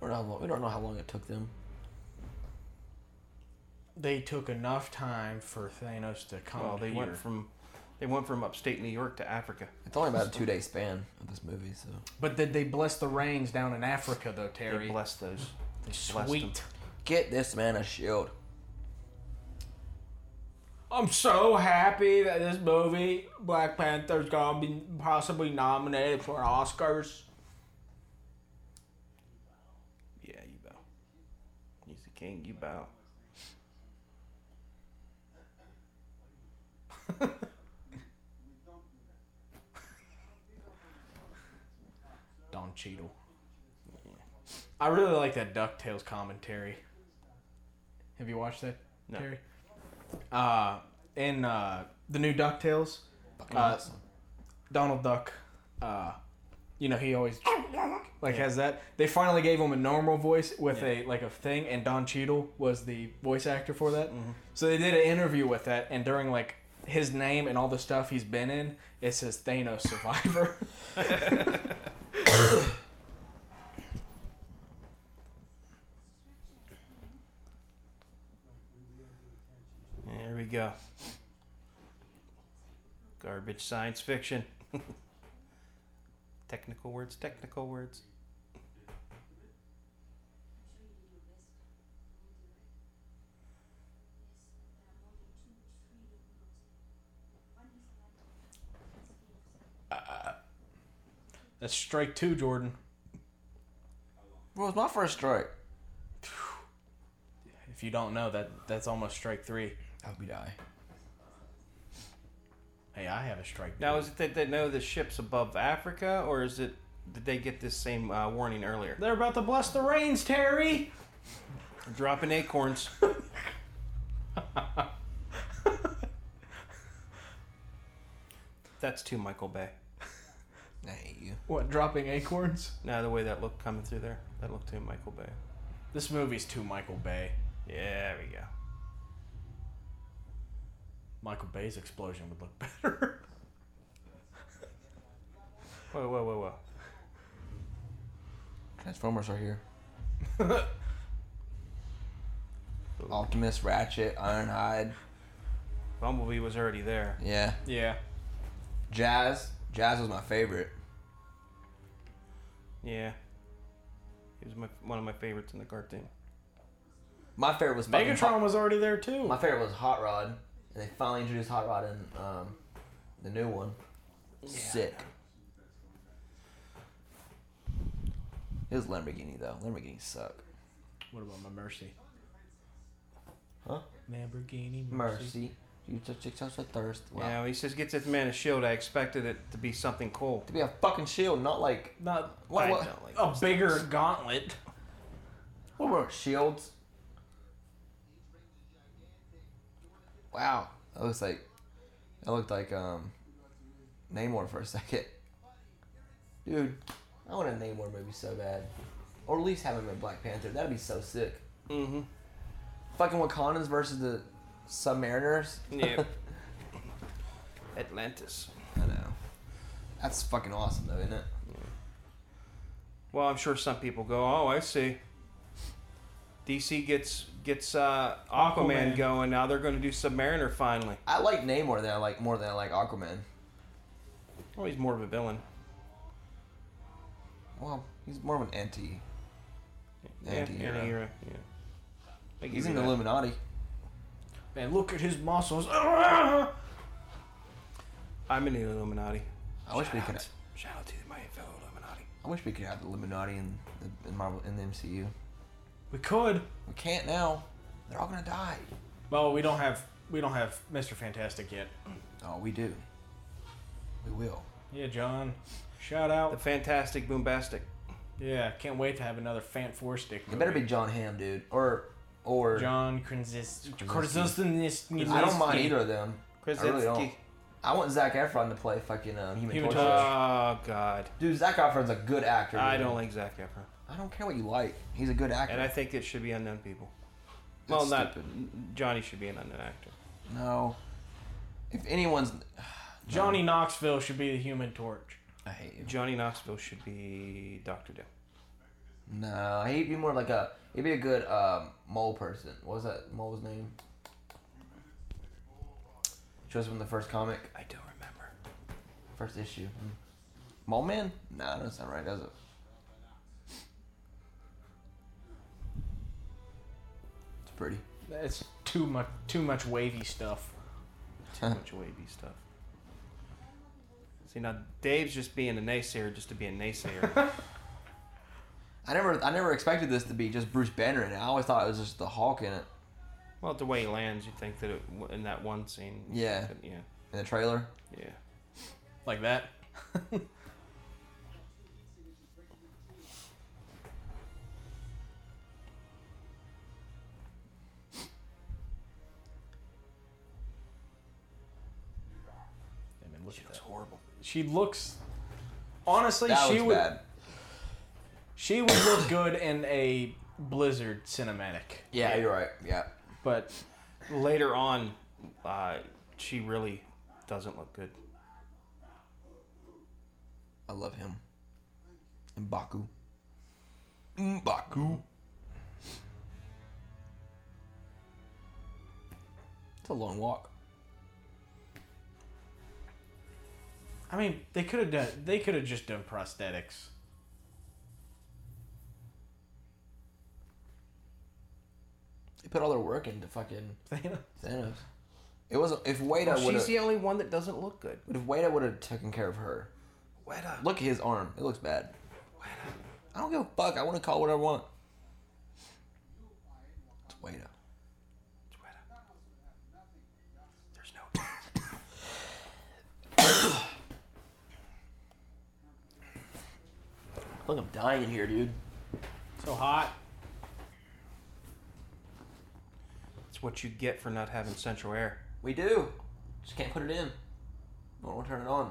S1: We don't, know how long, we don't know how long it took them.
S3: They took enough time for Thanos to come
S2: well, they
S3: Oh, here.
S2: went from. They went from upstate New York to Africa.
S1: It's only about a two day span of this movie, so
S3: but did they bless the rains down in Africa though,
S2: They
S3: Terry?
S2: blessed
S3: <laughs>
S2: those. They blessed them.
S3: Sweet.
S1: get this man a shield.
S3: I'm so happy that this movie, Black Panther's gonna be possibly nominated for Oscars.
S2: Yeah, you bow. He's the king. You bow.
S3: Don Cheadle. I really like that DuckTales commentary. Have you watched that,
S2: No.
S3: Terry? Uh, in uh, the new DuckTales,
S1: Fucking
S3: Uh,
S1: awesome.
S3: Donald Duck, uh, you know, he always like has that. They finally gave him a normal voice with a like a thing, and Don Cheadle was the voice actor for that.
S1: Mm-hmm.
S3: So they did an interview with that, and during like his name and all the stuff he's been in, it says Thanos Survivor.
S2: There we go. Garbage science fiction. <laughs> technical words, technical words.
S3: That's strike two, Jordan.
S1: Well, it was my first strike.
S3: If you don't know that, that's almost strike three.
S1: I hope you die.
S3: Hey, I have a strike.
S2: Now, is it that they know the ship's above Africa, or is it did they get this same uh, warning earlier?
S3: they're about to bless the rains, Terry.
S2: Dropping acorns. That's too Michael Bay.
S1: I hate you.
S3: What dropping acorns?
S2: Now the way that looked coming through there, that looked too Michael Bay.
S3: This movie's too Michael Bay.
S2: Yeah, there we go.
S3: Michael Bay's explosion would look better.
S2: Whoa, whoa, whoa, whoa.
S1: Transformers are here. Optimus, Ratchet, Ironhide.
S2: Bumblebee was already there.
S1: Yeah.
S3: <laughs> yeah.
S1: Jazz. Jazz was my favorite.
S2: Yeah. He was my, one of my favorites in the cartoon.
S1: My favorite was fucking
S3: Megatron
S1: Hot,
S3: was already there too.
S1: My favorite was Hot Rod, and they finally introduced Hot Rod in um, the new one. Sick. It was Lamborghini though. Lamborghinis suck.
S3: What about my Mercy?
S1: Huh?
S3: Lamborghini
S1: Mercy, you just took such a thirst. Wow.
S2: Yeah, when he says gets this man a shield, I expected it to be something cool.
S1: To be a fucking shield, not like
S3: Not
S1: what?
S2: I
S1: What,
S2: don't like
S3: a bigger gauntlet.
S1: what were it, shields? Wow, that looks like that looked like um Namor for a second. Dude, I want a Namor movie so bad, or at least have him in Black Panther. That'd be so sick.
S2: Mm-hmm.
S1: Fucking Wakandans versus the Submariners.
S2: Yeah. Atlantis.
S1: I know. That's fucking awesome though, isn't it?
S2: Well, I'm sure some people go, "Oh, I see." DC gets gets uh, Aquaman,
S3: Aquaman.
S2: going. Now they're going to do Submariner finally.
S1: I like Namor than I like more than I like Aquaman.
S2: Oh, he's more of a villain.
S1: Well, he's more of an anti.
S2: Yeah,
S1: Anti-hero.
S2: anti-hero, Yeah. I give
S1: He's
S2: you
S1: in the
S2: that.
S1: Illuminati.
S3: Man, look at his muscles.
S2: I'm in the Illuminati.
S1: I wish we could.
S2: Shout out to my fellow Illuminati.
S1: I wish we could have the Illuminati in the in Marvel in the MCU.
S3: we could.
S1: We can't now. They're all gonna die.
S3: Well, we don't have we don't have Mr. Fantastic yet.
S1: Oh, we do. We will.
S3: Yeah, John. Shout
S2: The
S3: out.
S2: Fantastic Boombastic.
S3: Yeah, can't wait to have another Fan Four stick.
S1: It better be John Hamm, dude, or or
S3: John Krasinski.
S2: Krasinski.
S1: I don't mind either of them. I really don't.
S2: Krasinski.
S1: I want Zach Efron to play fucking um, human,
S3: Human
S1: torture.
S2: Oh God,
S1: Dude, Zach Efron's a good actor.
S2: I
S1: dude.
S2: don't like Zac Efron,
S1: I don't care what you like. He's a good actor.
S2: and I think it should be unknown people.
S1: That's
S2: Well, not
S1: stupid.
S2: Johnny should be an unknown actor.
S1: No. If anyone's,
S3: Johnny Knoxville should be the Human Torch.
S1: I hate you.
S2: Johnny Knoxville should be Doctor Doom.
S1: No, he'd be more like a. He'd be a good um, mole person. What was that mole's name? Which was from the first comic,
S2: I don't remember.
S1: first issue. Hmm. Mole Man? No, that doesn't sound right, does it? It's pretty.
S3: That's too much. Too much wavy stuff.
S2: Too much wavy stuff. See now, Dave's just being a naysayer just to be a
S3: <laughs>
S2: naysayer.
S1: I never, I never expected this to be just Bruce Banner in it. I always thought it was just the Hulk in it
S2: well, the way he lands, you think that it, in that one scene.
S1: Yeah.
S2: yeah,
S1: in the trailer.
S2: yeah.
S3: Like that.
S2: She looks horrible.
S3: She looks. Honestly,
S1: That
S3: she
S1: was
S3: would.
S1: bad.
S3: She would look good in a Blizzard cinematic,
S1: Yeah, you're right. Yeah.
S3: but
S2: Later on, uh, she really doesn't look good.
S1: I love him. Mbaku. Mbaku. It's a long walk.
S3: I mean, they could have done. They could have just done prosthetics. <laughs>
S1: They put all their work into fucking
S3: Thanos.
S1: Thanos. It wasn't if Wada
S2: Well,
S1: would
S2: she's
S1: have
S2: the only one that doesn't look good.
S1: if Wada would have taken care of her.
S2: Weta.
S1: Look at his arm. It looks bad. I don't give a fuck. I want to call it what I want. It's Wada.
S2: It's Weta. There's no.
S1: Look, I'm dying here, dude.
S3: So hot.
S2: It's what you get for not having central air.
S1: We do. Just can't put it in. I don't want to turn it on.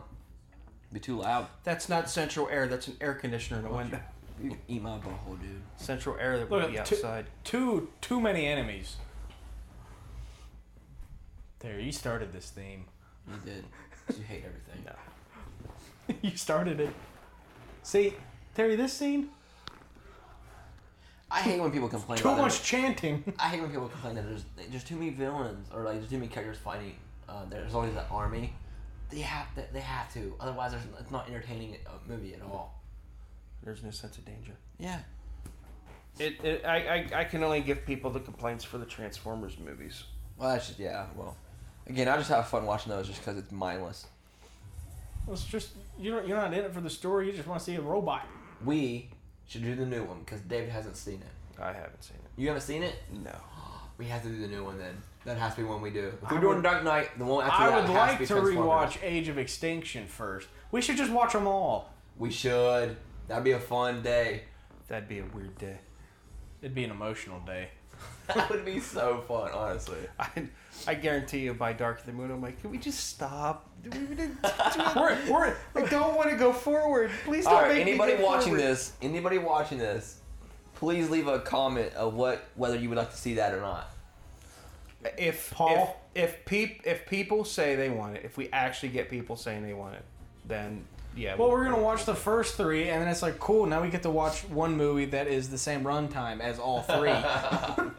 S1: It'd be too loud.
S2: That's not central air. That's an air conditioner in a window.
S1: You can eat my butthole, dude.
S2: Central air that
S3: Look
S2: would
S3: at
S2: be
S3: two-
S2: outside.
S3: Too too many enemies. There, you started this theme. <laughs>
S1: You <laughs> did. 'Cause You hate everything.
S2: No.
S3: you started it. See, Terry, this scene
S1: I hate when people complain.
S3: too
S1: about
S3: much
S1: It.
S3: chanting. <laughs>
S1: I hate when people complain that there's there's too many villains or like there's too many characters fighting. Uh, there's always an army. They have to. They have to. Otherwise, there's, it's not entertaining a movie at all.
S2: There's no sense of danger.
S1: Yeah.
S2: It, it I, I, I can only give people the complaints for the Transformers movies.
S1: Well, that's just yeah. Well, again, I just have fun watching those just because it's mindless.
S3: It's just you're you're not in it for the story. You just want to see a robot.
S1: We should do the new one because David hasn't seen it.
S2: I haven't seen it.
S1: You haven't seen it.
S2: No.
S1: We have to do the new one then. That has to be one we do. If
S3: I
S1: we're doing
S3: would-
S1: Dark Knight, the one after
S3: I
S1: that
S3: would
S1: has
S3: like
S1: be
S3: to
S1: Transformers.
S3: rewatch Age of Extinction first. We should just watch them all.
S1: We should. That'd be a fun day. <laughs>
S2: That'd be a weird day. <laughs>
S3: It'd be an emotional day.
S1: That would be so fun, honestly.
S2: I, I guarantee you by Dark of the Moon, I'm like, can we just stop? Do we- we didn't- <laughs>
S3: we're, we're,
S2: I don't want to go forward. Please don't
S1: All right,
S2: make me
S1: anybody
S2: go
S1: watching
S2: forward.
S1: this, anybody watching this, please leave a comment of what whether you would like to see that or not.
S2: If
S3: Paul?
S2: if if, peop, if people say they want it, if we actually get people saying they want it, then yeah.
S3: well, we're gonna watch the first three, and then it's like, cool. Now we get to watch one movie that is the same runtime as all three. <laughs>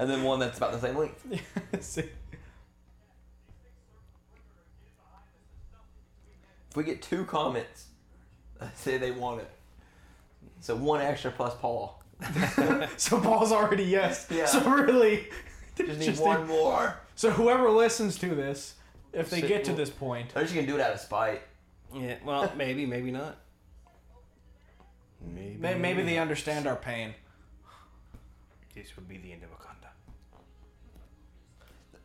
S1: And then one that's about the same length.
S3: See?
S1: If we get two comments that say they want it, so one extra plus Paul.
S3: <laughs> so Paul's already yes.
S1: Yeah.
S3: So really,
S1: Just need
S3: just
S1: one
S3: need-
S1: more.
S3: so whoever listens to this, if they
S2: So-
S3: get to this point,
S1: They're just gonna do it out of spite.
S2: Yeah, well, maybe, maybe not. Maybe,
S3: may- maybe they understand our pain.
S2: This would be the end of Wakanda.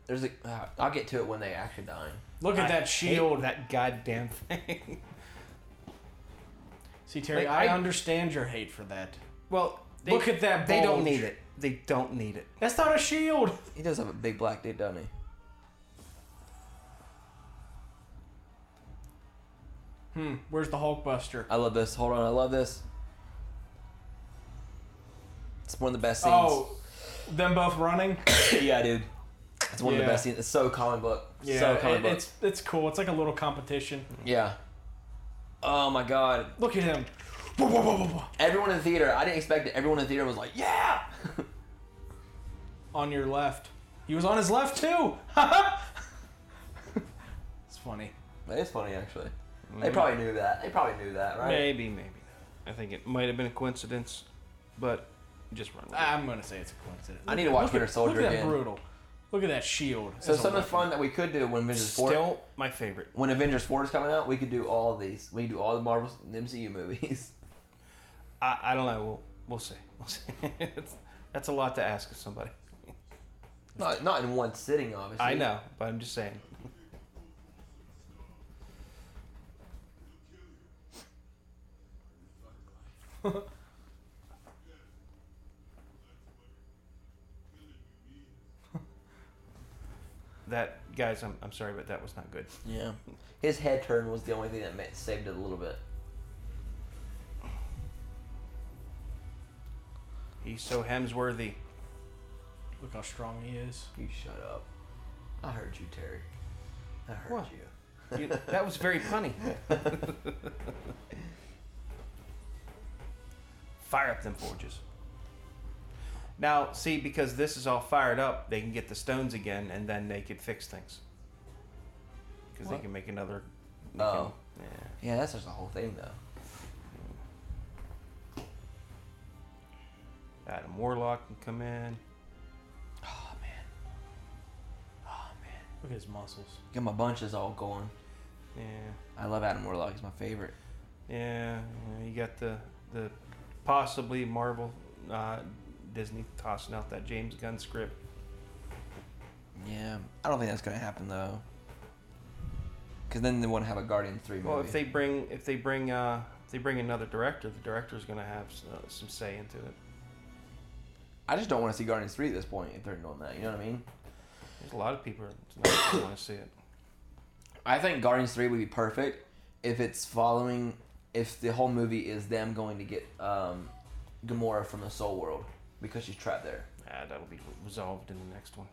S1: There's a. Uh, I'll get to it when they actually dying.
S3: Look at
S2: I
S3: that
S2: hate
S3: shield.
S2: that goddamn
S3: <laughs>
S2: thing.
S3: See, Terry,
S2: Like,
S3: I
S2: I-
S3: understand your hate for that.
S2: well,
S3: Look at that
S2: They don't
S3: bulge.
S2: need it. They don't need it.
S3: That's not a shield.
S1: He does have a big black dude, doesn't he?
S3: Hmm. Where's the Hulkbuster?
S1: I love this. Hold on, I love this. It's one of the best scenes.
S3: Oh, them both running.
S1: <coughs> yeah, dude. It's one of
S3: Yeah.
S1: the best scenes. It's so comic book.
S3: Yeah,
S1: so comic Hmm.
S3: it-
S1: book.
S3: it's it's cool. It's like a little competition.
S1: Yeah. Oh my god.
S3: Look at him. Whoa, whoa, whoa, whoa, whoa.
S1: Everyone in the theater, I didn't expect it. Everyone in the theater was like, yeah! <laughs>
S3: On your left. He was on his left too. <laughs> it's funny.
S1: That is funny, actually.
S3: Mm.
S1: They probably knew that. They probably knew that, right?
S2: Maybe, maybe not. I think it might have been a coincidence, but just run with it.
S3: I'm gonna say it's a coincidence.
S1: I need to watch
S3: Look at-
S1: Winter Soldier
S3: Look at
S1: again.
S3: that brutal. Look at that shield.
S1: So
S3: It's a
S1: something
S3: weapon.
S1: fun that we could do when Avengers Four,
S2: Still my favorite.
S1: when Avengers Four is coming out, we could do all of these. We could do all the Marvel MCU movies. <laughs>
S2: I, I don't know. We'll, we'll see. <laughs> We'll see. It's- that's a lot to ask of somebody.
S1: Not not in one sitting, obviously.
S2: I know, but I'm just saying. <laughs> that guys, I'm, I'm sorry, but that was not good.
S1: Yeah. His head turn was the only thing that ma- saved it a little bit.
S2: He's so Hemsworthy.
S3: Look how strong he is.
S1: You shut up. I heard you, Terry. I heard
S2: What?
S1: you.
S2: You- that was very punny. Fire up them forges. Now, see, because this is all fired up, they can get the stones again, and then they could fix things. Because they
S1: What?
S2: can make another. they
S1: Oh.
S2: can- yeah.
S1: Yeah, that's just the whole thing, though.
S2: Adam Warlock can come in.
S1: Oh man. Oh man.
S3: Look at his muscles.
S1: Got my bunches all going.
S2: Yeah.
S1: I love Adam Warlock. He's my favorite.
S2: Yeah, yeah, you got the the possibly Marvel, uh, Disney tossing out that James Gunn script.
S1: Yeah, I don't think that's gonna happen though. Cause then they want to have a Guardian Three movie.
S2: Well, if they bring if they bring uh, if they bring another director, the director's gonna have s- uh, some say into it.
S1: I just don't want to see Guardians Three at this point if they're doing that. You know what I mean?
S2: There's a lot of people <coughs> that want to see it.
S1: I think Guardians Three would be perfect if it's following, if the whole movie is them going to get um, Gamora from the Soul World because she's trapped there.
S2: Ah, that'll be resolved in the next one.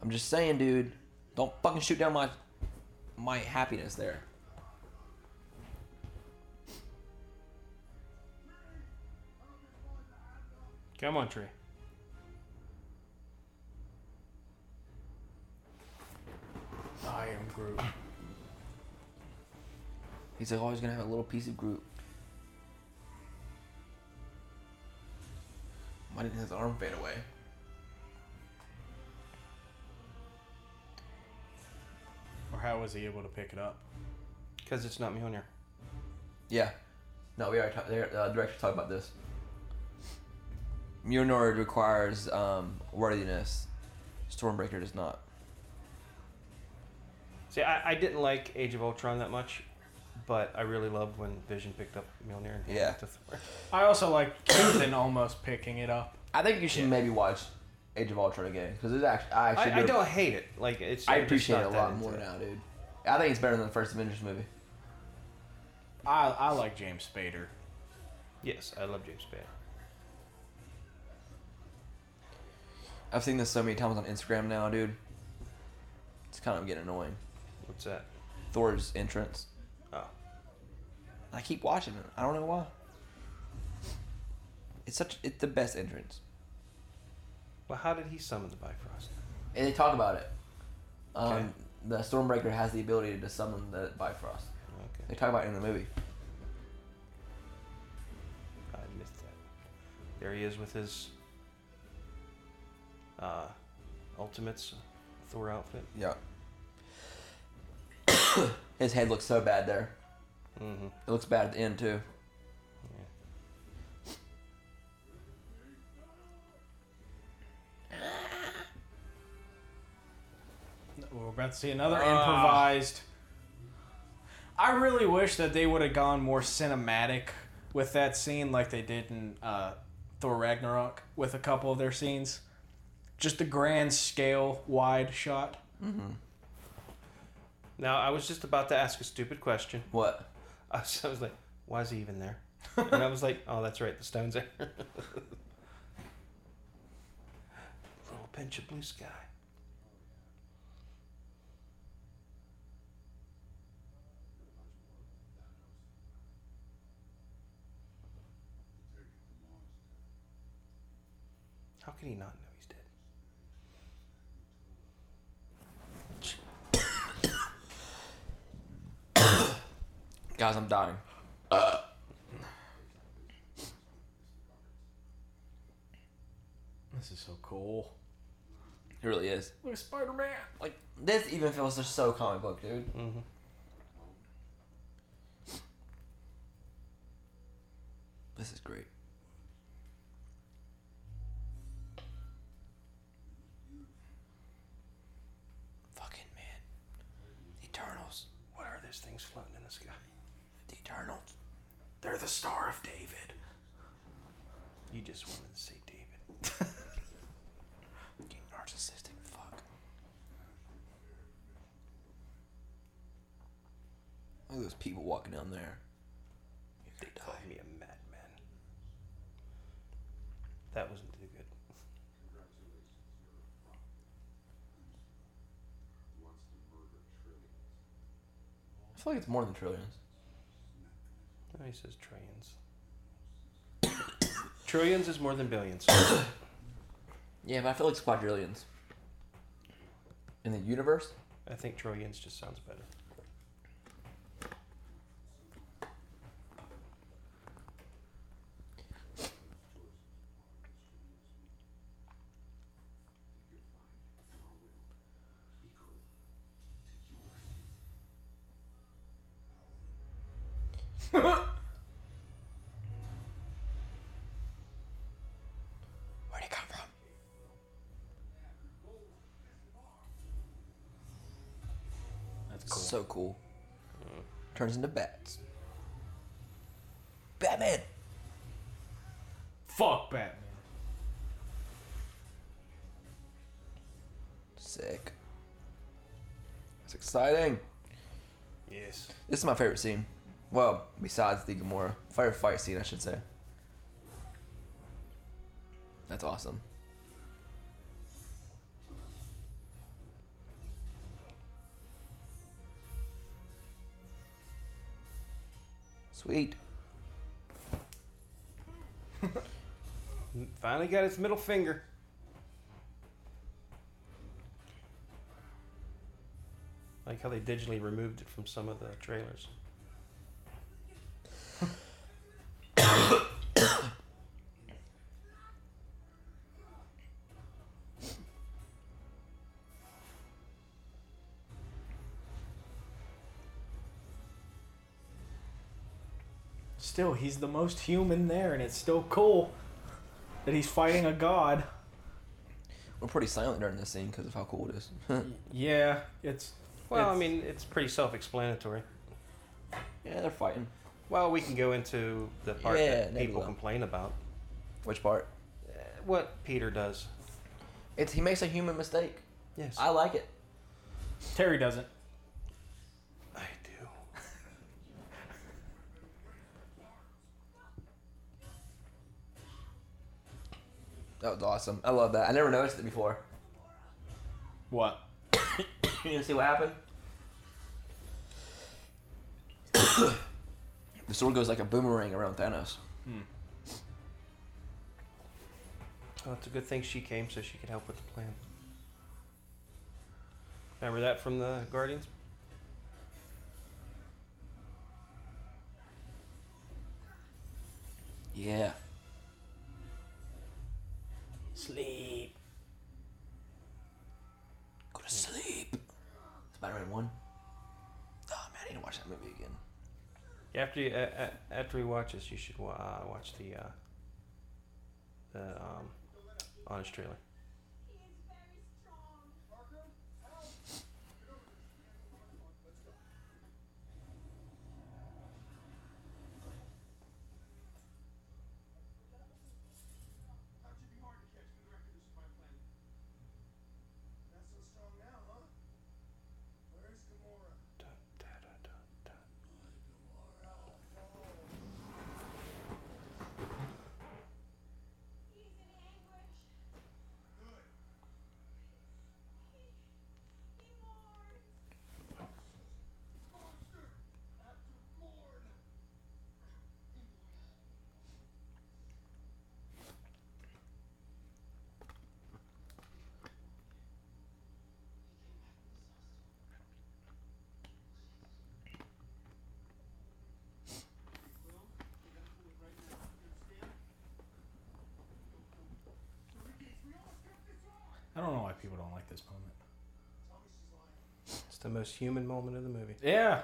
S1: I'm just saying, dude, don't fucking shoot down my my happiness there.
S2: Come on, Tree.
S3: I am Groot.
S1: He's like, oh, he's gonna have a little piece of Groot. Why didn't his arm fade away?
S3: Or how was he able to pick it up?
S2: Because it's not Mjolnir.
S1: Yeah. No, we already talked. Uh, director talked about this. Mjolnir requires um, worthiness. Stormbreaker does not.
S2: See, I, I didn't like Age of Ultron that much, but I really loved when Vision picked up Mjolnir and handed
S1: Yeah.
S2: it to Thor.
S3: I also like Captain almost picking it up.
S1: I think you should maybe watch Age of Ultron again because it's actually <laughs> I actually
S2: I, I
S1: do-
S2: don't hate it. Like it's.
S1: I
S2: I'm just
S1: appreciate
S2: not
S1: it a
S2: that
S1: lot
S2: into
S1: more
S2: it.
S1: now, dude. I think it's better than the first Avengers movie.
S3: I I like James Spader.
S2: Yes, I love James Spader.
S1: I've seen this so many times on Instagram now, dude. It's kind of getting annoying.
S2: What's that?
S1: Thor's entrance.
S2: Oh,
S1: I keep watching it. I don't know why. It's such it's the best entrance.
S2: well, how did he summon the Bifrost?
S1: And they talk about it. Um,
S2: Okay.
S1: The Stormbreaker has the ability to summon the Bifrost. They
S2: Okay,
S1: talk about it in the movie.
S2: I missed that. There he is with his uh, Ultimates Thor outfit.
S1: Yeah. <coughs> His head looks so bad there.
S2: Mm-hmm.
S1: It looks bad at the end too.
S3: We're about to see another
S2: Ah.
S3: improvised. I really wish that they would have gone more cinematic with that scene, like they did in uh, Thor Ragnarok with a couple of their scenes. Just the grand scale, wide shot.
S2: Now, I was just about to ask a stupid question.
S1: What?
S2: <laughs> I was, I was like, why is he even there? And I was like, oh, that's right, the stone's <laughs> there. Little pinch of blue sky. How can he not know he's dead?
S1: Guys, I'm dying.
S3: This is so cool.
S1: It really is.
S3: Look at Spider Man.
S1: Like this even feels just so comic book, dude.
S2: Mm-hmm.
S1: This is great. Fucking man. The Eternals.
S2: What are those things floating in the sky?
S1: The Eternals.
S2: They're the Star of David. You just wanted to say David. <laughs>
S1: You narcissistic fuck. Look at those people walking down there.
S2: They called me a madman. That wasn't too good.
S1: I feel like it's more than trillions.
S2: No, he says trillions. <coughs> trillions is more than billions. <coughs>
S1: Yeah, but I feel like it's quadrillions. In the universe?
S2: I think trillions just sounds better.
S1: Where'd it come from?
S3: That's
S1: So cool. Turns into bats. Batman!
S3: Fuck Batman.
S1: Sick. It's exciting.
S2: Yes.
S1: This is my favorite scene. Well, besides the Gamora fire fight scene, I should say. That's awesome. Sweet.
S2: Finally got its middle finger. Like how they digitally removed it from some of the trailers.
S3: Still, he's the most human there, and it's still cool that he's fighting a god.
S1: We're pretty silent during this scene because of how cool it is. <laughs>
S3: Yeah, it's.
S2: Well, I
S3: It's-
S2: mean, it's pretty self-explanatory.
S1: yeah, they're fighting.
S2: Well, we can go into the part
S1: Yeah,
S2: that
S1: maybe
S2: people
S1: we'll.
S2: complain about.
S1: Which part?
S2: What Peter does.
S1: It's he makes a human mistake.
S2: Yes.
S1: I
S2: I,
S1: like it.
S3: Terry doesn't.
S2: do.
S1: That was awesome. I love that. I never noticed it before.
S3: What?
S1: You didn't see what happened? <coughs> the sword goes like a boomerang around Thanos.
S2: Oh, it's a good thing she came so she could help with the plan. Remember that from the Guardians?
S1: Yeah.
S3: Sleep.
S1: Go to sleep. Spider Man 1. Oh man, I need to watch that movie again.
S2: After you, uh, uh, after you watch this, you should wa- uh, watch the uh, the um, honest trailer.
S3: this moment.
S2: It's the most human moment of the movie.
S3: Yeah.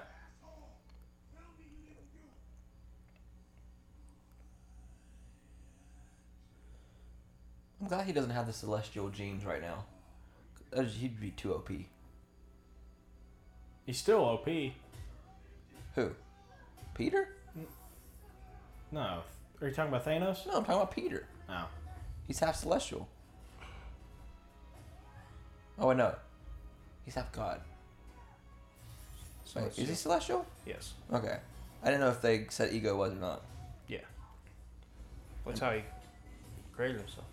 S1: I'm glad he doesn't have the celestial genes right now. That is- He'd be too OP.
S3: He's still OP.
S1: Who? Peter?
S3: No. Are you talking about Thanos?
S1: No, I'm talking about Peter.
S3: No.
S1: He's half celestial. Oh, I know. He's half god.
S2: So
S1: Wait,
S2: it's
S1: is he
S2: just-
S1: celestial?
S2: Yes.
S1: Okay. I didn't know if they said ego was or not.
S2: Yeah. That's how he created himself.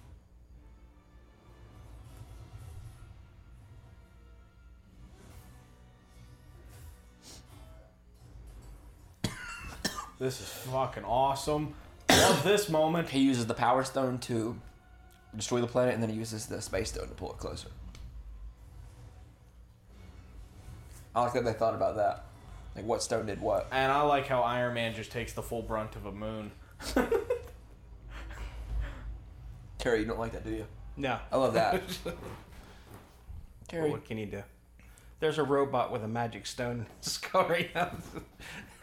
S3: This is fucking awesome. Love this moment.
S1: He uses the power stone to destroy the planet, and then he uses the space stone to pull it closer. I like that they thought about that. Like what stone did what.
S3: And I like how Iron Man just takes the full brunt of a moon.
S1: Terry, you don't like that, do you?
S2: No.
S1: I love that.
S2: <laughs> Well, what can you do? There's a robot with a magic stone <laughs> scarring up.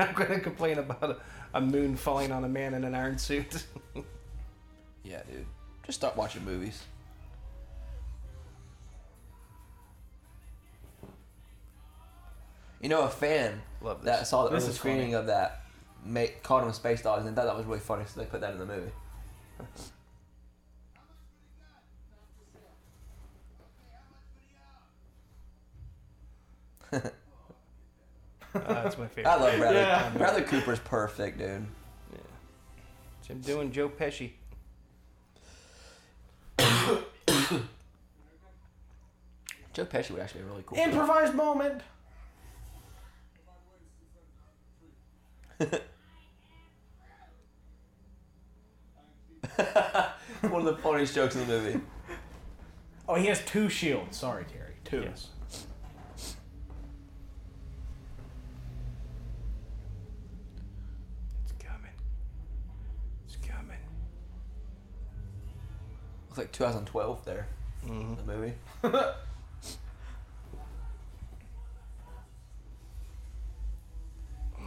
S2: I'm going to complain about a, a moon falling on a man in an iron suit.
S1: Yeah, dude. Just stop watching movies. You know, a fan
S2: <laughs> Love
S1: that
S2: this.
S1: saw the
S2: This
S1: early
S2: is
S1: screening
S2: funny.
S1: of that ma- called him Space Dogs and thought that was really funny, so they put that in the movie.
S2: Uh, that's my favorite.
S1: I love Bradley.
S3: Yeah.
S1: Bradley Cooper's perfect, dude.
S2: Yeah. It's him doing Joe Pesci.
S1: Joe Pesci would actually be really cool.
S3: Improvised moment.
S1: One of the funniest jokes in the movie.
S3: Oh, he has two shields. Sorry, Terry. Two.
S2: Yes. It's coming. It's coming.
S1: It's like 2012 there, the movie.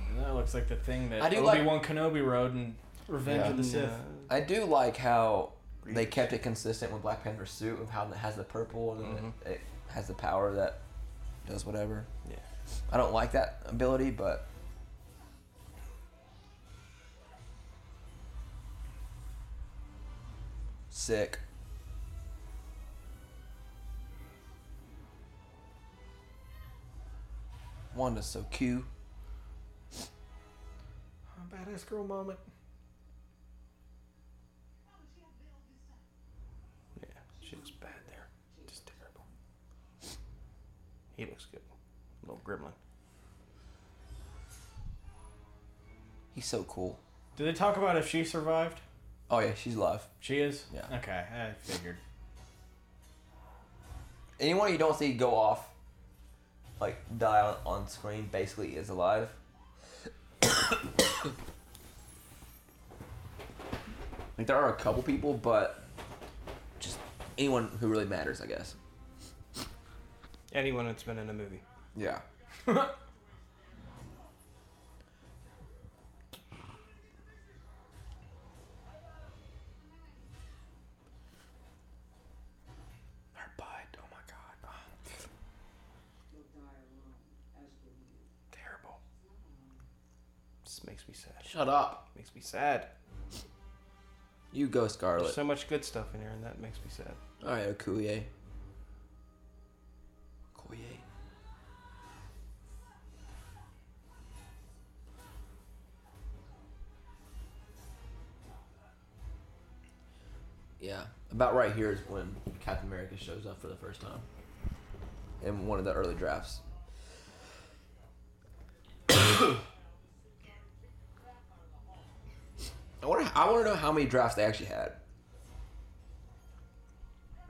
S3: And that looks like the thing that
S1: I do
S3: Obi Wan Kenobi rode in Revenge
S1: Yeah.
S3: of the Sith.
S1: I do like how they kept it consistent with Black Panther's suit of how it has the purple and then it, it has the power that does whatever.
S2: Yeah.
S1: I don't like that ability, but sick. Wanda's so cute.
S3: Badass girl moment.
S2: Yeah, she looks bad there. Just terrible. He looks good. Little gremlin.
S1: He's so cool.
S3: Did they talk about if she survived?
S1: Oh yeah, she's love.
S3: She is.
S1: Yeah.
S3: Okay, I figured.
S1: anyone you don't see go off, like die on, on screen, basically is alive. <coughs> like there are a couple people, but just anyone who really matters, I guess.
S2: Anyone that's been in a movie. <laughs>
S1: Yeah.
S2: Her butt. Oh my god. Oh, terrible. This makes me sad.
S1: Shut up.
S2: Makes me sad.
S1: You go,
S2: There's
S1: Scarlet.
S2: so much good stuff in here, and that makes me sad.
S1: All right, Okuye. Okuye. Yeah, about right here is when Captain America shows up for the first time in one of the early drafts. <coughs> I wonder. I want to know how many drafts they actually had.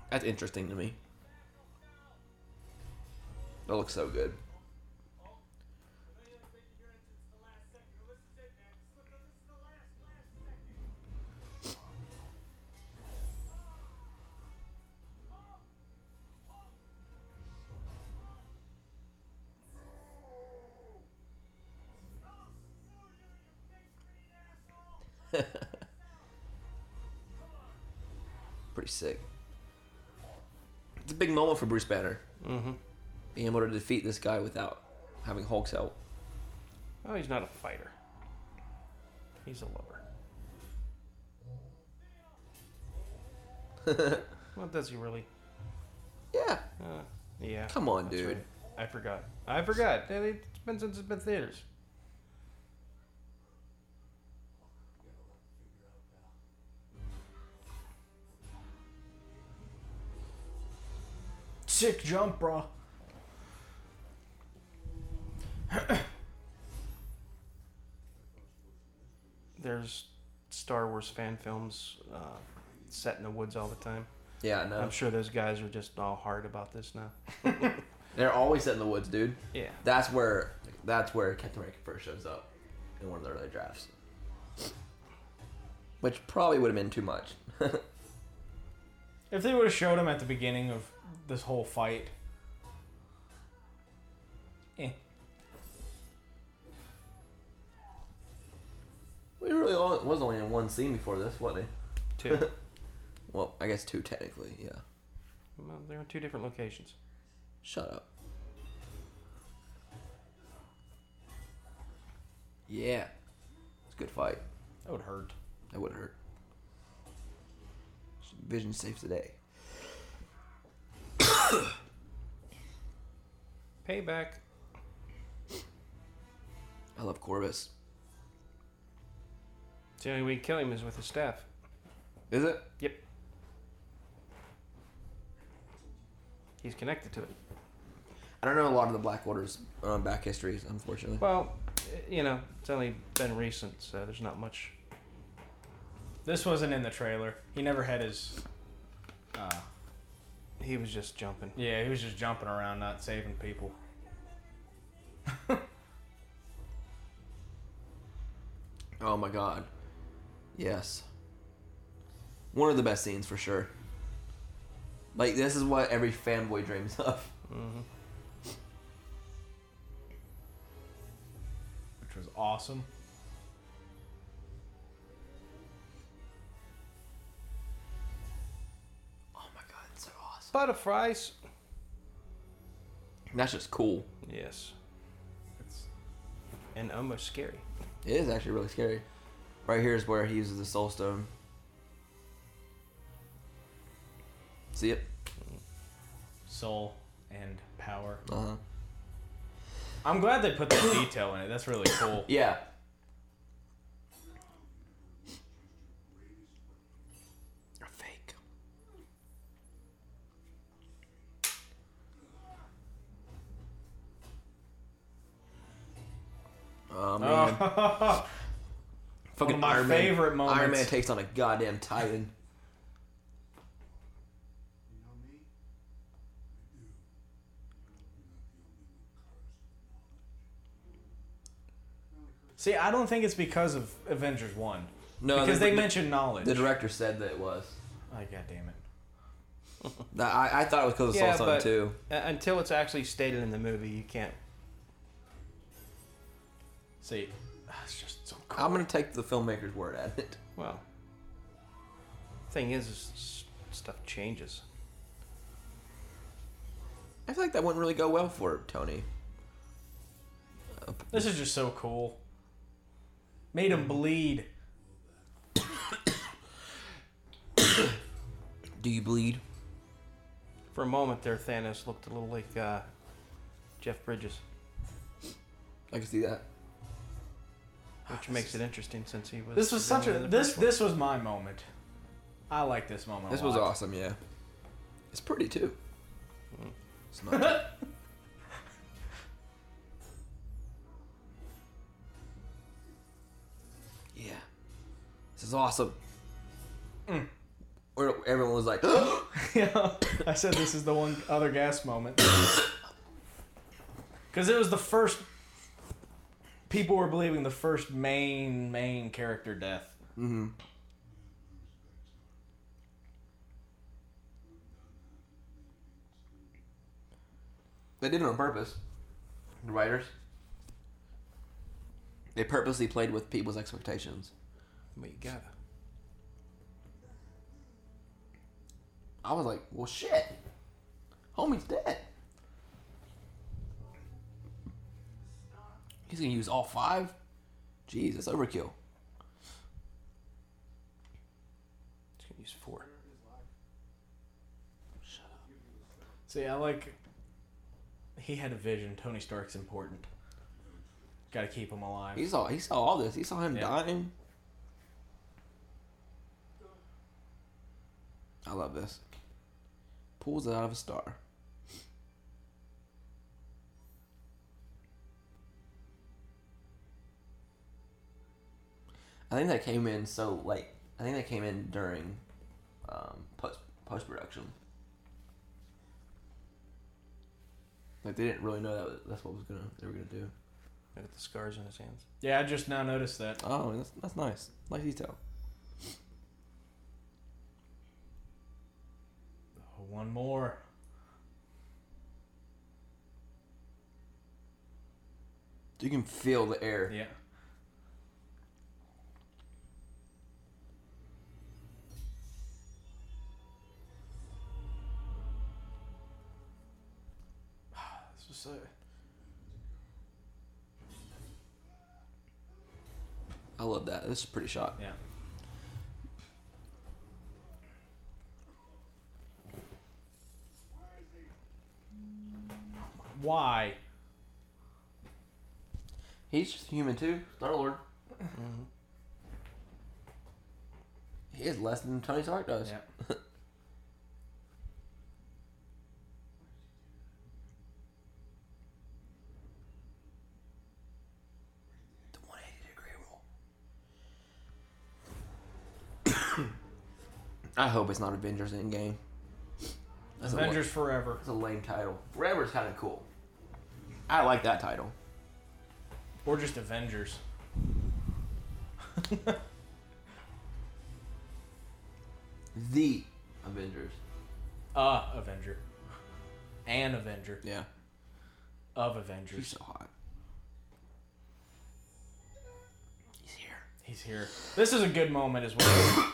S1: That's interesting to me. That looks so good. Pretty sick. It's a big moment for Bruce Banner
S2: Mm-hmm.
S1: being able to defeat this guy without having Hulk's help.
S2: Oh, he's not a fighter. He's a lover. well, does he really?
S1: Yeah,
S2: Uh, yeah.
S1: come on,
S2: that's
S1: dude.
S2: right. I forgot. I forgot. Yeah, It's been since it's been theaters.
S3: Sick jump, bro.
S2: There's Star Wars fan films uh, set in the woods all the time.
S1: Yeah, I know.
S2: I'm sure those guys are just all hard about this now.
S1: They're always set in the woods, dude.
S2: <laughs> Yeah.
S1: That's where that's where Captain America first shows up in one of their early drafts. Which probably would have been too much.
S3: If they would have showed him at the beginning of this whole fight. Eh.
S1: we really all, was only in one scene before this, wasn't it?
S2: Two.
S1: Well, I guess two technically, yeah.
S2: well, they're in two different locations.
S1: Shut up. Yeah. It's a good fight.
S3: That would hurt.
S1: That would hurt. Vision saves the day.
S2: Payback.
S1: I love Corvus.
S2: It's the only way to kill him is with his staff.
S1: Is it?
S2: Yep. He's connected to it.
S1: I don't know a lot of the Black Order's um, back histories, unfortunately.
S2: Well, eh, you know, it's only been recent, so there's not much.
S3: This wasn't in the trailer. He never had his. Uh,
S2: He was just jumping.
S3: yeah, he was just jumping around, not saving people.
S1: Oh my god. Yes. One of the best scenes for sure. Like this is what every fanboy dreams of. <laughs>
S2: hmm
S3: Which was awesome.
S1: Oh my god, it's so awesome.
S2: Butterflies.
S1: That's just cool.
S2: Yes,
S3: It's,
S2: and almost scary.
S1: It is actually really scary. Right here is where he uses the soul stone. See it?
S3: soul and power.
S1: Uh huh.
S3: I'm glad they
S1: <coughs>
S3: put that detail in it. That's really cool.
S1: Yeah. You're fake. Oh
S3: <laughs>
S1: man.
S3: Oh,
S1: Fucking
S3: One of my
S1: Iron Man-
S3: favorite
S1: Iron Man
S3: moments.
S1: takes on a goddamn Titan.
S3: See, I don't think it's because of Avengers 1.
S1: No,
S3: because
S1: the,
S3: they mentioned knowledge.
S1: the director said that it was.
S3: oh, God damn it.
S1: That- I, I thought it was because of Soul
S2: Yeah,
S1: Stone
S2: but-
S1: too.
S2: Uh, until it's actually stated in the movie, you can't.
S3: See, ah, it's just so cool.
S1: I'm gonna take the filmmaker's word at it.
S2: Well, thing is, is s- stuff changes.
S1: I feel like that wouldn't really go well for Tony.
S3: This is just so cool. Made him bleed.
S1: Do you bleed?
S2: For a moment there, Thanos looked a little like uh, Jeff Bridges,
S1: I can see that.
S2: which makes it interesting since he was.
S3: Ah, This was
S2: the
S3: such
S2: villain
S3: a
S2: in the
S3: this
S2: first one.
S3: this was my moment. I like this moment.
S1: This
S3: a
S1: was
S3: lot.
S1: awesome, yeah. It's pretty too. It's not.
S3: <laughs>
S1: yeah. This is awesome.
S3: Mm.
S1: Where everyone
S3: <gasps>
S1: was like, <gasps>
S3: yeah, <laughs> I said this is the one other gas moment. Because it was the first. People were believing the first main main character death.
S1: hmm They did it on purpose. The writers. They purposely played with people's expectations.
S2: What you got?
S1: I was like, well, shit. Homie's dead. He's gonna use all five? Jeez, that's overkill.
S2: Just gonna use four.
S3: See, I like. He had a vision. Tony Stark's important. Got to keep him alive.
S1: He saw he saw all this. He saw him
S3: Yeah.
S1: dying. I love this. Pulls it out of a star. I think that came in so late. I think that came in during um, post post production. Like they didn't really know that was, that's what was gonna they were gonna do.
S2: Look at the scars on his hands.
S3: yeah, I just now noticed that.
S1: Oh, that's, that's nice. Nice detail.
S3: Oh, One more.
S1: You can feel the air.
S3: Yeah. this was so.
S1: I love that. This is a pretty shot.
S3: Yeah. Why?
S1: He's just human too. Star Lord. Mm-hmm.
S2: Mhm.
S1: He is less than Tony Stark does.
S3: Yeah.
S1: <laughs> The 180 degree rule. <coughs> I hope it's not Avengers Endgame. That's A,
S3: Avengers Forever.
S1: that's a lame title. Forever's kind of cool. I like that title.
S3: Or just Avengers.
S1: The Avengers.
S3: Uh, Avenger. An Avenger.
S1: Yeah.
S3: Of
S1: He's
S3: Avengers.
S1: so hot. He's here.
S3: He's here. This is a good moment as well.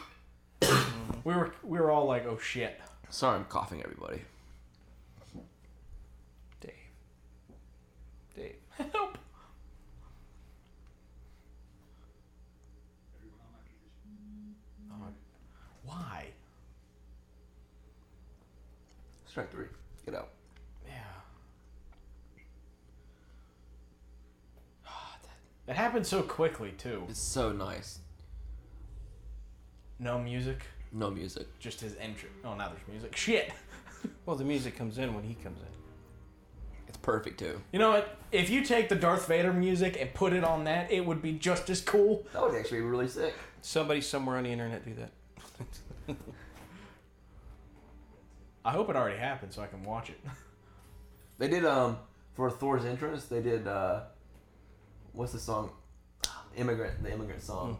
S3: <coughs> we were we were all like, oh shit.
S1: Sorry, I'm coughing, everybody.
S2: Dave. Dave.
S3: Help. Oh, Why?
S1: Strike three. Get out.
S3: Yeah. Ah, That happened so quickly too.
S1: It's so nice.
S3: No music,
S1: No music.
S3: just his entry. Oh, now there's music. Shit.
S2: Well, the music comes in when he comes in.
S1: It's perfect too.
S3: You know what? If you take the Darth Vader music and put it on that, it would be just as cool.
S1: That would actually be really sick.
S2: Somebody somewhere on the internet do that.
S3: I hope it already happened so I can watch it. <laughs>
S1: They did um for Thor's entrance. They did uh, what's the song? Immigrant. The immigrant song.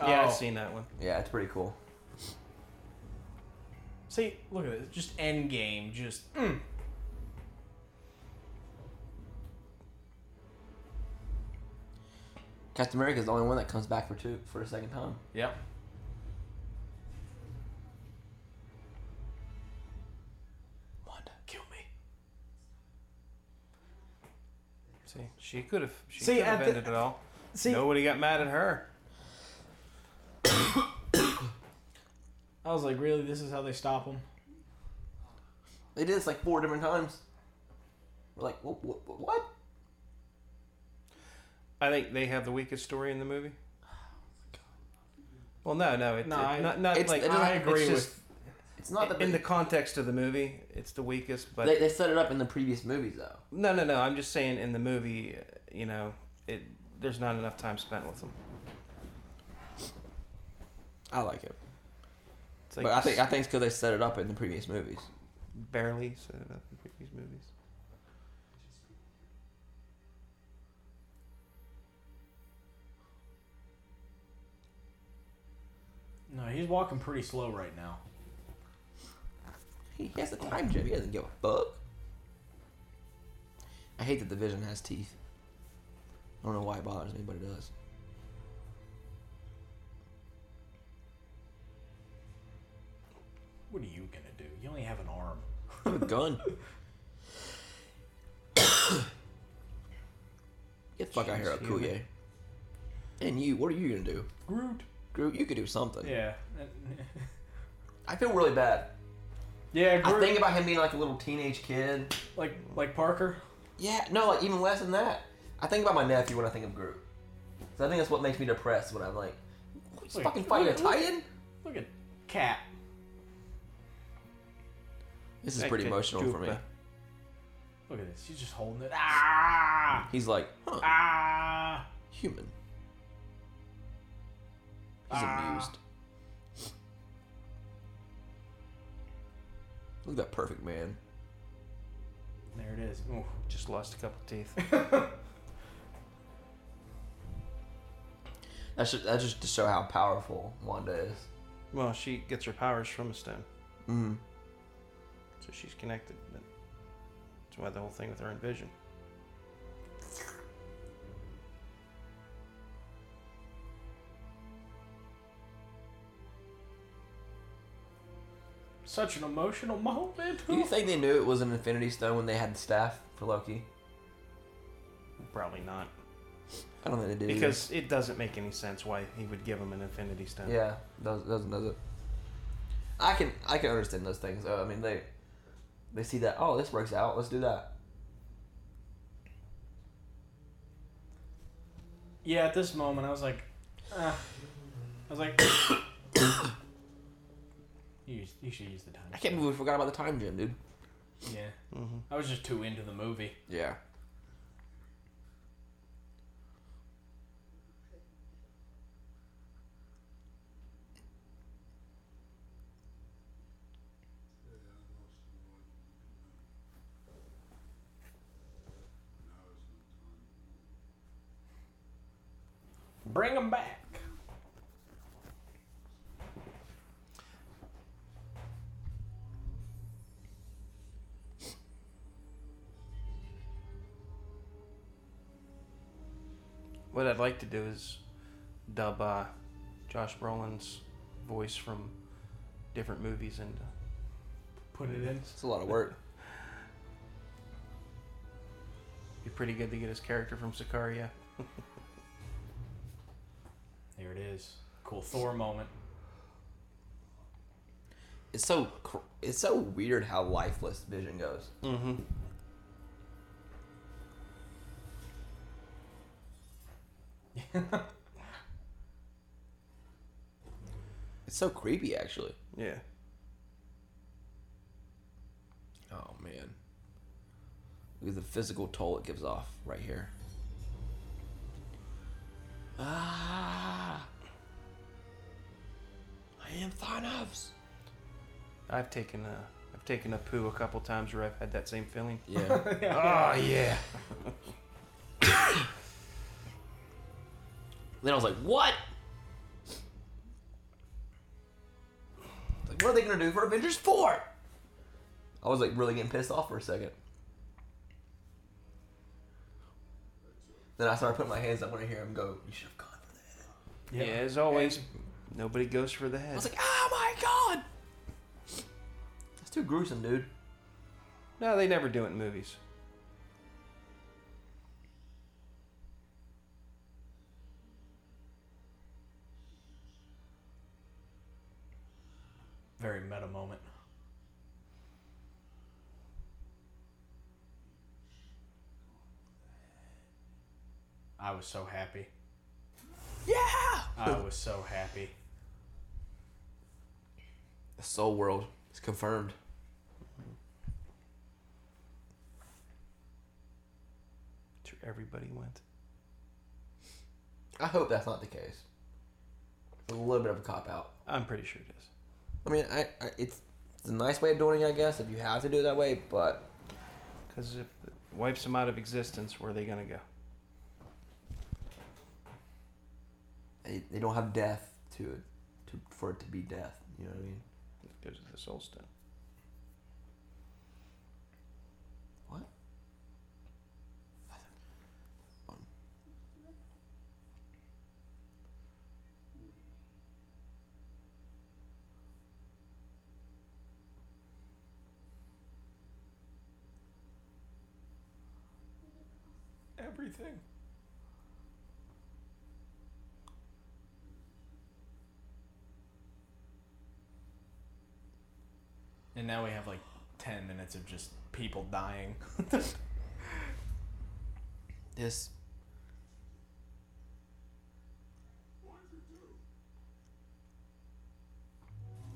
S2: Yeah,
S3: Oh.
S2: I've seen that one.
S1: Yeah, it's pretty cool.
S3: See, look at this. Just Endgame. Just. Mm.
S1: Captain America is the only one that comes back for two for a second time.
S3: Yep. Wanda, kill me.
S2: See, she could have. She
S3: See,
S2: could have
S3: at the-
S2: ended it all.
S3: See,
S2: Nobody got mad at her.
S3: I was like, really? This is how they stop him?
S1: They did this like four different times. We're like, what? what, what?
S2: I think they have the weakest story in the
S1: <sighs>
S2: movie. Well, no, no, it,
S3: No,
S2: it-
S3: I-
S2: not, not
S1: it's-
S2: like
S1: it doesn't-
S2: it's
S3: I agree
S2: just-
S3: with.
S1: It's not that
S2: in
S1: they,
S2: the context of the movie, it's the weakest. But
S1: they they set it up in the previous movies though.
S2: no, no, no. I'm just saying in the movie, uh, you know, it there's not enough time spent with them.
S1: I like it,
S2: It's like
S1: but I think I think it's because they set it up in the previous movies.
S2: barely set it up in previous movies.
S3: No, he's walking pretty slow right now.
S1: He has the time jump. He doesn't give a fuck. I hate that the Vision has teeth. I don't know why it bothers me, but it does.
S3: What are you gonna do? You only have an arm.
S1: I have a
S2: <coughs>
S1: gun. Get the fuck out here,
S2: Jeez, human.
S1: Okuye. And you, what are you gonna do?
S3: Groot.
S1: Groot, you could do something.
S3: <laughs> Yeah.
S1: I feel really bad.
S3: yeah,
S1: I
S3: Groot.
S1: think about him being like a little teenage kid.
S3: like like Parker.
S1: Yeah, no, like even less than that. I think about my nephew when I think of Groot. 'Cause I think that's what makes me depressed when I'm like, he's
S3: Wait,
S1: fucking fighting a
S3: wait, wait.
S1: titan?
S3: Look at Cat.
S1: This is pretty emotional for me.
S3: Look at this. She's just holding it. Ah!
S1: He's like, huh,
S3: Ah!
S1: human. He's
S3: Ah.
S1: amused. Look at that perfect man.
S3: There it is. Ooh.
S2: Just lost a couple
S1: <laughs>
S2: teeth.
S1: That's just, that's just to show how powerful Wanda is.
S2: well, she gets her powers from a stone,
S1: Mm.
S2: so she's connected. But that's why the whole thing with her and Vision.
S3: Such an emotional moment.
S1: Do you think they knew it was an Infinity Stone when they had the staff for Loki?
S2: Probably not,
S1: I don't think they did. either.
S2: because it doesn't make any sense why he would give him an Infinity Stone.
S1: yeah, does, doesn't does it? I can I can understand those things. though. I mean they they see that oh this works out let's do that.
S3: Yeah, at this moment, I was like, uh, I was like, <coughs> you, you should use the time.
S1: I can't believe we forgot about the time gem, dude.
S3: Yeah,
S2: Mm-hmm.
S3: I was just too into the movie.
S1: Yeah.
S3: Bring them back.
S2: What I'd like to do is dub uh, Josh Brolin's voice from different movies into
S3: Put it in.
S1: It's a lot of work.
S2: Be pretty good to get his character from Sicario.
S3: There it is. Cool Thor moment.
S1: it's so cr- it's so weird how lifeless Vision goes.
S2: Mm-hmm.
S1: It's so creepy actually.
S2: Yeah.
S1: Oh man. Look at the physical toll it gives off right here. Ah. I am Thanos.
S2: I've taken a I've taken a poo a couple times where I've had that same <laughs> feeling.
S1: Yeah.
S2: Oh yeah.
S1: then I was like, what? Like, what are they gonna do for Avengers 4? I was like really getting pissed off for a second. Then I started putting my hands up when I hear him go, You should have gone for that.
S2: Yeah, as always, nobody goes for the
S1: I
S2: head.
S1: was like, oh my god! That's too gruesome, dude.
S2: no, they never do it in movies.
S3: Very meta moment. I was so happy.
S1: Yeah!
S3: I was so happy.
S1: The Soul World is confirmed.
S2: That's where everybody went.
S1: I hope that's not the case. It's a little bit of a cop out.
S2: I'm pretty sure it is.
S1: I mean, I, I it's, it's a nice way of doing it, I guess, if you have to do it that way, but
S2: Because if it wipes them out of existence, where are they gonna go?
S1: they, they don't have death to it to, for it to be death. You know what I mean?
S2: It goes to the soul stone.
S1: What?
S3: everything. And now we have like 10 minutes of just people dying.
S1: This.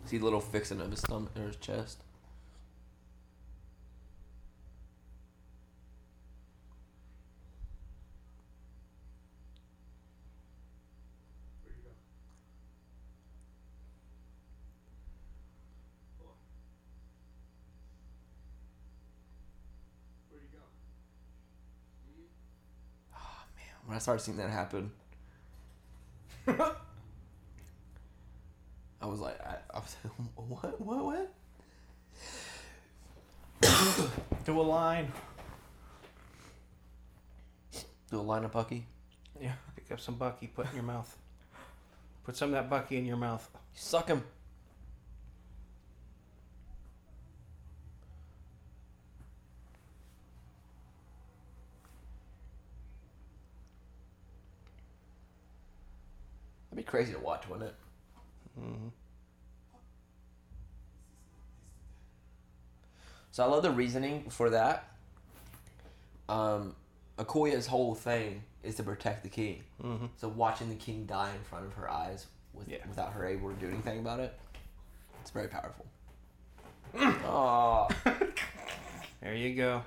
S1: See little fixing of his stomach or his chest. When I started seeing that happen, I was like, I, I was like, <laughs> what, what, what?
S3: Do a line. <laughs>
S1: Do a line of Bucky.
S2: Yeah, pick up some bucky, put it in your mouth. Put some of that bucky in your mouth.
S1: Suck him. That'd be crazy to watch, wouldn't it?
S2: Mm-hmm.
S1: So I love the reasoning for that. Um, Okoye's whole thing is to protect the king.
S2: Mm-hmm.
S1: So watching the king die in front of her eyes with,
S2: Yeah.
S1: without her able to do anything about it, it's very
S2: <clears throat>
S1: powerful. Aw.
S2: There you go.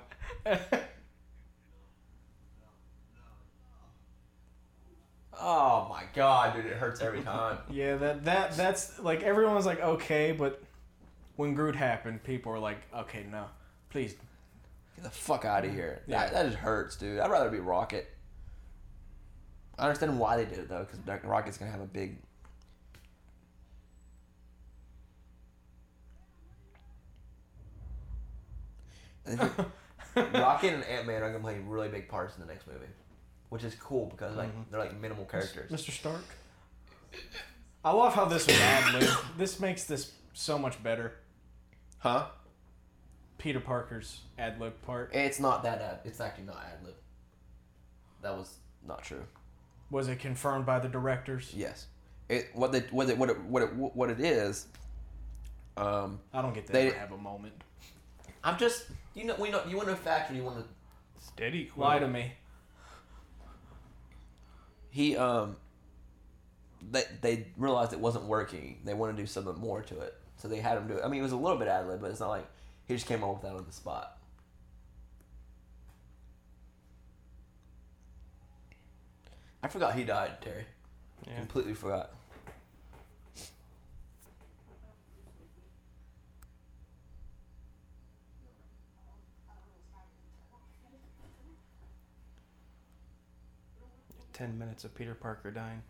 S1: Oh my god, dude, it hurts every time.
S3: Yeah, that that that's like everyone was like okay, but when Groot happened, people were like, okay, no, please.
S1: <laughs> Get the fuck out of here.
S3: Yeah.
S1: That, that just hurts, dude. I'd rather be Rocket. I understand why they did it though, because Rocket's gonna have a big. I think <laughs> Rocket and Ant Man are gonna play really big parts in the next movie, which is cool because like they're like minimal characters.
S3: Mr. Stark. I love how this was ad lib. This makes this so much better.
S1: Huh?
S3: Peter Parker's ad lib part
S1: It's not that ad. It's actually not ad lib. That was not true.
S3: was it confirmed by the directors?
S1: Yes. It what they what it what it what it, what it is. Um,
S3: I don't get that.
S1: They-
S3: They have a moment.
S1: I'm just you know we know you want to factor you want to
S2: Steady, Quill.
S3: Lie to me.
S1: he um they they realized it wasn't working. They want to do something more to it, so they had him do it. I mean, it was a little bit ad lib, but it's not like he just came up with that on the spot. I forgot he died, Terry.
S2: Yeah.
S1: Completely forgot.
S2: Ten minutes of Peter Parker dying.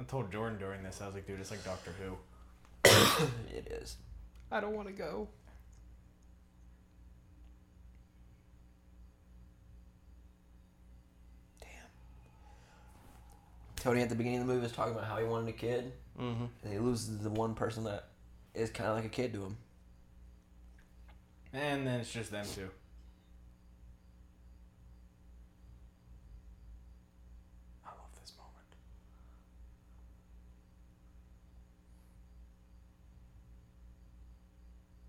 S3: I told Jordan during this, I was like, dude, it's like Doctor Who.
S1: It is.
S2: I don't want to go.
S1: Tony at the beginning of the movie was talking about how he wanted a kid,
S2: Mm-hmm.
S1: and he loses the one person that is kind of like a kid to him.
S3: And then it's just them two. I love this moment.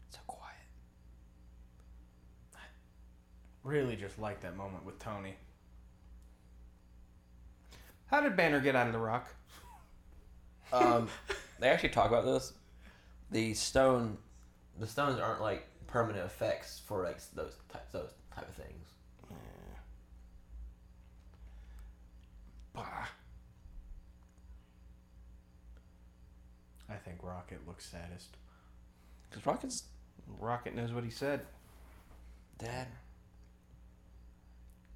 S1: So quiet.
S3: Really just like that moment with Tony.
S2: How did Banner get out of the rock?
S1: Um,
S2: <laughs>
S1: they actually talk about this. The stone, the stones aren't like permanent effects for like those types, those type of things.
S2: Eh, Bah.
S3: I think Rocket looks saddest.
S1: Cause Rocket's
S2: Rocket knows what he said.
S1: dad.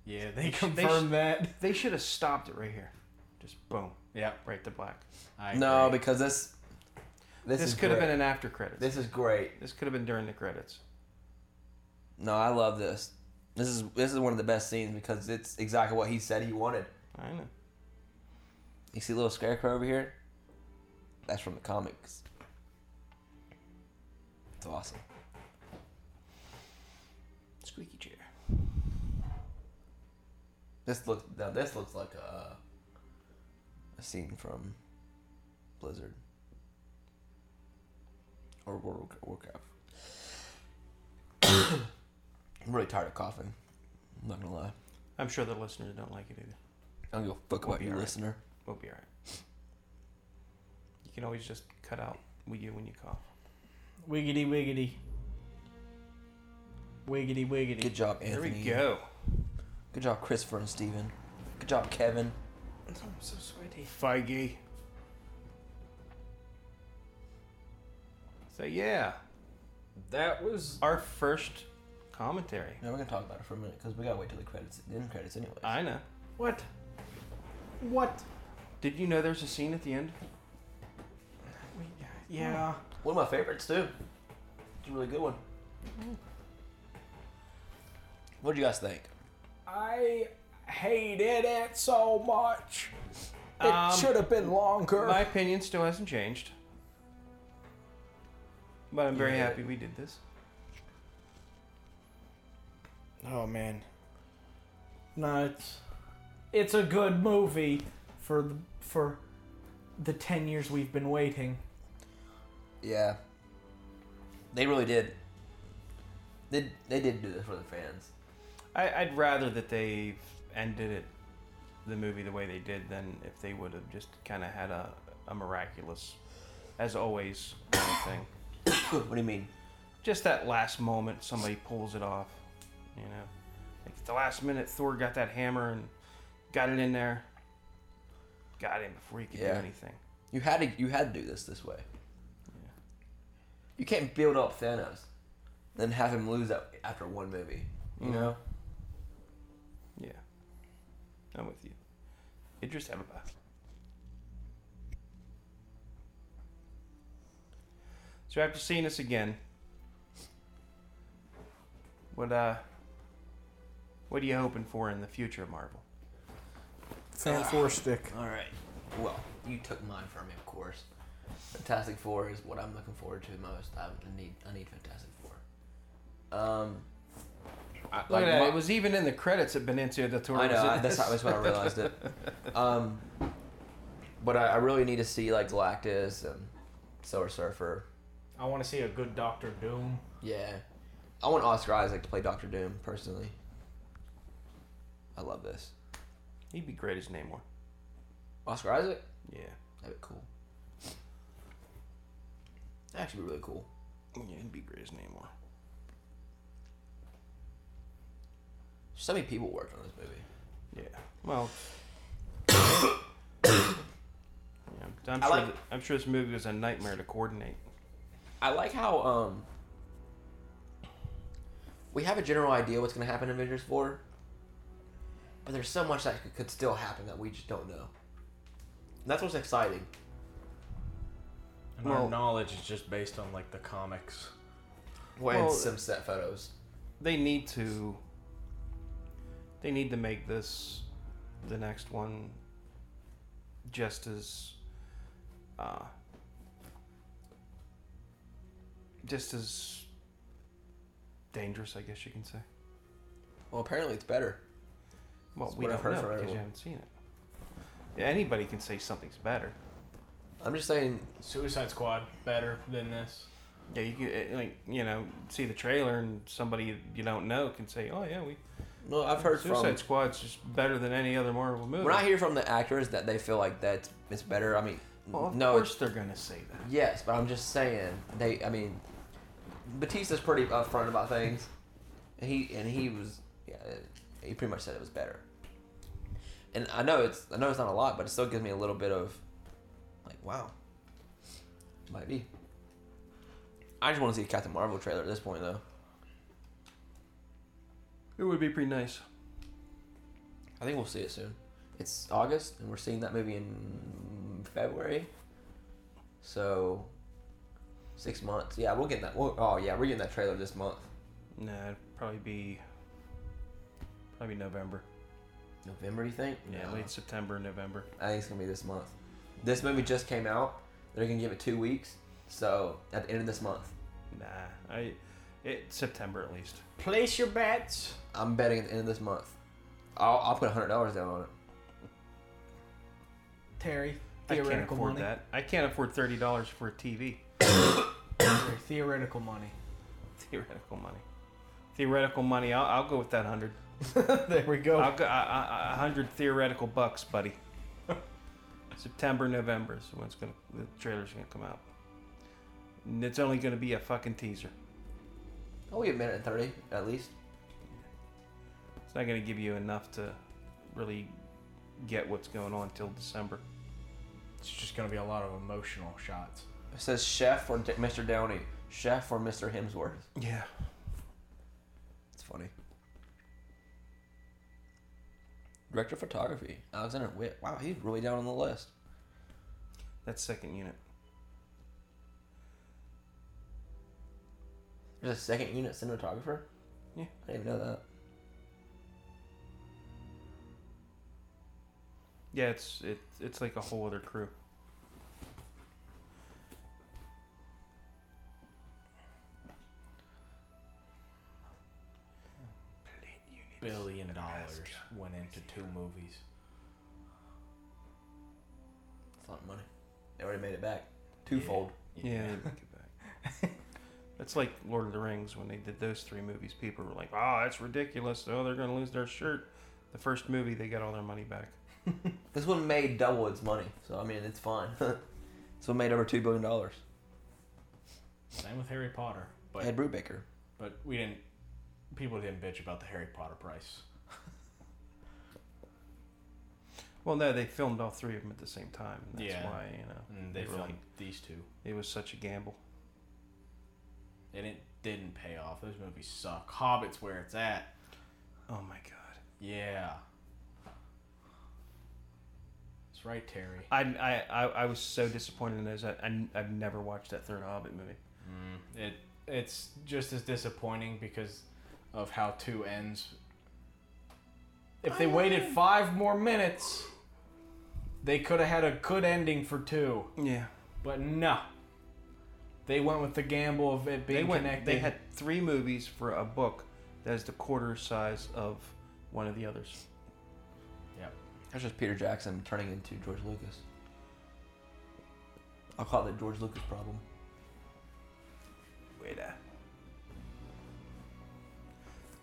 S3: Yeah, they
S2: sh-
S3: confirmed
S2: they sh-
S3: that.
S2: They should have stopped it right here. Just boom,
S3: Yeah,
S2: right to black.
S3: I
S1: No,
S3: agree.
S1: because this. This,
S2: This,
S1: is
S2: could have
S1: great.
S2: been an after credits. This,
S1: This is great.
S2: could have been during the credits.
S1: No, I love this. This is this is one of the best scenes because it's exactly what he said he wanted.
S2: I know.
S1: You see a little scarecrow over here? That's from the comics. It's awesome.
S2: Squeaky chair.
S1: This looks now this looks like a a scene from Blizzard or World of Warcraft. <coughs> I'm really tired of coughing. I'm not gonna lie.
S2: I'm sure the listeners don't like it either.
S1: I don't give a fuck
S2: We'll
S1: about
S2: be
S1: you,
S2: alright.
S1: listener.
S2: We'll be all right. You can always just cut out with you when you cough.
S3: Wiggity wiggity. Wiggity wiggity.
S1: Good job, Anthony.
S2: There we go.
S1: Good job, Christopher and Steven. Good job, Kevin.
S2: I'm so sweaty. Feige. So yeah,
S5: That was
S2: our first commentary.
S1: Now we're gonna talk about it for a minute because we gotta wait till the credits, the end credits, anyway.
S2: I know.
S3: What? What?
S2: Did you know there's a scene at the end?
S3: Yeah.
S1: One of my favorites too. It's a really good one. What do you guys think?
S3: I hated it so much. It
S2: Um,
S3: should have been longer.
S2: My opinion still hasn't changed. But I'm very
S1: Yeah.
S2: happy we did this.
S3: Oh man. No, it's it's a good movie for the, for the ten years we've been waiting.
S1: Yeah, they really did. They they did do this for the fans. <clears throat>
S2: I, I'd rather that they ended it, the movie the way they did than if they would have just kind of had a, a miraculous, as always, kind of thing.
S1: what do you mean?
S2: Just that last moment, somebody pulls it off. You know, like at the last minute, Thor got that hammer and got it in there. Got him before he could
S1: Yeah.
S2: do anything.
S1: You had to you had to do this this way. You can't build up Thanos, then have him lose that after one movie. You
S2: Mm.
S1: know.
S2: Yeah, I'm with you. Idris Elba. So after seeing this again, what uh, what are you hoping for in the future of Marvel?
S1: Ah.
S3: Fan four stick.
S1: All right. Well, you took mine from me, of course. Fantastic Four is what I'm looking forward to most. I need I need Fantastic Four. Um, I,
S2: Look
S1: like
S2: at that.
S1: my-
S2: Uh, it was even in the credits at Benicio del Toro.
S1: I know
S2: was in
S1: I, that's
S2: this.
S1: how
S2: <laughs>
S1: that's when I realized it. Um, but I, I really need to see like Galactus and Silver Surfer.
S3: I want to see a good Doctor Doom.
S1: Yeah, I want Oscar Isaac to play Doctor Doom personally. I love this
S2: He'd be great as Namor.
S1: Oscar Isaac.
S2: Yeah.
S1: That'd be cool. That'd actually be really cool.
S2: Yeah, he'd be great as Namor.
S1: So many people worked on this movie.
S2: Yeah. Well. <coughs> yeah, I'm,
S1: I
S2: sure
S1: like-
S2: th- I'm sure this movie was a nightmare to coordinate.
S1: I like how um we have a general idea what's going to happen in Avengers 4, but there's so much that could- could still happen that we just don't know. And that's what's exciting.
S3: And
S2: Well-
S3: our knowledge is just based on like the comics.
S1: Well,
S2: Well,
S1: and some set photos.
S2: they need to they need to make this the next one just as uh just as dangerous i guess you can say
S1: Well, apparently it's better.
S2: well
S1: It's
S2: we
S1: what I've
S2: don't
S1: heard
S2: know because
S1: from
S2: you
S1: everyone.
S2: haven't seen it yeah, anybody can say something's better
S1: I'm just saying,
S3: Suicide Squad better than this.
S2: yeah you can eh, like you know see the trailer and somebody you don't know can say oh yeah we
S1: no, I've heard
S2: suicide
S1: from.
S2: squad's just better than any other marvel movie
S1: When I hear from the actors that they feel like that's it's better, I mean,
S2: well of
S1: no,
S2: course they're gonna say that
S1: it's- yes, but I'm just saying they. I mean, Batista's pretty upfront about things, and he and he was yeah, he pretty much said it was better. And I know it's I know it's not a lot, but it still gives me a little bit of like wow, might be. I just want to see a Captain Marvel trailer at this point though.
S2: It would be pretty nice.
S1: I think we'll see it soon. It's August, and we're seeing that movie in February. So, six months. Yeah, we'll get that. We'll, oh yeah, we're getting that trailer this month,
S2: Nah, it'd probably be probably November.
S1: November. You think?
S2: Yeah,
S1: No.
S2: late September, November.
S1: I think it's gonna be this month. This movie just came out. They're gonna give it two weeks. So at the end of this month,
S2: Nah, I it September at least.
S3: Place your bets.
S1: I'm betting at the end of this month. I'll, I'll put hundred dollars down on it.
S3: Terry,
S2: I can't
S3: theoretical
S2: afford
S3: money.
S2: that. I can't afford thirty dollars for a TV.
S3: Terry, theoretical money.
S2: <laughs> Theoretical money. Theoretical money. I'll, I'll go with that hundred.
S3: <laughs> there we go.
S2: I'll go I- I- I- a hundred theoretical bucks,
S3: <laughs>
S2: buddy. September, November is when it's gonna. The trailer's gonna come out. And it's only gonna be a fucking teaser.
S1: Oh, we a minute and thirty at least.
S2: It's not gonna give you enough to really get what's going on till December.
S3: It's just gonna be a lot of emotional shots.
S1: It says chef or D- Mr. Downey, chef or Mr. Hemsworth.
S2: Yeah.
S1: It's funny. Director of photography, Alexander Witt. Wow, he's really down on the list.
S2: That's second unit.
S1: There's a second unit cinematographer.
S2: Yeah.
S1: I didn't even know that.
S2: Yeah, it's it, it's like a whole other crew.
S3: Billion dollars went into two movies.
S1: It's a lot of money. They already made it back, twofold.
S2: Yeah, they make it back. <laughs> That's like Lord of the Rings when they did those three movies. People were like, "Oh, that's ridiculous! Oh, they're gonna lose their shirt." The first movie, they got all their money back.
S1: This one made double its money, so I mean it's fine. <laughs> this one made over two billion dollars.
S3: Same with Harry Potter, but
S1: Ed Brubaker.
S3: but we didn't. People didn't bitch about the Harry Potter price.
S2: Well, no, they filmed all three of them at the same time. And that's
S3: Yeah.
S2: why you know
S3: And they,
S2: They were
S3: filmed
S2: like-
S3: these two,
S2: it was such a gamble.
S3: and it didn't pay off. Those movies suck. Hobbit's where it's at.
S2: Oh my god!
S3: Yeah, that's right, Terry.
S2: I I, I, I was so disappointed in those. I, I I've never watched that third Hobbit movie.
S3: It it's just as disappointing because of how two ends. If they waited five more minutes, they could have had a good ending for two.
S2: Yeah,
S3: But no, they went with the gamble of it being
S2: they went.
S3: connected.
S2: They had three movies for a book that is the quarter size of one of the others.
S3: Yep.
S1: That's just Peter Jackson turning into George Lucas. I'll call it the George Lucas problem.
S2: Wait a.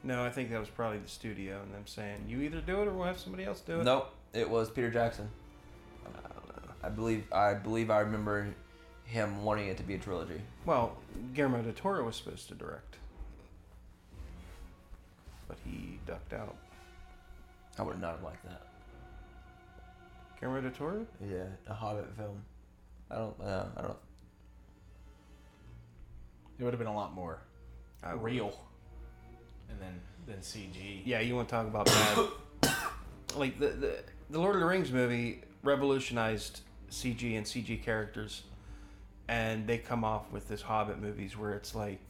S2: No, I think that was probably the studio and them saying, you either do it or we'll have somebody else do it.
S1: Nope, it was Peter Jackson. I believe I believe I remember him wanting it to be a trilogy.
S2: Well, Guillermo del Toro was supposed to direct. But he ducked out.
S1: I would not have liked that.
S2: Guillermo del Toro?
S1: Yeah, a Hobbit film. I don't. Uh, I don't.
S3: It would have been a lot more
S2: I would-
S3: real, and then then CG.
S2: Yeah, you want to talk about <coughs> bad. like, the, the, the Lord of the Rings movie revolutionized CG and CG characters. And they come off with this Hobbit movies where it's like,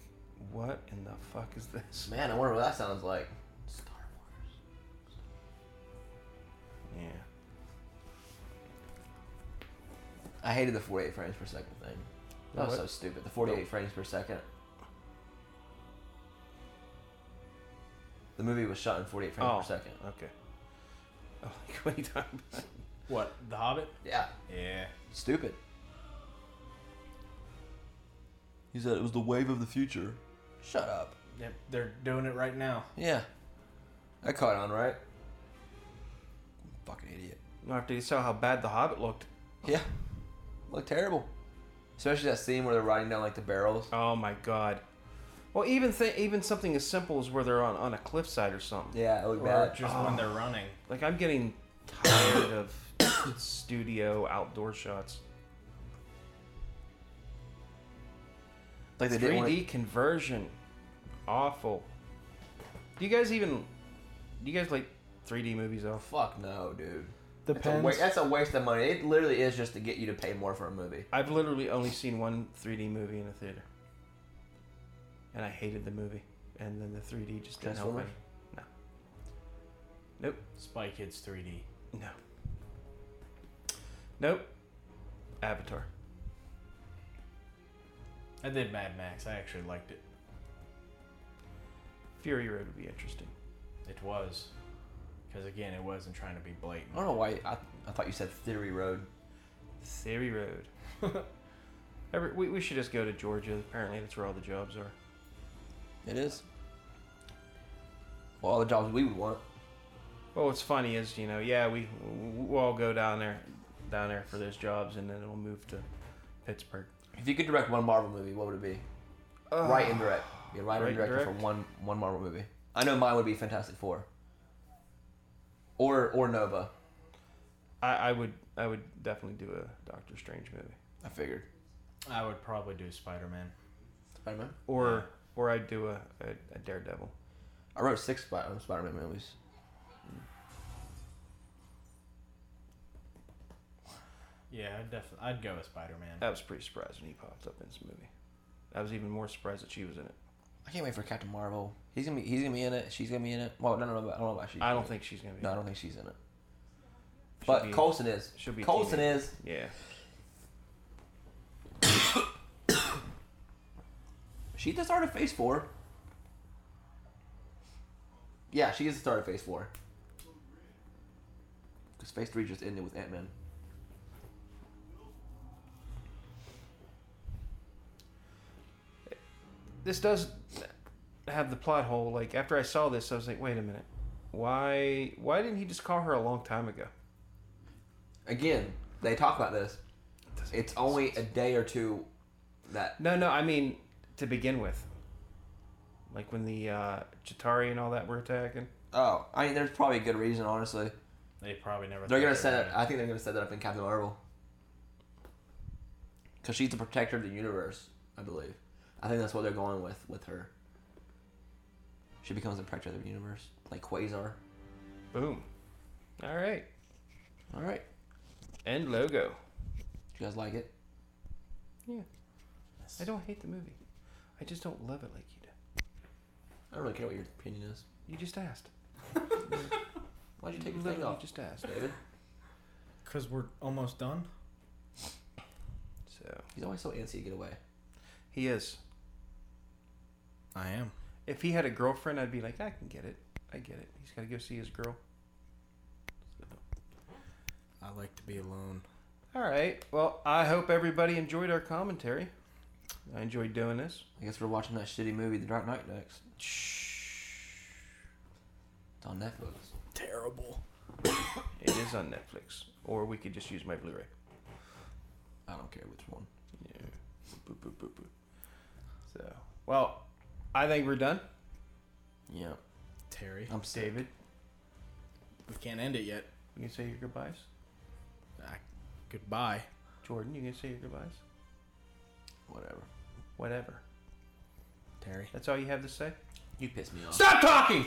S2: what in the fuck is this?
S1: Man, I wonder what that sounds like. Star Wars.
S2: Yeah.
S1: I hated the 48 frames per second thing. That was
S2: What?
S1: so stupid. The 48
S2: Nope.
S1: frames per second. The movie was shot in 48 frames
S2: Oh,
S1: per second.
S2: okay. I'm <laughs> like, what are you talking about?
S3: What the Hobbit?
S1: Yeah,
S3: Yeah.
S1: stupid. He said it was the wave of the future. Shut up.
S3: Yep. They're doing it right now.
S1: Yeah. I caught on, right? Fucking idiot.
S2: No, After you saw how bad The Hobbit looked.
S1: Yeah. Looked terrible. Especially that scene where they're riding down like the barrels.
S2: Oh my god. Well, even th- even something as simple as where they're on, on a cliffside or something.
S1: Yeah, it looked
S3: Or
S1: bad.
S3: just when they're running.
S2: Like I'm getting tired of <coughs> studio outdoor shots.
S1: Like they didn't
S2: 3D
S1: want
S2: conversion, awful. Do you guys even? Do you guys like 3D movies? Off.
S1: Fuck no, dude. That's a,
S3: Depends.
S1: wa- that's a waste of money. It literally is just to get you to pay more for a movie.
S2: I've literally only seen one 3D movie in a theater, and I hated the movie. And then the 3D just didn't help me.
S1: Transformers?
S2: No,
S3: Spy Kids 3D.
S2: no, nope. Avatar.
S3: I did Mad Max. I actually liked it.
S2: Fury Road would be interesting.
S3: It was. Because again, it wasn't trying to be blatant.
S1: I don't know why. I, I thought you said Theory Road.
S2: Theory Road. Every, we, we should just go to Georgia. Apparently, that's where all the jobs are.
S1: It is. Well, all the jobs we would want.
S2: Well, what's funny is, you know, yeah, we we'll all go down there, down there for those jobs, and then we'll move to Pittsburgh.
S1: If you could direct one Marvel movie, what would it be? Write and direct. Yeah, writer and
S2: Write
S1: director
S2: and
S1: for
S2: direct?
S1: one one Marvel movie. I know mine would be Fantastic Four. Or or Nova.
S2: I, I would I would definitely do a Doctor Strange movie,
S1: I figured.
S3: I would probably do Spider Man.
S1: Spider Man.
S2: or or I'd do a, a, a Daredevil.
S1: I wrote six Spider Spider Man movies.
S3: Yeah, I'd definitely. I'd go with Spider Man.
S2: I was pretty surprised when he popped up in this movie. I was even more surprised that she was in it.
S1: I can't wait for Captain Marvel. He's gonna be he's gonna be in it. She's gonna be in it. Well, no, no, no. I don't know about she.
S2: I don't think she's gonna be.
S1: No, I don't think she's in it.
S2: She'll
S1: But
S2: be-
S1: Colson is.
S2: she'll be a
S1: Colson
S2: teenager.
S1: is.
S2: Yeah.
S1: She just started Phase Four. Yeah, she is the start of Phase Four. Because Phase Three just ended with Ant Man.
S2: this does have the plot hole. Like after I saw this, I was like, wait a minute, why why didn't he just call her a long time ago?
S1: Again, they talk about this.
S2: Doesn't
S1: It's only a day or two that
S2: No, no, I mean to begin with. Like when the uh, Chitari and all that were attacking.
S1: oh, I mean, there's probably a good reason. Honestly,
S3: They probably never.
S1: they're
S3: thought
S1: gonna
S3: they
S1: set
S3: were
S1: it. I think they're gonna set that up in Captain Marvel. Because she's the protector of the universe, I believe. I think that's what they're going with with her. She becomes the protector of the universe, like Quasar.
S2: Boom. All right.
S1: All right,
S2: End logo.
S1: you guys like it?
S2: I don't hate the movie. I just don't love it like you do.
S1: I don't really care what your opinion is.
S2: You
S1: <laughs>
S2: just asked.
S1: Why'd you take your thing
S2: Literally <laughs>
S1: off,
S2: just asked.
S1: David?
S3: Cause we're almost done.
S2: So
S1: He's always so antsy to get away.
S2: he is.
S3: I am.
S2: If he had a girlfriend, I'd be like, I can get it. I get it. He's got to go see his girl.
S3: I like to be alone.
S2: All right. Well, I hope everybody enjoyed our commentary. I enjoyed doing this.
S1: I guess we're watching that shitty movie, The Dark Knight, next. It's on Netflix.
S3: Terrible.
S2: It is on Netflix, or we could just use my Blu-ray.
S1: I don't care which one.
S2: Yeah. Boop, boop, boop, boop. So, well, I think we're done.
S1: Yeah.
S3: Terry,
S1: I'm sick.
S2: David,
S3: we can't end it yet.
S2: you can say your goodbyes.
S3: Ah, goodbye.
S2: Jordan, you can say your goodbyes.
S1: Whatever.
S2: Whatever.
S3: Terry.
S2: That's all you have to say.
S1: Oh. You piss me off.
S2: Stop talking.